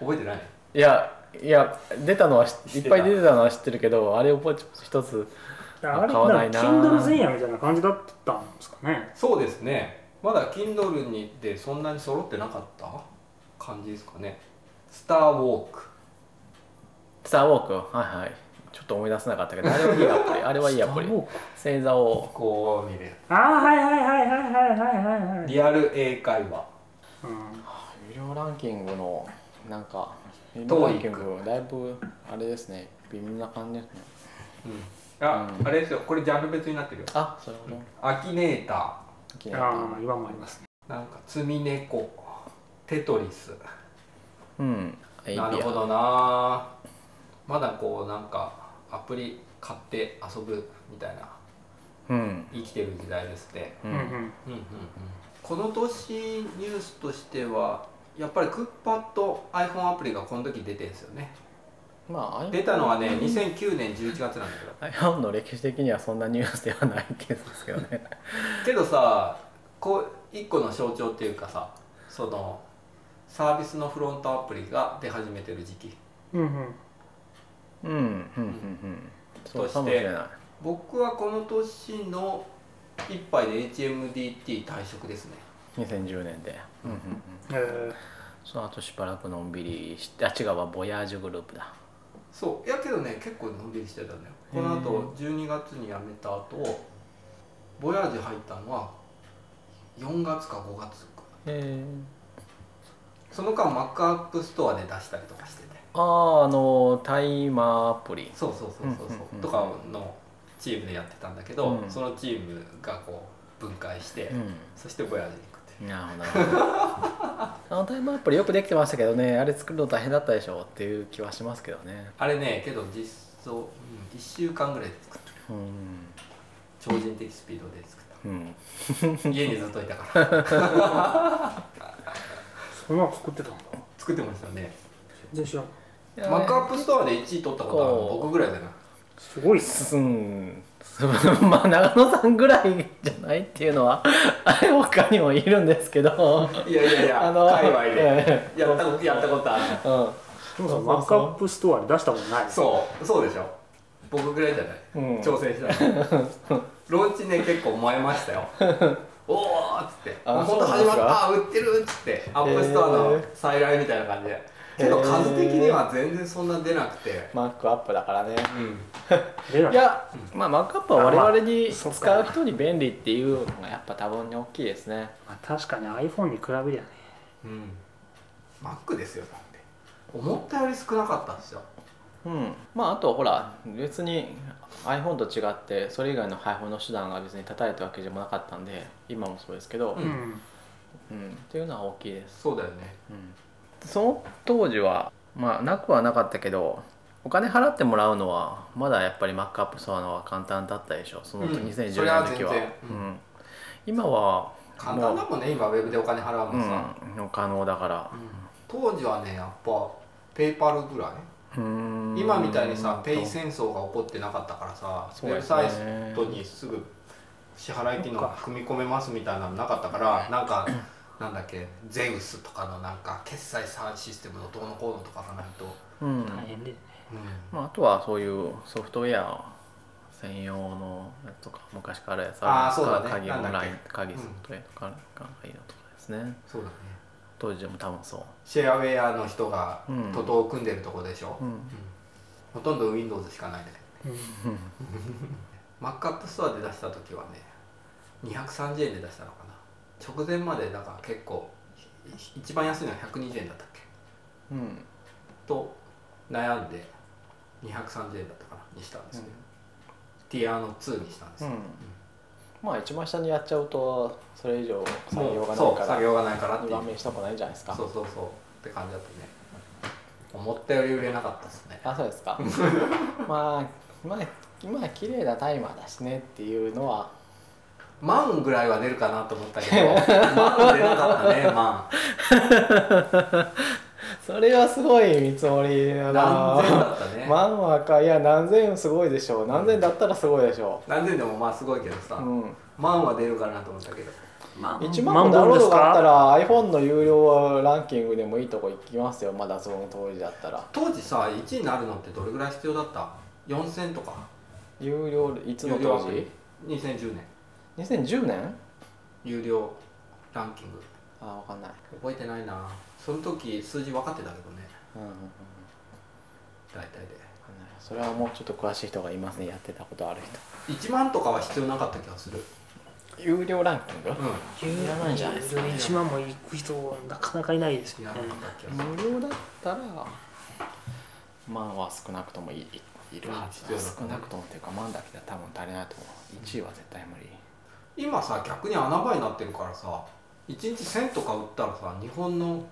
Speaker 1: 覚えてない
Speaker 2: いやいや出たのは
Speaker 1: 知
Speaker 2: 知
Speaker 1: っ
Speaker 2: い
Speaker 1: て
Speaker 2: ったぱい出てたのは知ってるけどあれをポチポチ一つ
Speaker 3: あれ
Speaker 2: 買わないな
Speaker 3: なんか Kindle 前夜みたいな感じだったんですかね
Speaker 1: そうですねまだ Kindle にでそんなに揃ってなかった感じですかねスターウォーク
Speaker 2: スターウォークはいはいちょっと思い出せなかったけどあれはいいアプリあれはいいアプリ
Speaker 3: スターウォーク
Speaker 2: 星座を
Speaker 1: こう見れる
Speaker 3: ああはいはいはいはいはいはいはい
Speaker 1: リアル英会話
Speaker 3: うん
Speaker 2: 有料ランキングのなんか有
Speaker 1: 料
Speaker 2: 料
Speaker 1: ラ
Speaker 2: ラ
Speaker 1: ン
Speaker 2: ン
Speaker 1: キ
Speaker 2: キ
Speaker 1: ン
Speaker 2: ン
Speaker 1: グ
Speaker 2: グだいぶあれですね微妙な感じですね
Speaker 1: うんあ、
Speaker 2: うん
Speaker 1: あれですよこれジャンル別になってるよ
Speaker 2: あそれほど
Speaker 1: アキネータ
Speaker 2: 気になった
Speaker 3: ああ今もありますね
Speaker 1: ーなんか積み猫テトリス
Speaker 2: うんアイデ
Speaker 1: なるほ
Speaker 2: ア
Speaker 1: どなまだこうなんかアプリ買って遊ぶみたいな
Speaker 2: うん
Speaker 1: 生きてる時代ですね
Speaker 2: う
Speaker 3: うんん
Speaker 1: うんうんうんこの年ニュースとしてはやっぱりクッパと iPhone アプリがこの時出てるんですよね
Speaker 2: まあアイ
Speaker 1: 出たのはね2009年11月なんだけど
Speaker 2: iPhone の歴史的にはそんなニュースではないケースですけどね
Speaker 1: けどさこう一個の象徴っていうかさそのサービスのフロントアプリが出始めてる時期
Speaker 3: うんうんうん
Speaker 2: うんうんうんうんそうかもしれない
Speaker 1: 僕はこの年の一杯で HMDT 退職ですね
Speaker 2: 2010年で、うんうんうん、
Speaker 3: えー
Speaker 2: その後しばらくのんびりしてあ違うわボヤージュグループだ
Speaker 1: そういやけどね結構のんびりしてたんだよこの後12月に辞めた後ボヤージュ入ったのは4月か5月か
Speaker 2: え
Speaker 1: その間マックアップストアで出したりとかしてて
Speaker 2: あああのタイマーアプリ
Speaker 1: そうそうそうそう
Speaker 2: うんうん
Speaker 1: そ
Speaker 2: うん
Speaker 1: うとかのチームでやってたんだけど、
Speaker 2: うん
Speaker 1: そのチームがこう分解して、
Speaker 2: う
Speaker 1: そしてボヤージュに行くっていうん
Speaker 2: なるほど <laughs> なるほどあのタイマーアプリよくできてましたけどねあれ作るの大変だったでしょうっていう気はしますけどね
Speaker 1: あれねけど実装、うん、1週間ぐらいで作った
Speaker 2: うん
Speaker 1: 超人的スピードで作っ
Speaker 2: うん <laughs>
Speaker 1: た家にずっといたから
Speaker 3: そんなの作ってたんだ
Speaker 1: 作ってましたね
Speaker 3: 全然知らん
Speaker 1: マックアップストアで1位取ったことは
Speaker 2: こう
Speaker 1: 僕ぐらいだな
Speaker 3: すごいっす
Speaker 2: すん <laughs> すまあ長野さんぐらいじゃないっていうのは <laughs> あれ他にもいるんですけど
Speaker 1: いやいやいや、
Speaker 2: あ <laughs> の
Speaker 1: 界隈で
Speaker 2: え
Speaker 1: やったことやったことある。
Speaker 2: うん
Speaker 3: でもさマックアップストアで出したことない
Speaker 1: そう、そうでしょ。僕ぐらいじゃない。
Speaker 2: うん
Speaker 1: 挑戦したの。ローンチね結構燃えました
Speaker 2: <laughs>
Speaker 1: よ。おーっつって、
Speaker 2: あ
Speaker 1: もう本当
Speaker 2: そう
Speaker 1: 始
Speaker 2: な
Speaker 1: ますった、
Speaker 2: んでか
Speaker 1: あ売ってるっつって、アップストア
Speaker 2: へ
Speaker 1: の
Speaker 2: ー
Speaker 1: 再来みたいな感じで。けど
Speaker 2: へー
Speaker 1: 数的には全然そんな出なくて。
Speaker 2: マックアップだからね
Speaker 1: うん。
Speaker 3: 出ない
Speaker 2: いや、まあ、マックアップは我々に
Speaker 3: あまあ
Speaker 2: 使う人に便利っていうのがやっぱ多分に大きいですね。
Speaker 3: まあ確かに iPhone に比べりゃね
Speaker 1: うん。マックですよ、だって。思ったより少なかったんですよ。
Speaker 2: うん、まああとほら別に iPhone と違ってそれ以外の配布の手段が別に叩いたわけでもなかったんで今もそうですけど
Speaker 1: う、ん
Speaker 2: うんっていうのは大きいです、
Speaker 1: そうだよね。
Speaker 2: うん、その当時はまあなくはなかったけどお金払ってもらうのはまだやっぱりマックアップそうなのは簡単だったでしょその
Speaker 1: うん
Speaker 2: 2010年
Speaker 1: それは
Speaker 2: の時は,、
Speaker 1: 全然う
Speaker 2: うんん今は
Speaker 1: 簡単だもんね、今ウェブでお金払う
Speaker 2: う
Speaker 1: のさ。
Speaker 2: ん、可能だから
Speaker 1: うん当時はね、やっぱペイパルぐらい。今
Speaker 2: 今
Speaker 1: みたいにさペイ戦争が起こってなかったからさ、ウ
Speaker 2: そう
Speaker 1: ェブ
Speaker 2: です
Speaker 1: サ
Speaker 2: ね
Speaker 1: イトにすぐ支払い機能が組み込めますみたいなのなかったからなんかなんだっけゼウスとかのなんか決済サーシステムのどうのこうのとかがないと、
Speaker 2: うん
Speaker 3: 大変だよね
Speaker 2: まあ、あとはそういうソフトウェア専用のやつとか昔からやつ
Speaker 1: あー
Speaker 2: るんですか
Speaker 1: そうだね
Speaker 2: 鍵オン
Speaker 1: なんだ
Speaker 2: ラ
Speaker 1: っ
Speaker 2: イン
Speaker 1: け
Speaker 2: 鍵ソフトウェアとかがいいのとかですね、
Speaker 1: そうだね
Speaker 2: 当時でも多分そう
Speaker 1: シェアウェアの人が
Speaker 2: うん
Speaker 1: 徒党を組んでるとこでしょ、
Speaker 2: う
Speaker 1: うん
Speaker 2: ん
Speaker 1: ほとんど Windows しかないんだけど
Speaker 3: うん
Speaker 1: マックアップストアで出した時はね230円で出したのかな直前までだから結構い一番安いのは120円だったっけ
Speaker 2: うん
Speaker 1: と悩んで230円だったかなにしたんですけど、ティアーノ2にしたんです
Speaker 2: う
Speaker 1: よ、
Speaker 2: んまあ一番下にやっちゃうとそれ以上作業がな
Speaker 1: そ
Speaker 2: いうか
Speaker 1: 作
Speaker 2: ら
Speaker 1: 業がないからって
Speaker 2: 2
Speaker 1: いう
Speaker 2: 番目にしたくないんじゃないですか
Speaker 1: そうそうそうって感じだったね思ったより売れなかったですね
Speaker 2: あそうですか <laughs> まあまあ今は綺麗なタイマーだしねっていうのは
Speaker 1: 万ぐらいは出るかなと思ったけ
Speaker 2: <laughs>
Speaker 1: ど万出なかったね万
Speaker 2: それはすごい見積もりだな
Speaker 1: 何千だったね、
Speaker 2: 万はかいや何千すごいでしょう何千だったらすごいでしょ
Speaker 1: 何千でもまあすごいけどさ、
Speaker 2: う、うん、
Speaker 1: 万は出るかなと思ったけど
Speaker 3: ま
Speaker 2: 1万個ダウンロードがあったら iPhone の有料はランキングでもいいとこ行きますよまだその当時だったら
Speaker 1: 当時さ1位になるのってどれぐらい必要だった4000とか
Speaker 2: 有料いつの当時
Speaker 1: 2010年
Speaker 2: ?2010 年
Speaker 1: 有料ランキング
Speaker 2: あわかんない、
Speaker 1: 覚えてないなその時数字分かってたけどね
Speaker 2: うんうんうん、わ
Speaker 1: 大体で
Speaker 2: かんないそれはもうちょっと詳しい人がいますねやってたことある人
Speaker 1: 1万とかは必要なかった気がする
Speaker 2: 有料ランキング
Speaker 1: う
Speaker 2: いらないんじゃないですかね
Speaker 3: 1万も行く人なかなかいないです
Speaker 1: んい
Speaker 3: よ
Speaker 1: ら
Speaker 3: ね
Speaker 1: なかった気がする
Speaker 2: 無料だったら万は少なくともいいいるはずだ
Speaker 1: まあ必要だ
Speaker 2: 少なくともっていうか万だけでは多分足りないと思う1位は絶対無理
Speaker 1: 今さ逆に穴場になってるからさ1日1000とか売ったらさ日本の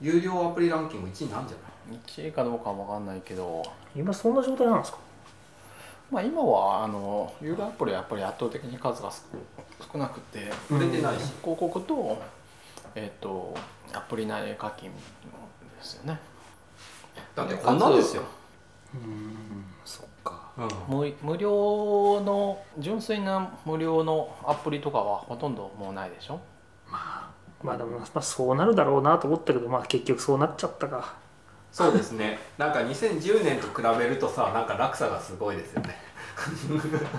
Speaker 1: 有料アプリランキング1位なんじゃない
Speaker 2: 1位かどうかは分かんないけど
Speaker 3: 今そんな状態なんですか
Speaker 2: まあ今はあの有料アプリはやっぱり圧倒的に数が少少なくて
Speaker 1: 売れてないし、
Speaker 2: 広告とえっ、とアプリ内課金ですよね
Speaker 1: だってこんなですよ、
Speaker 3: うんそっか
Speaker 1: うん、
Speaker 2: 無無料の純粋な無料のアプリとかはほとんどもうないでしょ
Speaker 3: まあでも、まあ、そうなるだろうなと思ったけどまあ結局そうなっちゃったか
Speaker 1: そうですねなんか2010年と比べるとさなんか落差がすごいですよね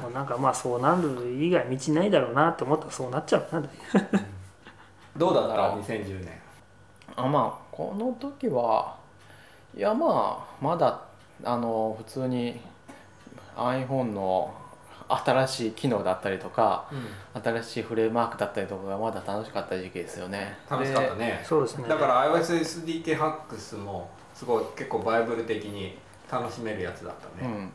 Speaker 3: もうなんかまあそうなる以外道ないだろうなと思ったらそうなっちゃうな
Speaker 1: どうだった2010年
Speaker 2: あまあこの時はいやまあまだあの普通に iPhone の新しい機能だったりとか新しいフレームワークだったりとかがまだ楽しかった時期ですよね
Speaker 1: 楽しかった
Speaker 2: で
Speaker 1: ね
Speaker 3: そうですね
Speaker 1: だから iOSSDK ハックスもすごい結構バイブル的に楽しめるやつだった
Speaker 2: う
Speaker 1: ね、
Speaker 2: ん
Speaker 1: うん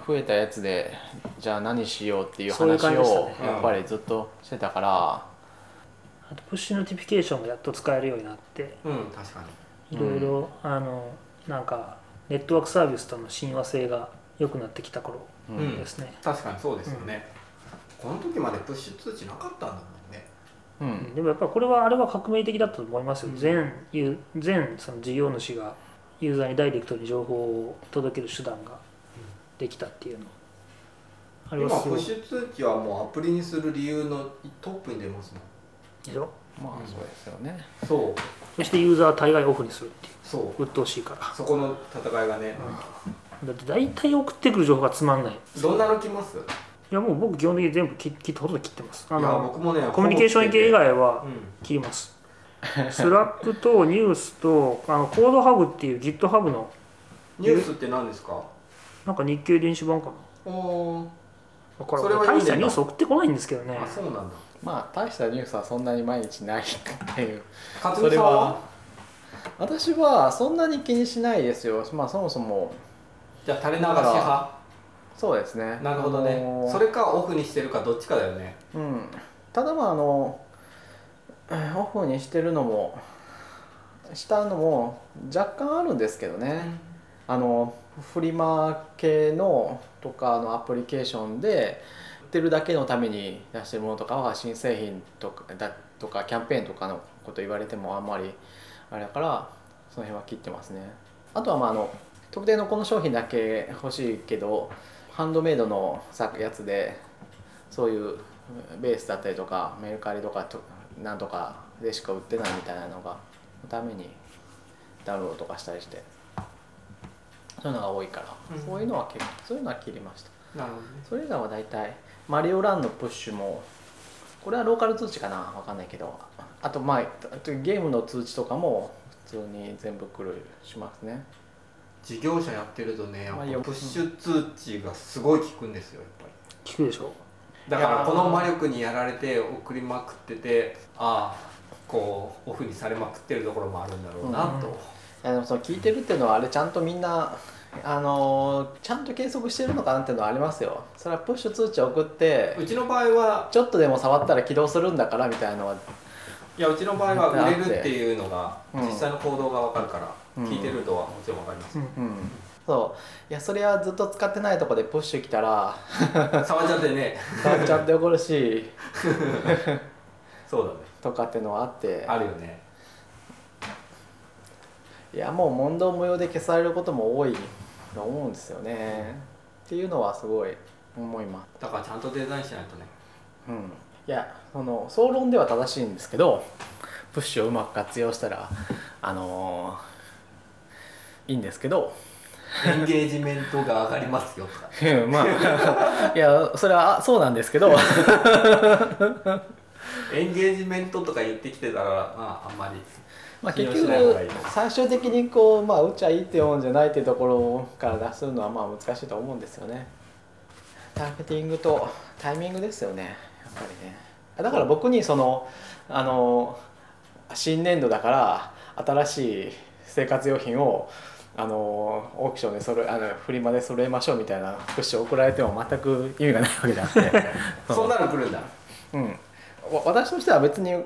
Speaker 2: ふ増えたやつでじゃあ何しようっていう
Speaker 3: そういう
Speaker 2: 話
Speaker 3: 感じでした
Speaker 2: を
Speaker 3: ね
Speaker 2: やっぱりずっとしてたから
Speaker 3: あとプッシュノティフィケーションがやっと使えるようになって
Speaker 1: うん、確かに
Speaker 3: いろいろ、あのなんかネットワークサービスとの親和性が良くなってきた頃
Speaker 2: うん
Speaker 1: うん
Speaker 3: ですね、
Speaker 1: 確かにそうですよね、この時までプッシュ通知なかったんだもんね
Speaker 2: うん
Speaker 3: でもやっぱりこれはあれは革命的だったと思いますよ、
Speaker 1: うん
Speaker 3: 全ユー全その事業主がユーザーにダイレクトに情報を届ける手段ができたっていうのあれ
Speaker 1: 今
Speaker 3: はす
Speaker 1: プ
Speaker 3: ご
Speaker 1: ッ
Speaker 3: い
Speaker 1: シュ通知はもうアプリにする理由のトップに出ますもん
Speaker 3: でしょ
Speaker 2: まあそうですよね
Speaker 1: そう
Speaker 3: そしてユーザーは大概オフにするっていう
Speaker 1: そう
Speaker 3: 鬱陶しいから
Speaker 1: そこの戦いがね、
Speaker 3: だって大体送ってくる情報がつまんないい
Speaker 1: どんなの来ます
Speaker 3: やもう僕基本的に全部切切ってほとんど切ってますあ
Speaker 1: いや
Speaker 3: の
Speaker 1: 僕もね
Speaker 3: コミュニケーション系以外は
Speaker 1: うん
Speaker 3: 切りますスラックとニュースとあのコードハブっていう GitHub の
Speaker 1: ニュースって何ですか
Speaker 3: なんか日経電子版かな
Speaker 1: おお
Speaker 3: だから
Speaker 1: それは読ん
Speaker 3: 大し
Speaker 1: で
Speaker 3: た
Speaker 1: ん
Speaker 3: ニ
Speaker 1: だ
Speaker 3: ュース送ってこないんですけどね
Speaker 1: ーあそうなんだ
Speaker 2: まあ大したニュースはそんなに毎日ないっていう
Speaker 1: 勝
Speaker 2: そ
Speaker 1: 美
Speaker 2: れ
Speaker 1: さん
Speaker 2: は
Speaker 1: は
Speaker 2: 私はそんなに気にしないですよまあそもそも
Speaker 1: じゃあ垂れ流し派
Speaker 2: そうですね
Speaker 1: なるほどね、
Speaker 2: あのー
Speaker 1: それかオフにしてるかどっちかだよね
Speaker 2: うんただまああのえーオフにしてるのもしたのも若干あるんですけどね、あのフリマ系のとかのアプリケーションで売ってるだけのために出してるものとかは新製品とかだとかキャンペーンとかのこと言われてもあんまりあれだからその辺は切ってますねあとはまああの特定のこの商品だけ欲しいけどハンドメイドのさやつでそういうベースだったりとかメルカリとかとなんとかでしか売ってないみたいなのがのためにダウンロードとかしたりしてそういうのが多いから、
Speaker 1: うん
Speaker 2: そういうのは結構そういうのは切りました
Speaker 1: なるほどね
Speaker 2: それ以外は大体マリオランのプッシュもこれはローカル通知かなわかんないけどあとまああとゲームの通知とかも普通に全部来るしますね
Speaker 1: 事業者やってるとねやっ
Speaker 2: まあいいよ
Speaker 1: ぱプッシュ通知がすごい効くんですよやっぱり
Speaker 3: 聞くでしょ
Speaker 1: だからこの魔力にやられて送りまくっててああこうオフにされまくってるところもあるんだろうなと、
Speaker 2: いやでもその聞いてるっていうのはあれちゃんとみんなあのーちゃんと計測してるのかなっていうのはありますよそれはプッシュ通知送って
Speaker 1: うちの場合は
Speaker 2: ちょっとでも触ったら起動するんだからみたいなのはい
Speaker 1: やうちの場合は売れるっていうのが実際の行動がわかるから、
Speaker 2: うん
Speaker 1: 聞いてるとはもちろんわかります、
Speaker 2: うんそういやそれはずっと使ってないとこでプッシュ来たら
Speaker 1: 触っちゃってね
Speaker 2: 触っちゃって怒るし
Speaker 1: そうだね
Speaker 2: とかっていうのはあって
Speaker 1: あるよね
Speaker 2: いやもう問答無用で消されることも多いと思うんですよねっていうのはすごい思います
Speaker 1: だからちゃんとデザインしないとね
Speaker 2: うんいやその総論では正しいんですけどプッシュをうまく活用したらあのーいいんですけど <laughs>
Speaker 1: エンゲージメントが上がりますよとか
Speaker 2: うんまあ <laughs> いやそれはあそうなんですけど
Speaker 1: <laughs> エンゲージメントとか言ってきてたらまああんまり
Speaker 2: まあ
Speaker 1: 信
Speaker 2: 結
Speaker 1: 用しな
Speaker 2: 局
Speaker 1: い方がいい
Speaker 2: 最終的にこう、まあ、打っちゃいいってもんじゃないってところから出すのはまあ難しいと思うんですよねターゲティングとタイミングですよねやっぱりねだから僕にそのあの新年度だから新しい生活用品をあのオークションで揃えあのフリマで揃えましょうみたいなプッシュを送られても全く意味がないわけじゃなくて
Speaker 1: そんなの来るんだ
Speaker 2: うん、わ私としては別に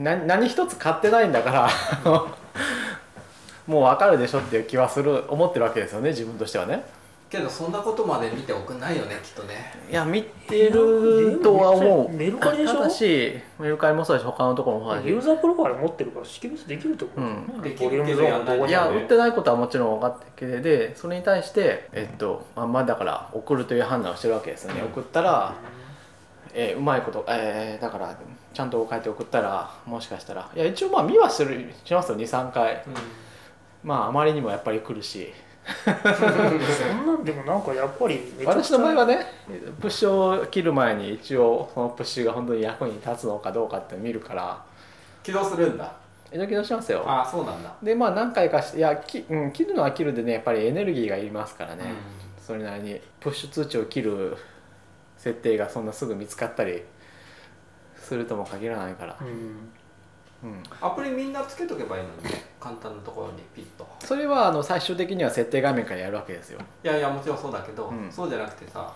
Speaker 2: 何何一つ買ってないんだから <laughs> もう分かるでしょっていう気はする思ってるわけですよね自分としてはね
Speaker 1: けどそんなことまで見ておくないよねきっとね
Speaker 2: いや見てるとは思う
Speaker 3: メルカリでしょ
Speaker 2: ただしメルカリもそうだし他のところもそうだし
Speaker 3: ユーザープロファイル持ってるから識別できるってことですよ
Speaker 1: うんできる
Speaker 3: ね
Speaker 1: けどやんない
Speaker 3: ボ
Speaker 2: い
Speaker 3: リュー
Speaker 2: や
Speaker 3: ムゾーンの動画とか
Speaker 2: 売ってないことはもちろん分かっててでそれに対してえっとまあまあだから送るという判断をしてるわけですよね送ったら、えーうまいこと、えーだからちゃんと書いて送ったらもしかしたらいや一応まあ見はするしますよ23回まああまりにもやっぱり来るし
Speaker 3: そんなんでもなんかやっぱりめちゃく
Speaker 2: 私
Speaker 3: ちゃ
Speaker 2: の場合はねプッシュを切る前に一応そのプッシュが本当に役に立つのかどうかって見るから
Speaker 1: 起動するんだ
Speaker 2: ドキドキしますよ
Speaker 1: ああそうなんだ、
Speaker 2: でまあ何回かしいやき、うん、切るのは切るでねやっぱりエネルギーがいりますからね、それなりにプッシュ通知を切る設定がそんなすぐ見つかったりするとも限らないから、
Speaker 3: うん
Speaker 2: うん、
Speaker 1: アプリみんなつけとけばいいのにね簡単なところにピッと
Speaker 2: それはあの最終的には設定画面からやるわけですよ
Speaker 1: いやいやもちろんそうだけど、
Speaker 2: うん
Speaker 1: そうじゃなくてさ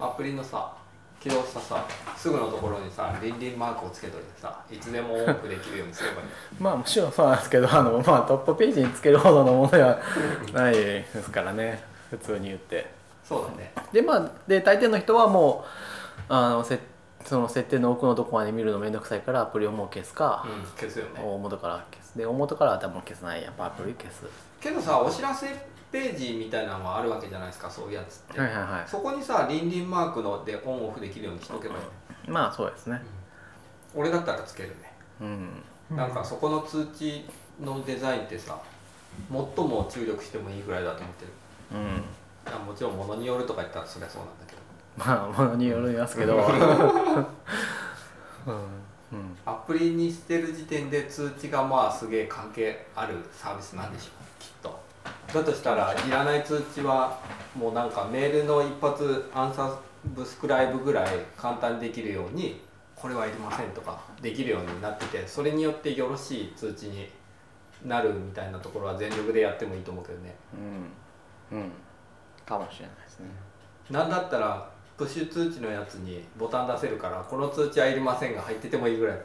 Speaker 1: アプリのさ起動したさすぐのところにさリンリンマークをつけといてさいつでもオンオフできるようにすれ
Speaker 2: <laughs>
Speaker 1: ばいい
Speaker 2: まあもちろんそうなんですけどあの、まあ、トップページにつけるほどのものではないですからね普通に言って
Speaker 1: そうだね
Speaker 2: でまあで大抵の人はもうあのせその設定の奥のとこまで見るのめんどくさいからアプリをもう消すか、
Speaker 1: うん消すよね
Speaker 2: 大元から消すで大元からは多分消さないやっぱアプリ消す
Speaker 1: けどさお知らせページみたいなのがあるわけじゃないですかそういうやつって、
Speaker 2: はいはいは
Speaker 1: そこにさリンリンマークのでオンオフできるようにしとけばいいね、
Speaker 2: いまあそうですね
Speaker 1: 俺だったらつけるね
Speaker 2: うん
Speaker 1: なんかそこの通知のデザインってさ最も注力してもいいぐらいだと思ってる
Speaker 2: うん
Speaker 1: いやもちろん物によるとか言ったらそりゃそうなんだけど
Speaker 2: まあものによりますけどうん、うん、
Speaker 1: アプリにしてる時点で通知がまあすげえ関係あるサービスなんでしょうきっとだとしたらいらない通知はもうなんかメールの一発アンサブスクライブぐらい簡単にできるようにこれはいりませんとかできるようになっててそれによってよろしい通知になるみたいなところは全力でやってもいいと思うけどね
Speaker 2: うんうんかもしれないですね
Speaker 1: なんだったらプッシュ通知のやつにボタン出せるからこの通知はいりませんが入っててもいいぐらい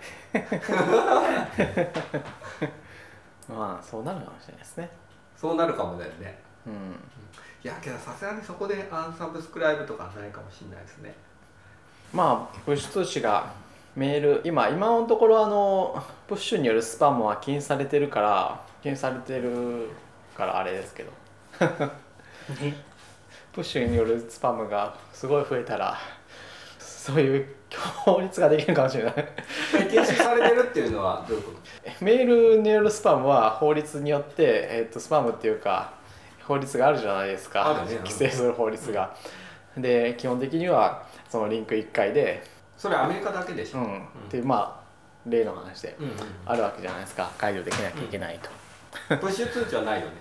Speaker 2: まあそうなるかもしれないですね
Speaker 1: そうなるかもだよね
Speaker 2: うん
Speaker 1: いやけどさすがにそこでアンサブスクライブとかはないかもしれないですね
Speaker 2: まあプッシュ通知がメール今今のところあのプッシュによるスパムは禁止されてるから禁止されてるからあれですけど
Speaker 3: ね
Speaker 2: プッシュによるスパムがすごい増えたらそういう法律ができるかもしれない
Speaker 1: 禁止されてるっていうのはどういうこと
Speaker 2: メールによるスパムは法律によって、えー、とスパムっていうか法律があるじゃないですか、
Speaker 1: あるね
Speaker 2: 規制する法律が。で基本的にはそのリンク1回で、
Speaker 1: それアメリカだけでし
Speaker 2: う
Speaker 1: ょ、
Speaker 2: ん、っていうまあ例の話で
Speaker 1: うんうん
Speaker 2: あるわけじゃないですか解除できなきゃいけないと。
Speaker 1: プッシュ通知はないよね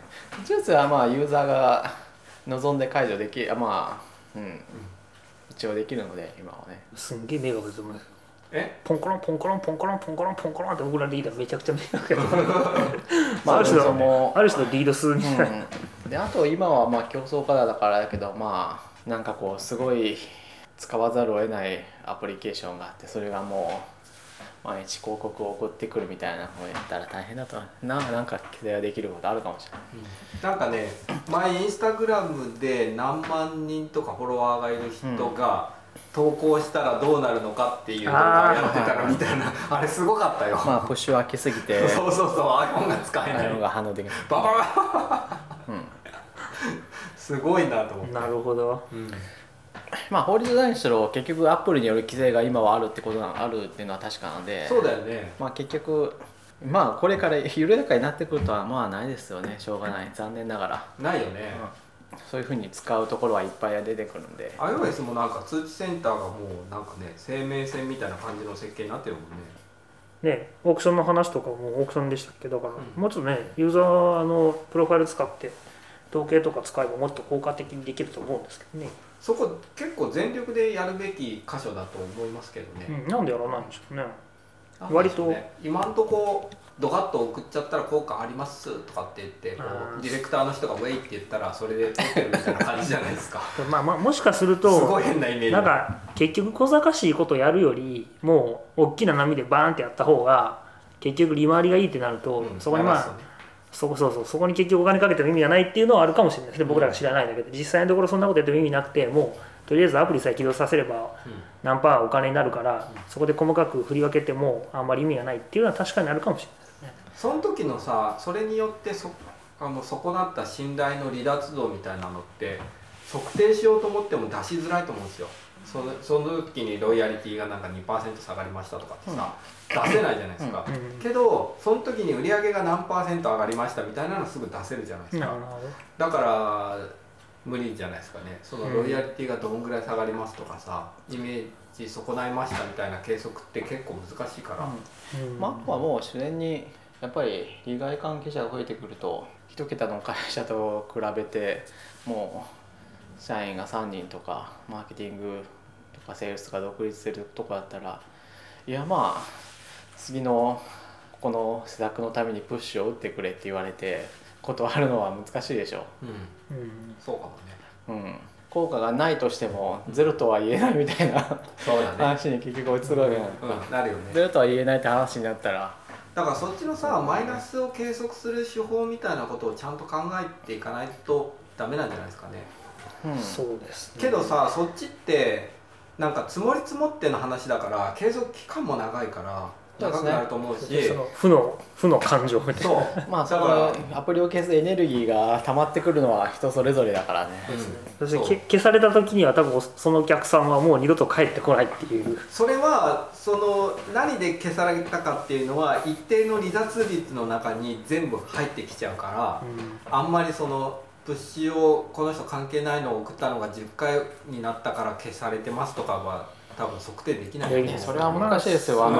Speaker 2: 一つはまあユーザーが望んで解除できあまあうん一応できるので今はね
Speaker 3: すんげえ迷惑ですもん
Speaker 1: え
Speaker 3: ポンコロンポンコロンポンコロンポンコロンポンコロンって僕らリーダーめちゃくちゃ迷惑やと思うまあある種
Speaker 2: そ
Speaker 3: の
Speaker 2: も
Speaker 3: ある種のリード数みたいな、
Speaker 2: うん、であと今はまあ競争課題だからだけどまあなんかこうすごい使わざるを得ないアプリケーションがあってそれがもう毎日広告を送ってくるみたいなのをやったら大変だとななんか期待できることあるかもしれない
Speaker 1: なんかね前インスタグラムで何万人とかフォロワーがいる人が、投稿したらどうなるのかっていうのをやってたらみたいなあれすごかったよ、
Speaker 2: ま <laughs> あプッシュ開けすぎて
Speaker 1: そうそうそう iPhone が使え
Speaker 2: あ
Speaker 1: ない
Speaker 2: のが反応できない、
Speaker 1: バババ
Speaker 2: うん、
Speaker 1: すごいなと思って、
Speaker 3: なるほど
Speaker 1: うん、
Speaker 2: まあ法律ないにしろ結局アップルによる規制が今はあるってことなあるっていうのは確かなんで
Speaker 1: そうだよね
Speaker 2: まあ結局まあこれから緩やかになってくるとはまあないですよねしょうがない残念ながら
Speaker 1: ないよね、
Speaker 2: そういうふうに使うところはいっぱい出てくるんで
Speaker 1: iOS もなんか通知センターがもうなんかね生命線みたいな感じの設計になってるもんね
Speaker 3: ねオークションの話とかもオークションでしたっけだから、
Speaker 1: うん
Speaker 3: もうちょっとねユーザーのプロファイル使って統計とか使えばもっと効果的にできると思うんですけどね、
Speaker 1: そこ結構全力でやるべき箇所だと思いますけど
Speaker 3: う
Speaker 1: ね、
Speaker 3: ん、なんでやらないんでしょうね
Speaker 1: なんでしょうね
Speaker 3: 割
Speaker 1: 今んとこドカッと送っちゃったら効果ありますとかって言ってこ
Speaker 3: う
Speaker 1: うんディレクターの人が「ウェイ」って言ったらそれで撮ってるみたいな感じじゃないですか
Speaker 3: <laughs> まあまあもしかする
Speaker 1: す
Speaker 3: と
Speaker 1: ごい変なイメージ
Speaker 3: なんか結局小賢しいことやるよりもう大きな波でバーンってやった方が結局利回りがいいってなると、
Speaker 1: うん
Speaker 3: そこにまあ、そこそうそうそこに結局お金かけても意味がないっていうのはあるかもしれないですね僕らが知らないだけで実際のところそんなことやっても意味なくてもうとりあえずアプリさえ起動させれば
Speaker 1: うん
Speaker 3: 何パーお金になるからそこで細かく振り分けてもあんまり意味がないっていうのは確かにあるかもしれない
Speaker 1: その時のさそれによってそあの損なった信頼の離脱度みたいなのって測定しようと思っても出しづらいと思うんですよそのその時にロイヤリティがなんか2%下がりましたとかってさ、出せないじゃないですか、
Speaker 3: うん
Speaker 1: けどその時に売り上げが何パーセント上がりましたみたいなのすぐ出せるじゃないですか、
Speaker 3: ほど
Speaker 1: だから無理じゃないですかねそのロイヤリティがどんぐらい下がりますとかさ、イメージ損ないましたみたいな計測って結構難しいから、
Speaker 3: うん
Speaker 2: まあ、あとはもう自然にやっぱり利害関係者が増えてくると一桁の会社と比べてもう社員が3人とかマーケティングとかセールスが独立してるとこだったらいやまあ次のここの施策のためにプッシュを打ってくれって言われて断るのは難しいでしょ
Speaker 1: うん
Speaker 3: うん
Speaker 1: そうかもね
Speaker 2: う、うん、効果がないとしてもゼロとは言えないみたいな
Speaker 1: そうだね
Speaker 2: 話に結局落ち着くわけなんで
Speaker 1: うん、なるよ
Speaker 2: ゼ
Speaker 1: ね
Speaker 2: ロとは言えないって話になったら
Speaker 1: だからそっちのさマイナスを計測する手法みたいなことをちゃんと考えていかないとダメなんじゃないですかね
Speaker 2: うん
Speaker 3: そうですね
Speaker 1: けどさそっちってなんか積もり積もっての話だから継続期間も長いから
Speaker 2: そうで
Speaker 1: 長
Speaker 2: す
Speaker 1: く
Speaker 2: ね
Speaker 1: なると思うし
Speaker 3: その負の負の感情みたいな
Speaker 1: そう
Speaker 2: まあ、
Speaker 1: だ
Speaker 2: だ
Speaker 1: か
Speaker 2: アプリを消すエネルギーが溜まってくるのは人それぞれだからね。
Speaker 1: ら、うん
Speaker 3: そして
Speaker 1: そう
Speaker 3: 消消された時には多分そのお客さんはもう二度と帰ってこないっていう
Speaker 1: それはその何で消されたかっていうのは一定の離脱率の中に全部入ってきちゃうから、あんまりそのプッシュをこの人関係ないのを送ったのが10回になったから消されてますとかは多分測定できないよ
Speaker 3: いやいや
Speaker 2: それは難しいですよ。
Speaker 1: ま
Speaker 2: あ
Speaker 1: あ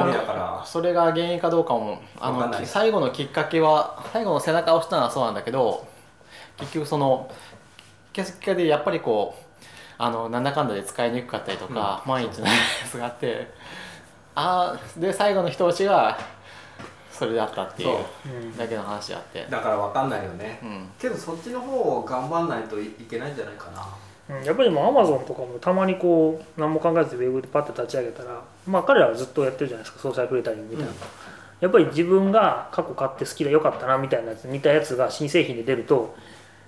Speaker 2: の
Speaker 1: 無理だから
Speaker 2: それが原因かどうかもあ
Speaker 1: わかんない
Speaker 2: の最後のきっかけは最後の背中を押したのはそうなんだけど結局その消すきっかけでやっぱりこうあのなんだかんだで使いにくかったりとか、毎日のやつがあってあーで最後の一押しがそれだったっていう
Speaker 1: そ
Speaker 3: うん
Speaker 2: だけの話であって。
Speaker 1: だから分かんないよね、
Speaker 2: うん
Speaker 1: けどそっちの方を頑張んないといけないんじゃないかな
Speaker 3: うんやっぱりもうアマゾンとかもたまにこう何も考えずウェブでパッと立ち上げたらまあ彼らはずっとやってるじゃないですかソーシャルクリエイタリングみたいな、
Speaker 1: うん
Speaker 3: やっぱり自分が過去買って好きで良かったなみたいなやつ似たやつが新製品で出ると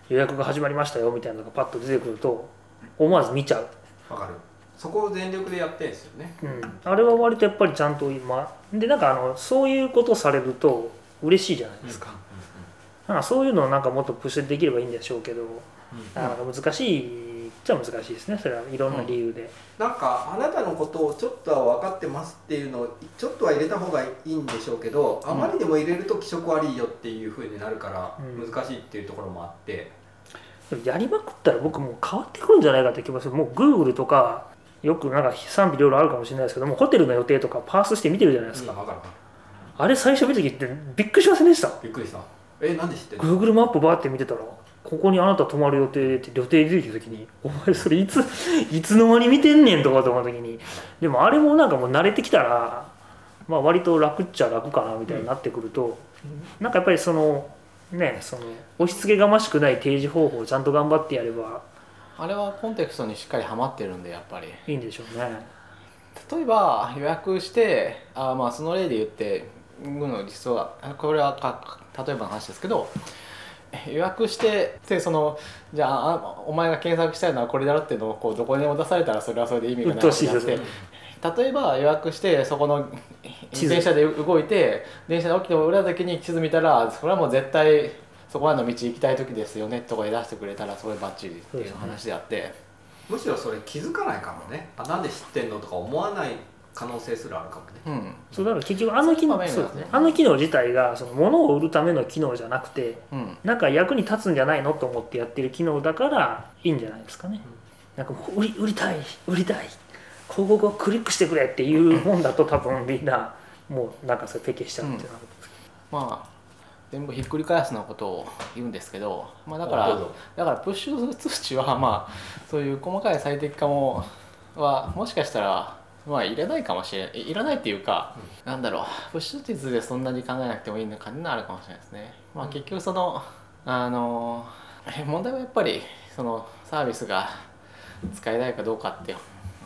Speaker 3: 予約が始まりましたよみたいなのがパッと出てくると思わず見ちゃう、
Speaker 1: わかるそこを全力でやってんですよね
Speaker 3: うん、あれは割とやっぱりちゃんと今でなんかあのそういうことされると嬉しいじゃないですか、なんかそういうのをなんかもっとプッシュできればいいんでしょうけど
Speaker 1: うんうん
Speaker 3: なかなか難しいっちゃ難しいですねそれはいろんな理由で、
Speaker 1: なんかあなたのことをちょっとは分かってますっていうのをちょっとは入れた方がいいんでしょうけどあまりでも入れると気色悪いよっていう風になるから
Speaker 3: うん
Speaker 1: 難しいっていうところもあって、
Speaker 3: でもやりまくったら僕もう変わってくるんじゃないかって気がするもう Google とかよくなんか賛否両論あるかもしれないですけどもホテルの予定とかパースして見てるじゃないです
Speaker 1: う
Speaker 3: か、
Speaker 1: んわかるわか
Speaker 3: あれ最初見た時ってびっくりしませんでした
Speaker 1: るびっくりしたえなんで知ってる
Speaker 3: Google マップバーって見てたらここにあなた泊まる予定でって予定出てきた時にお前それいつ <laughs> いつの間に見てんねんとかと思う時にでもあれもなんかもう慣れてきたらまあ割と楽っちゃ楽かなみたいになってくると、なんかやっぱりそのねその押し付けがましくない提示方法をちゃんと頑張ってやれば
Speaker 2: あれはコンテクストにしっかりはまってるんでやっぱり
Speaker 3: いいんでしょうね
Speaker 2: 例えば予約してあまあその例で言って僕の理想はあこれはか例えばの話ですけどえ予約してでそのじゃああお前が検索したいのはこれだろっていうのをこうどこにでも出されたらそれはそれで意味が
Speaker 3: うっ
Speaker 2: ない
Speaker 3: と
Speaker 2: わ
Speaker 3: うし
Speaker 2: け
Speaker 3: い
Speaker 2: であっ
Speaker 3: です
Speaker 2: て
Speaker 3: ね
Speaker 2: 例えば予約してそこの
Speaker 3: 地図
Speaker 2: 電車で動いて電車で起きて俺ら時に地図見たらそれはもう絶対そこまでの道行きたい時ですよねとかで出してくれたらそれバッチリっていう話であって。
Speaker 1: むしろそれ気づかないかもねあなんで知ってんのとか思わない可能性すらあるかもね
Speaker 2: うん
Speaker 3: そうだから結局あの機能
Speaker 2: そういう
Speaker 3: そ
Speaker 2: 場面なんですす
Speaker 3: うで
Speaker 2: ね
Speaker 3: ねあの機能自体がその物を売るための機能じゃなくて
Speaker 2: うん
Speaker 3: なんか役に立つんじゃないのと思ってやってる機能だからいいんじゃないですかね。なんかもう売り売りたい売りたい広告をクリックしてくれっていうもんだと多分みんなもうなんかそれペケしちゃうっていうのが
Speaker 2: まあ全部ひっくり返すのことを言うんですけど、まあ、だか
Speaker 1: あどう
Speaker 2: ら
Speaker 1: ぞ
Speaker 2: だからプッシュ通知はまあそういう細かい最適化もはもしかしたらまあいらないかもしれないいらないっていうか、なんだろうプッシュ通知でそんなに考えなくてもいいのかなあるかもしれないですね。まあ、結局そのあのえ問題はやっぱりそのサービスが使えないかどうかって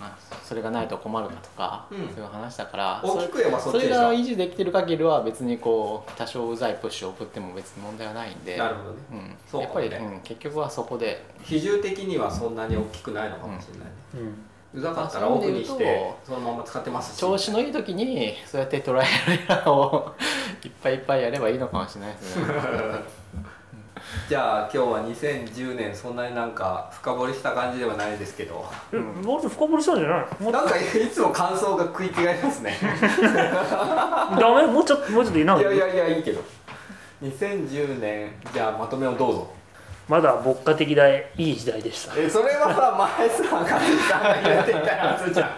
Speaker 2: まあそれがないと困るかとか、
Speaker 1: うん
Speaker 2: そういう話だから
Speaker 1: 大きく言えばそ
Speaker 2: そ
Speaker 1: っち
Speaker 2: れ
Speaker 1: でし
Speaker 2: が
Speaker 1: ょ
Speaker 2: 維持できてる限りは別にこう多少うざいプッシュを送っても別に問題はないんで
Speaker 1: なるほどね
Speaker 2: うん
Speaker 1: そう
Speaker 2: や
Speaker 1: かも
Speaker 2: っぱ
Speaker 1: ね
Speaker 2: り、うん、結局はそこで
Speaker 1: 比重的にはそんなに大きくないのかもしれないね、
Speaker 3: うん
Speaker 1: うざかったら奥にし
Speaker 2: そういう意味で
Speaker 1: て
Speaker 2: 言う
Speaker 1: そのまま使ってますし
Speaker 2: 調子のいい時にそうやってトライアルエラーを <laughs> いっぱいいっぱいやればいいのかもしれないですね
Speaker 1: <laughs> じゃあ今日は2010年そんなになんか深掘りした感じではないですけど
Speaker 3: えもっと深掘りしたんじゃない
Speaker 1: <laughs>
Speaker 3: もっ
Speaker 1: なんかいつも感想が食い違います <laughs> ね
Speaker 3: とダメもうちょっともうちょっといいない
Speaker 1: やいやいやいいけど2010年じゃあまとめをどうぞ
Speaker 3: まだ牧歌的でいい時代でした
Speaker 1: えそれはさ前さカズさんが言ってたやつじゃん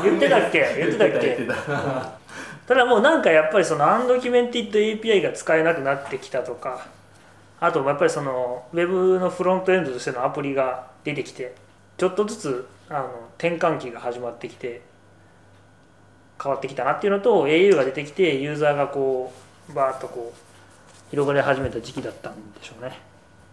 Speaker 1: <laughs>
Speaker 3: 言ってたっけ言ってたっ
Speaker 1: 言っ
Speaker 3: け
Speaker 1: てた
Speaker 3: ただもうなんかやっぱりそのアンドキュメンティッド API が使えなくなってきたとかあとやっぱりそのウェブのフロントエンドとしてのアプリが出てきてちょっとずつあの転換期が始まってきて変わってきたなっていうのと au が出てきてユーザーがこうバーッとこう広がり始めた時期だったんでしょうね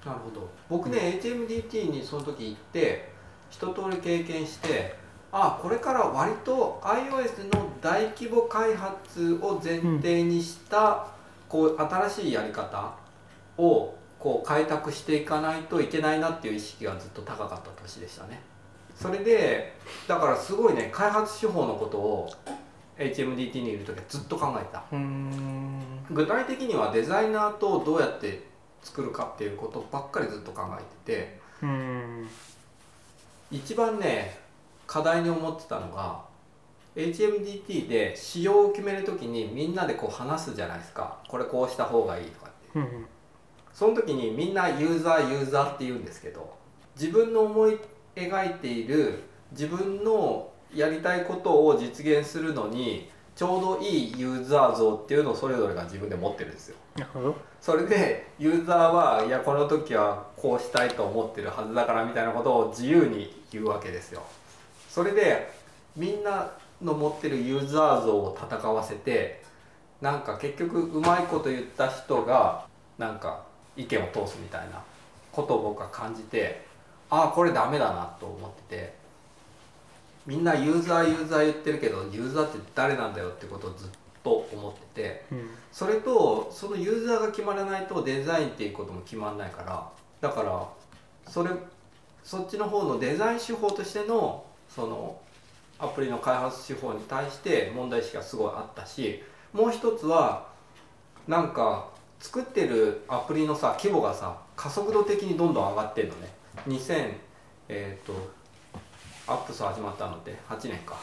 Speaker 1: なるほど僕ね HMDT にその時行って一通り経験してあこれから割と iOS の大規模開発を前提にした、こう新しいやり方をこう開拓していかないといけないなっていう意識がずっと高かった年でしたねそれでだからすごいね開発手法のことを HMDT にいる時はずっと考えてた
Speaker 2: うん
Speaker 1: 具体的にはデザイナーとどうやって作るかっていうことばっかりずっと考えてて
Speaker 3: うーん
Speaker 1: 一番ね課題に思ってたのが HMDT で仕様を決めるときにみんなでこう話すじゃないですかこれこうした方がいいとかって
Speaker 3: うんうん
Speaker 1: その時にみんなユーザーユーザーって言うんですけど自分の思い描いている自分のやりたいことを実現するのにちょうどいいユーザー像っていうのをそれぞれが自分で持ってるんですよ
Speaker 3: なるほど
Speaker 1: それでユーザーはいやこの時はこうしたいと思ってるはずだからみたいなことを自由に言うわけですよそれでみんなの持ってるユーザー像を戦わせてなんか結局うまいこと言った人がなんか意見を通すみたいなことを僕は感じてああこれダメだなと思っててみんなユーザーユーザー言ってるけどユーザーって誰なんだよってことをずっと思ってて
Speaker 3: うん
Speaker 1: それとそのユーザーが決まらないとデザインっていうことも決まらないからだからそれそっちの方のデザイン手法としてのそのアプリの開発手法に対して問題意識がすごいあったしもう一つはなんか作ってるアプリのさ規模がさ加速度的にどんどん上がってるのね2000えっ、とアップス始まったのって8年か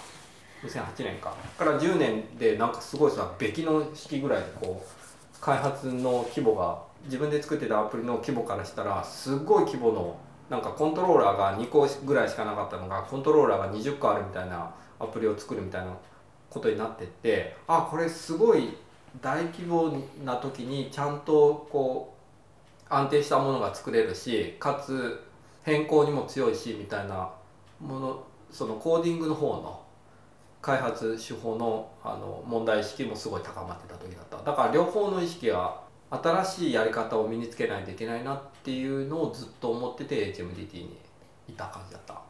Speaker 1: 2008年かから10年でなんかすごいさべきの式ぐらいでこう開発の規模が自分で作ってたアプリの規模からしたらすごい規模のなんかコントローラーが2個ぐらいしかなかったのがコントローラーが20個あるみたいなアプリを作るみたいなことになってってあこれすごい大規模な時にちゃんとこう安定したものが作れるしかつ変更にも強いしみたいなものそのコーディングの方の開発手法のあの問題意識もすごい高まってた時だっただから両方の意識は新しいやり方を身につけないといけないなっていうのをずっと思ってて HMDT にいた感じだった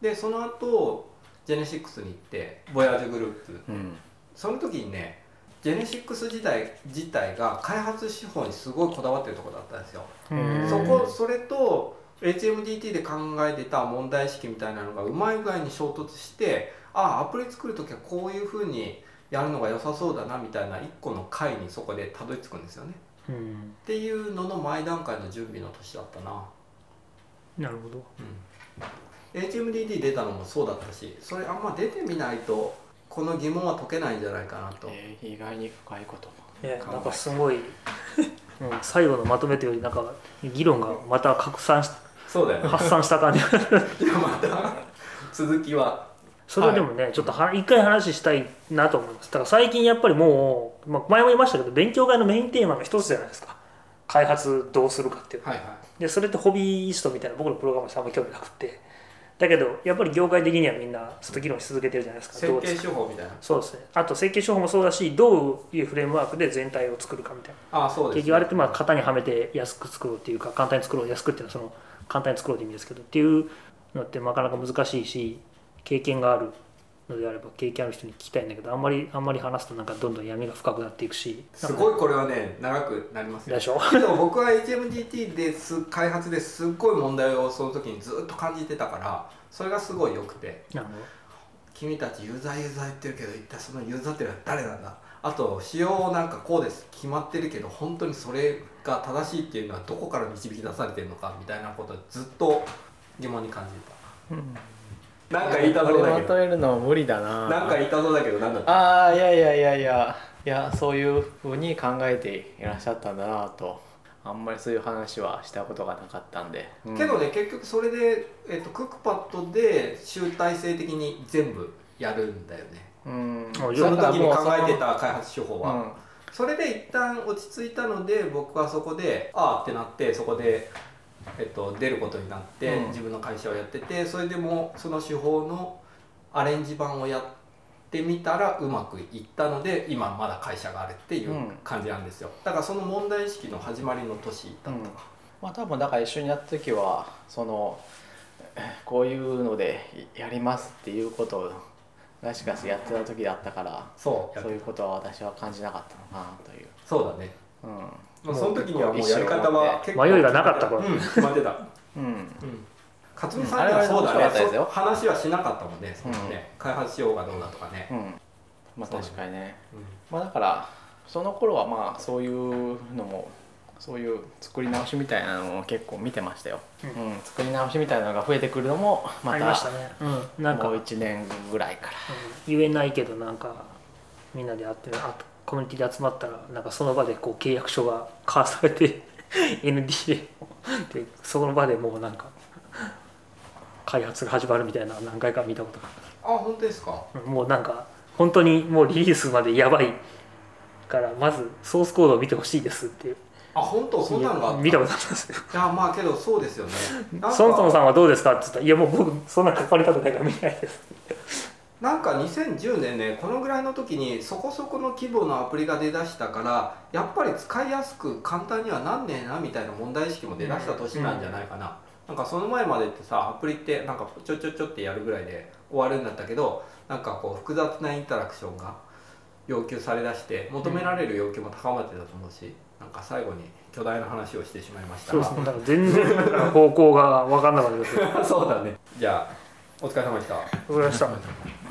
Speaker 1: でその後ジェネシックスに行ってボヤージュグループ
Speaker 2: うん
Speaker 1: その時にねジェネシックス自体自体が開発手法にすごいこだわってるところだったんですよ
Speaker 2: うん
Speaker 1: そこそれと HMDT で考えてた問題意識みたいなのがうまい具合に衝突してああアプリ作る時はこういうふうにやるのが良さそうだなみたいな一個の回にそこでたどり着くんですよね
Speaker 3: うん
Speaker 1: っていうのの前段階の準備の年だったな、
Speaker 3: なるほど
Speaker 1: うん、HMDT 出たのもそうだったしそれあんま出てみないとこの疑問は解けないんじゃないかなと、
Speaker 2: えー意外に深いことも
Speaker 3: いやなんかすご <laughs> い、うん、最後のまとめというよりなんか議論がまた拡散し
Speaker 1: そうだよね
Speaker 3: 発散した感 <laughs> じ
Speaker 1: じゃあ <laughs> また続きは
Speaker 3: それでもね、ちょっとは一回話したいなと思いますだから最近やっぱりもう、まあ、前も言いましたけど勉強会のメインテーマの一つじゃないですか開発どうするかっていうの
Speaker 1: はいはい
Speaker 3: でそれってホビーイストみたいな僕のプログラムさんも興味なくてだけどやっぱり業界的にはみんなずっと議論し続けてるじゃないですか
Speaker 1: 設
Speaker 3: どう
Speaker 1: 計
Speaker 3: です
Speaker 1: 手法みたいな
Speaker 3: そうですねあと設計手法もそうだしどういうフレームワークで全体を作るかみたいな
Speaker 1: ああそうです、
Speaker 3: 結局あれってまあ型にはめて安く作ろうっていうか簡単に作ろう安くっていうのはその簡単に作ろうって意味ですけどっていうのってなかなか難しいし経験があるのであれば経験ある人に聞きたいんだけどあんまりあんまり話すとなんかどんどん闇が深くなっていくし
Speaker 1: すごいこれはね長くなりますよ
Speaker 3: でしょ
Speaker 1: けど僕は HMDT です開発ですっごい問題をその時にずっと感じてたからそれがすごい良くて
Speaker 3: なるほ
Speaker 1: 君たちユーザーユーザー言ってるけど一体そのユーザーっていうのは誰なんだあと仕様なんかこうです決まってるけど本当にそれが正しいっていうのはどこから導き出されてるのかみたいなことをずっと疑問に感じて
Speaker 3: ど、
Speaker 1: たなんか言いたそうだ
Speaker 2: これ
Speaker 1: け
Speaker 2: ま
Speaker 1: ど
Speaker 2: とめるのは無理だな
Speaker 1: なんか言いたそうだけどなんだった
Speaker 2: ああいやいやいやいやいやそういうふうに考えていらっしゃったんだなとあんまりそういう話はしたことがなかったんで、うん
Speaker 1: けどね結局それで、えっとクックパッドで集大成的に全部やるんだよね
Speaker 2: うん
Speaker 3: もう
Speaker 1: その
Speaker 2: だから
Speaker 1: 時に
Speaker 2: もう
Speaker 1: 考えて
Speaker 2: その
Speaker 1: た開発手法は、
Speaker 2: うん
Speaker 1: それで一旦落ち着いたので僕はそこでああってなってそこで、えっと、出ることになって、
Speaker 2: うん
Speaker 1: 自分の会社をやっててそれでもその手法のアレンジ版をやってみたらうまくいったので今まだ会社があるっていう
Speaker 2: うん
Speaker 1: 感じなんですよ、だからその問題意識の始まりの年だ
Speaker 2: うんまあ多分だから一緒にやった時はそのえーこういうのでやりますっていうことをガシガシやってた時だったから
Speaker 1: そう
Speaker 2: そういうことは私は感じなかったのかなという、
Speaker 1: そうだね
Speaker 2: う
Speaker 1: まあその時にはもうやり方は結構
Speaker 3: 迷いがなかった頃
Speaker 1: うん、決まってた、
Speaker 2: んうん、
Speaker 1: うん、勝美さんにはそうだ
Speaker 2: あれ
Speaker 1: ね
Speaker 2: は面白かったですよ
Speaker 1: そう話はしなかったもんねそのね、開発しようがどうだとかね、
Speaker 2: うん、まあ
Speaker 1: そうだね
Speaker 2: 確かにね
Speaker 1: うん
Speaker 2: まあだからその頃はまあそういうのもそういう作り直しみたいなのを結構見てましたよ、
Speaker 3: う
Speaker 2: うん作り直しみたいなのが増えてくるのもま
Speaker 3: あり
Speaker 2: た
Speaker 3: ましたね、うん、なんか、
Speaker 2: も
Speaker 3: う
Speaker 2: うん1年ぐらいから
Speaker 3: 言えないけどなんかみんなで会ってあコミュニティで集まったらなんかその場でこう契約書が交わされて <laughs> NDA をでその場でもうなんか開発が始まるみたいな何回か見たことがある
Speaker 1: あ本当ですか
Speaker 3: もうなんか本当にもうリリースまでやばいからまずソースコードを見てほしいですっていう
Speaker 1: あ本当そんなのがあった
Speaker 3: 見たことあります
Speaker 1: いやまあけどそうですよねなんか
Speaker 3: ソンソンさんはどうですかって言ったら「いやもう僕そんな書かれたくないから見ないです
Speaker 1: なんか2010年ねこのぐらいの時にそこそこの規模のアプリが出だしたからやっぱり使いやすく簡単にはなんねえなみたいな問題意識も出だした年なんじゃないかな、なんかその前までってさアプリってなんかちょちょちょってやるぐらいで終わるんだったけどなんかこう複雑なインタラクションが要求されだして求められる要求も高まってたと思うし、なんか最後に巨大な話をしてしまいました
Speaker 3: そう
Speaker 1: が
Speaker 3: ですねだから全然だから
Speaker 1: <laughs>
Speaker 3: 方向が分かんなかったです
Speaker 1: そうだねじゃあお疲れ様でした
Speaker 3: わかりました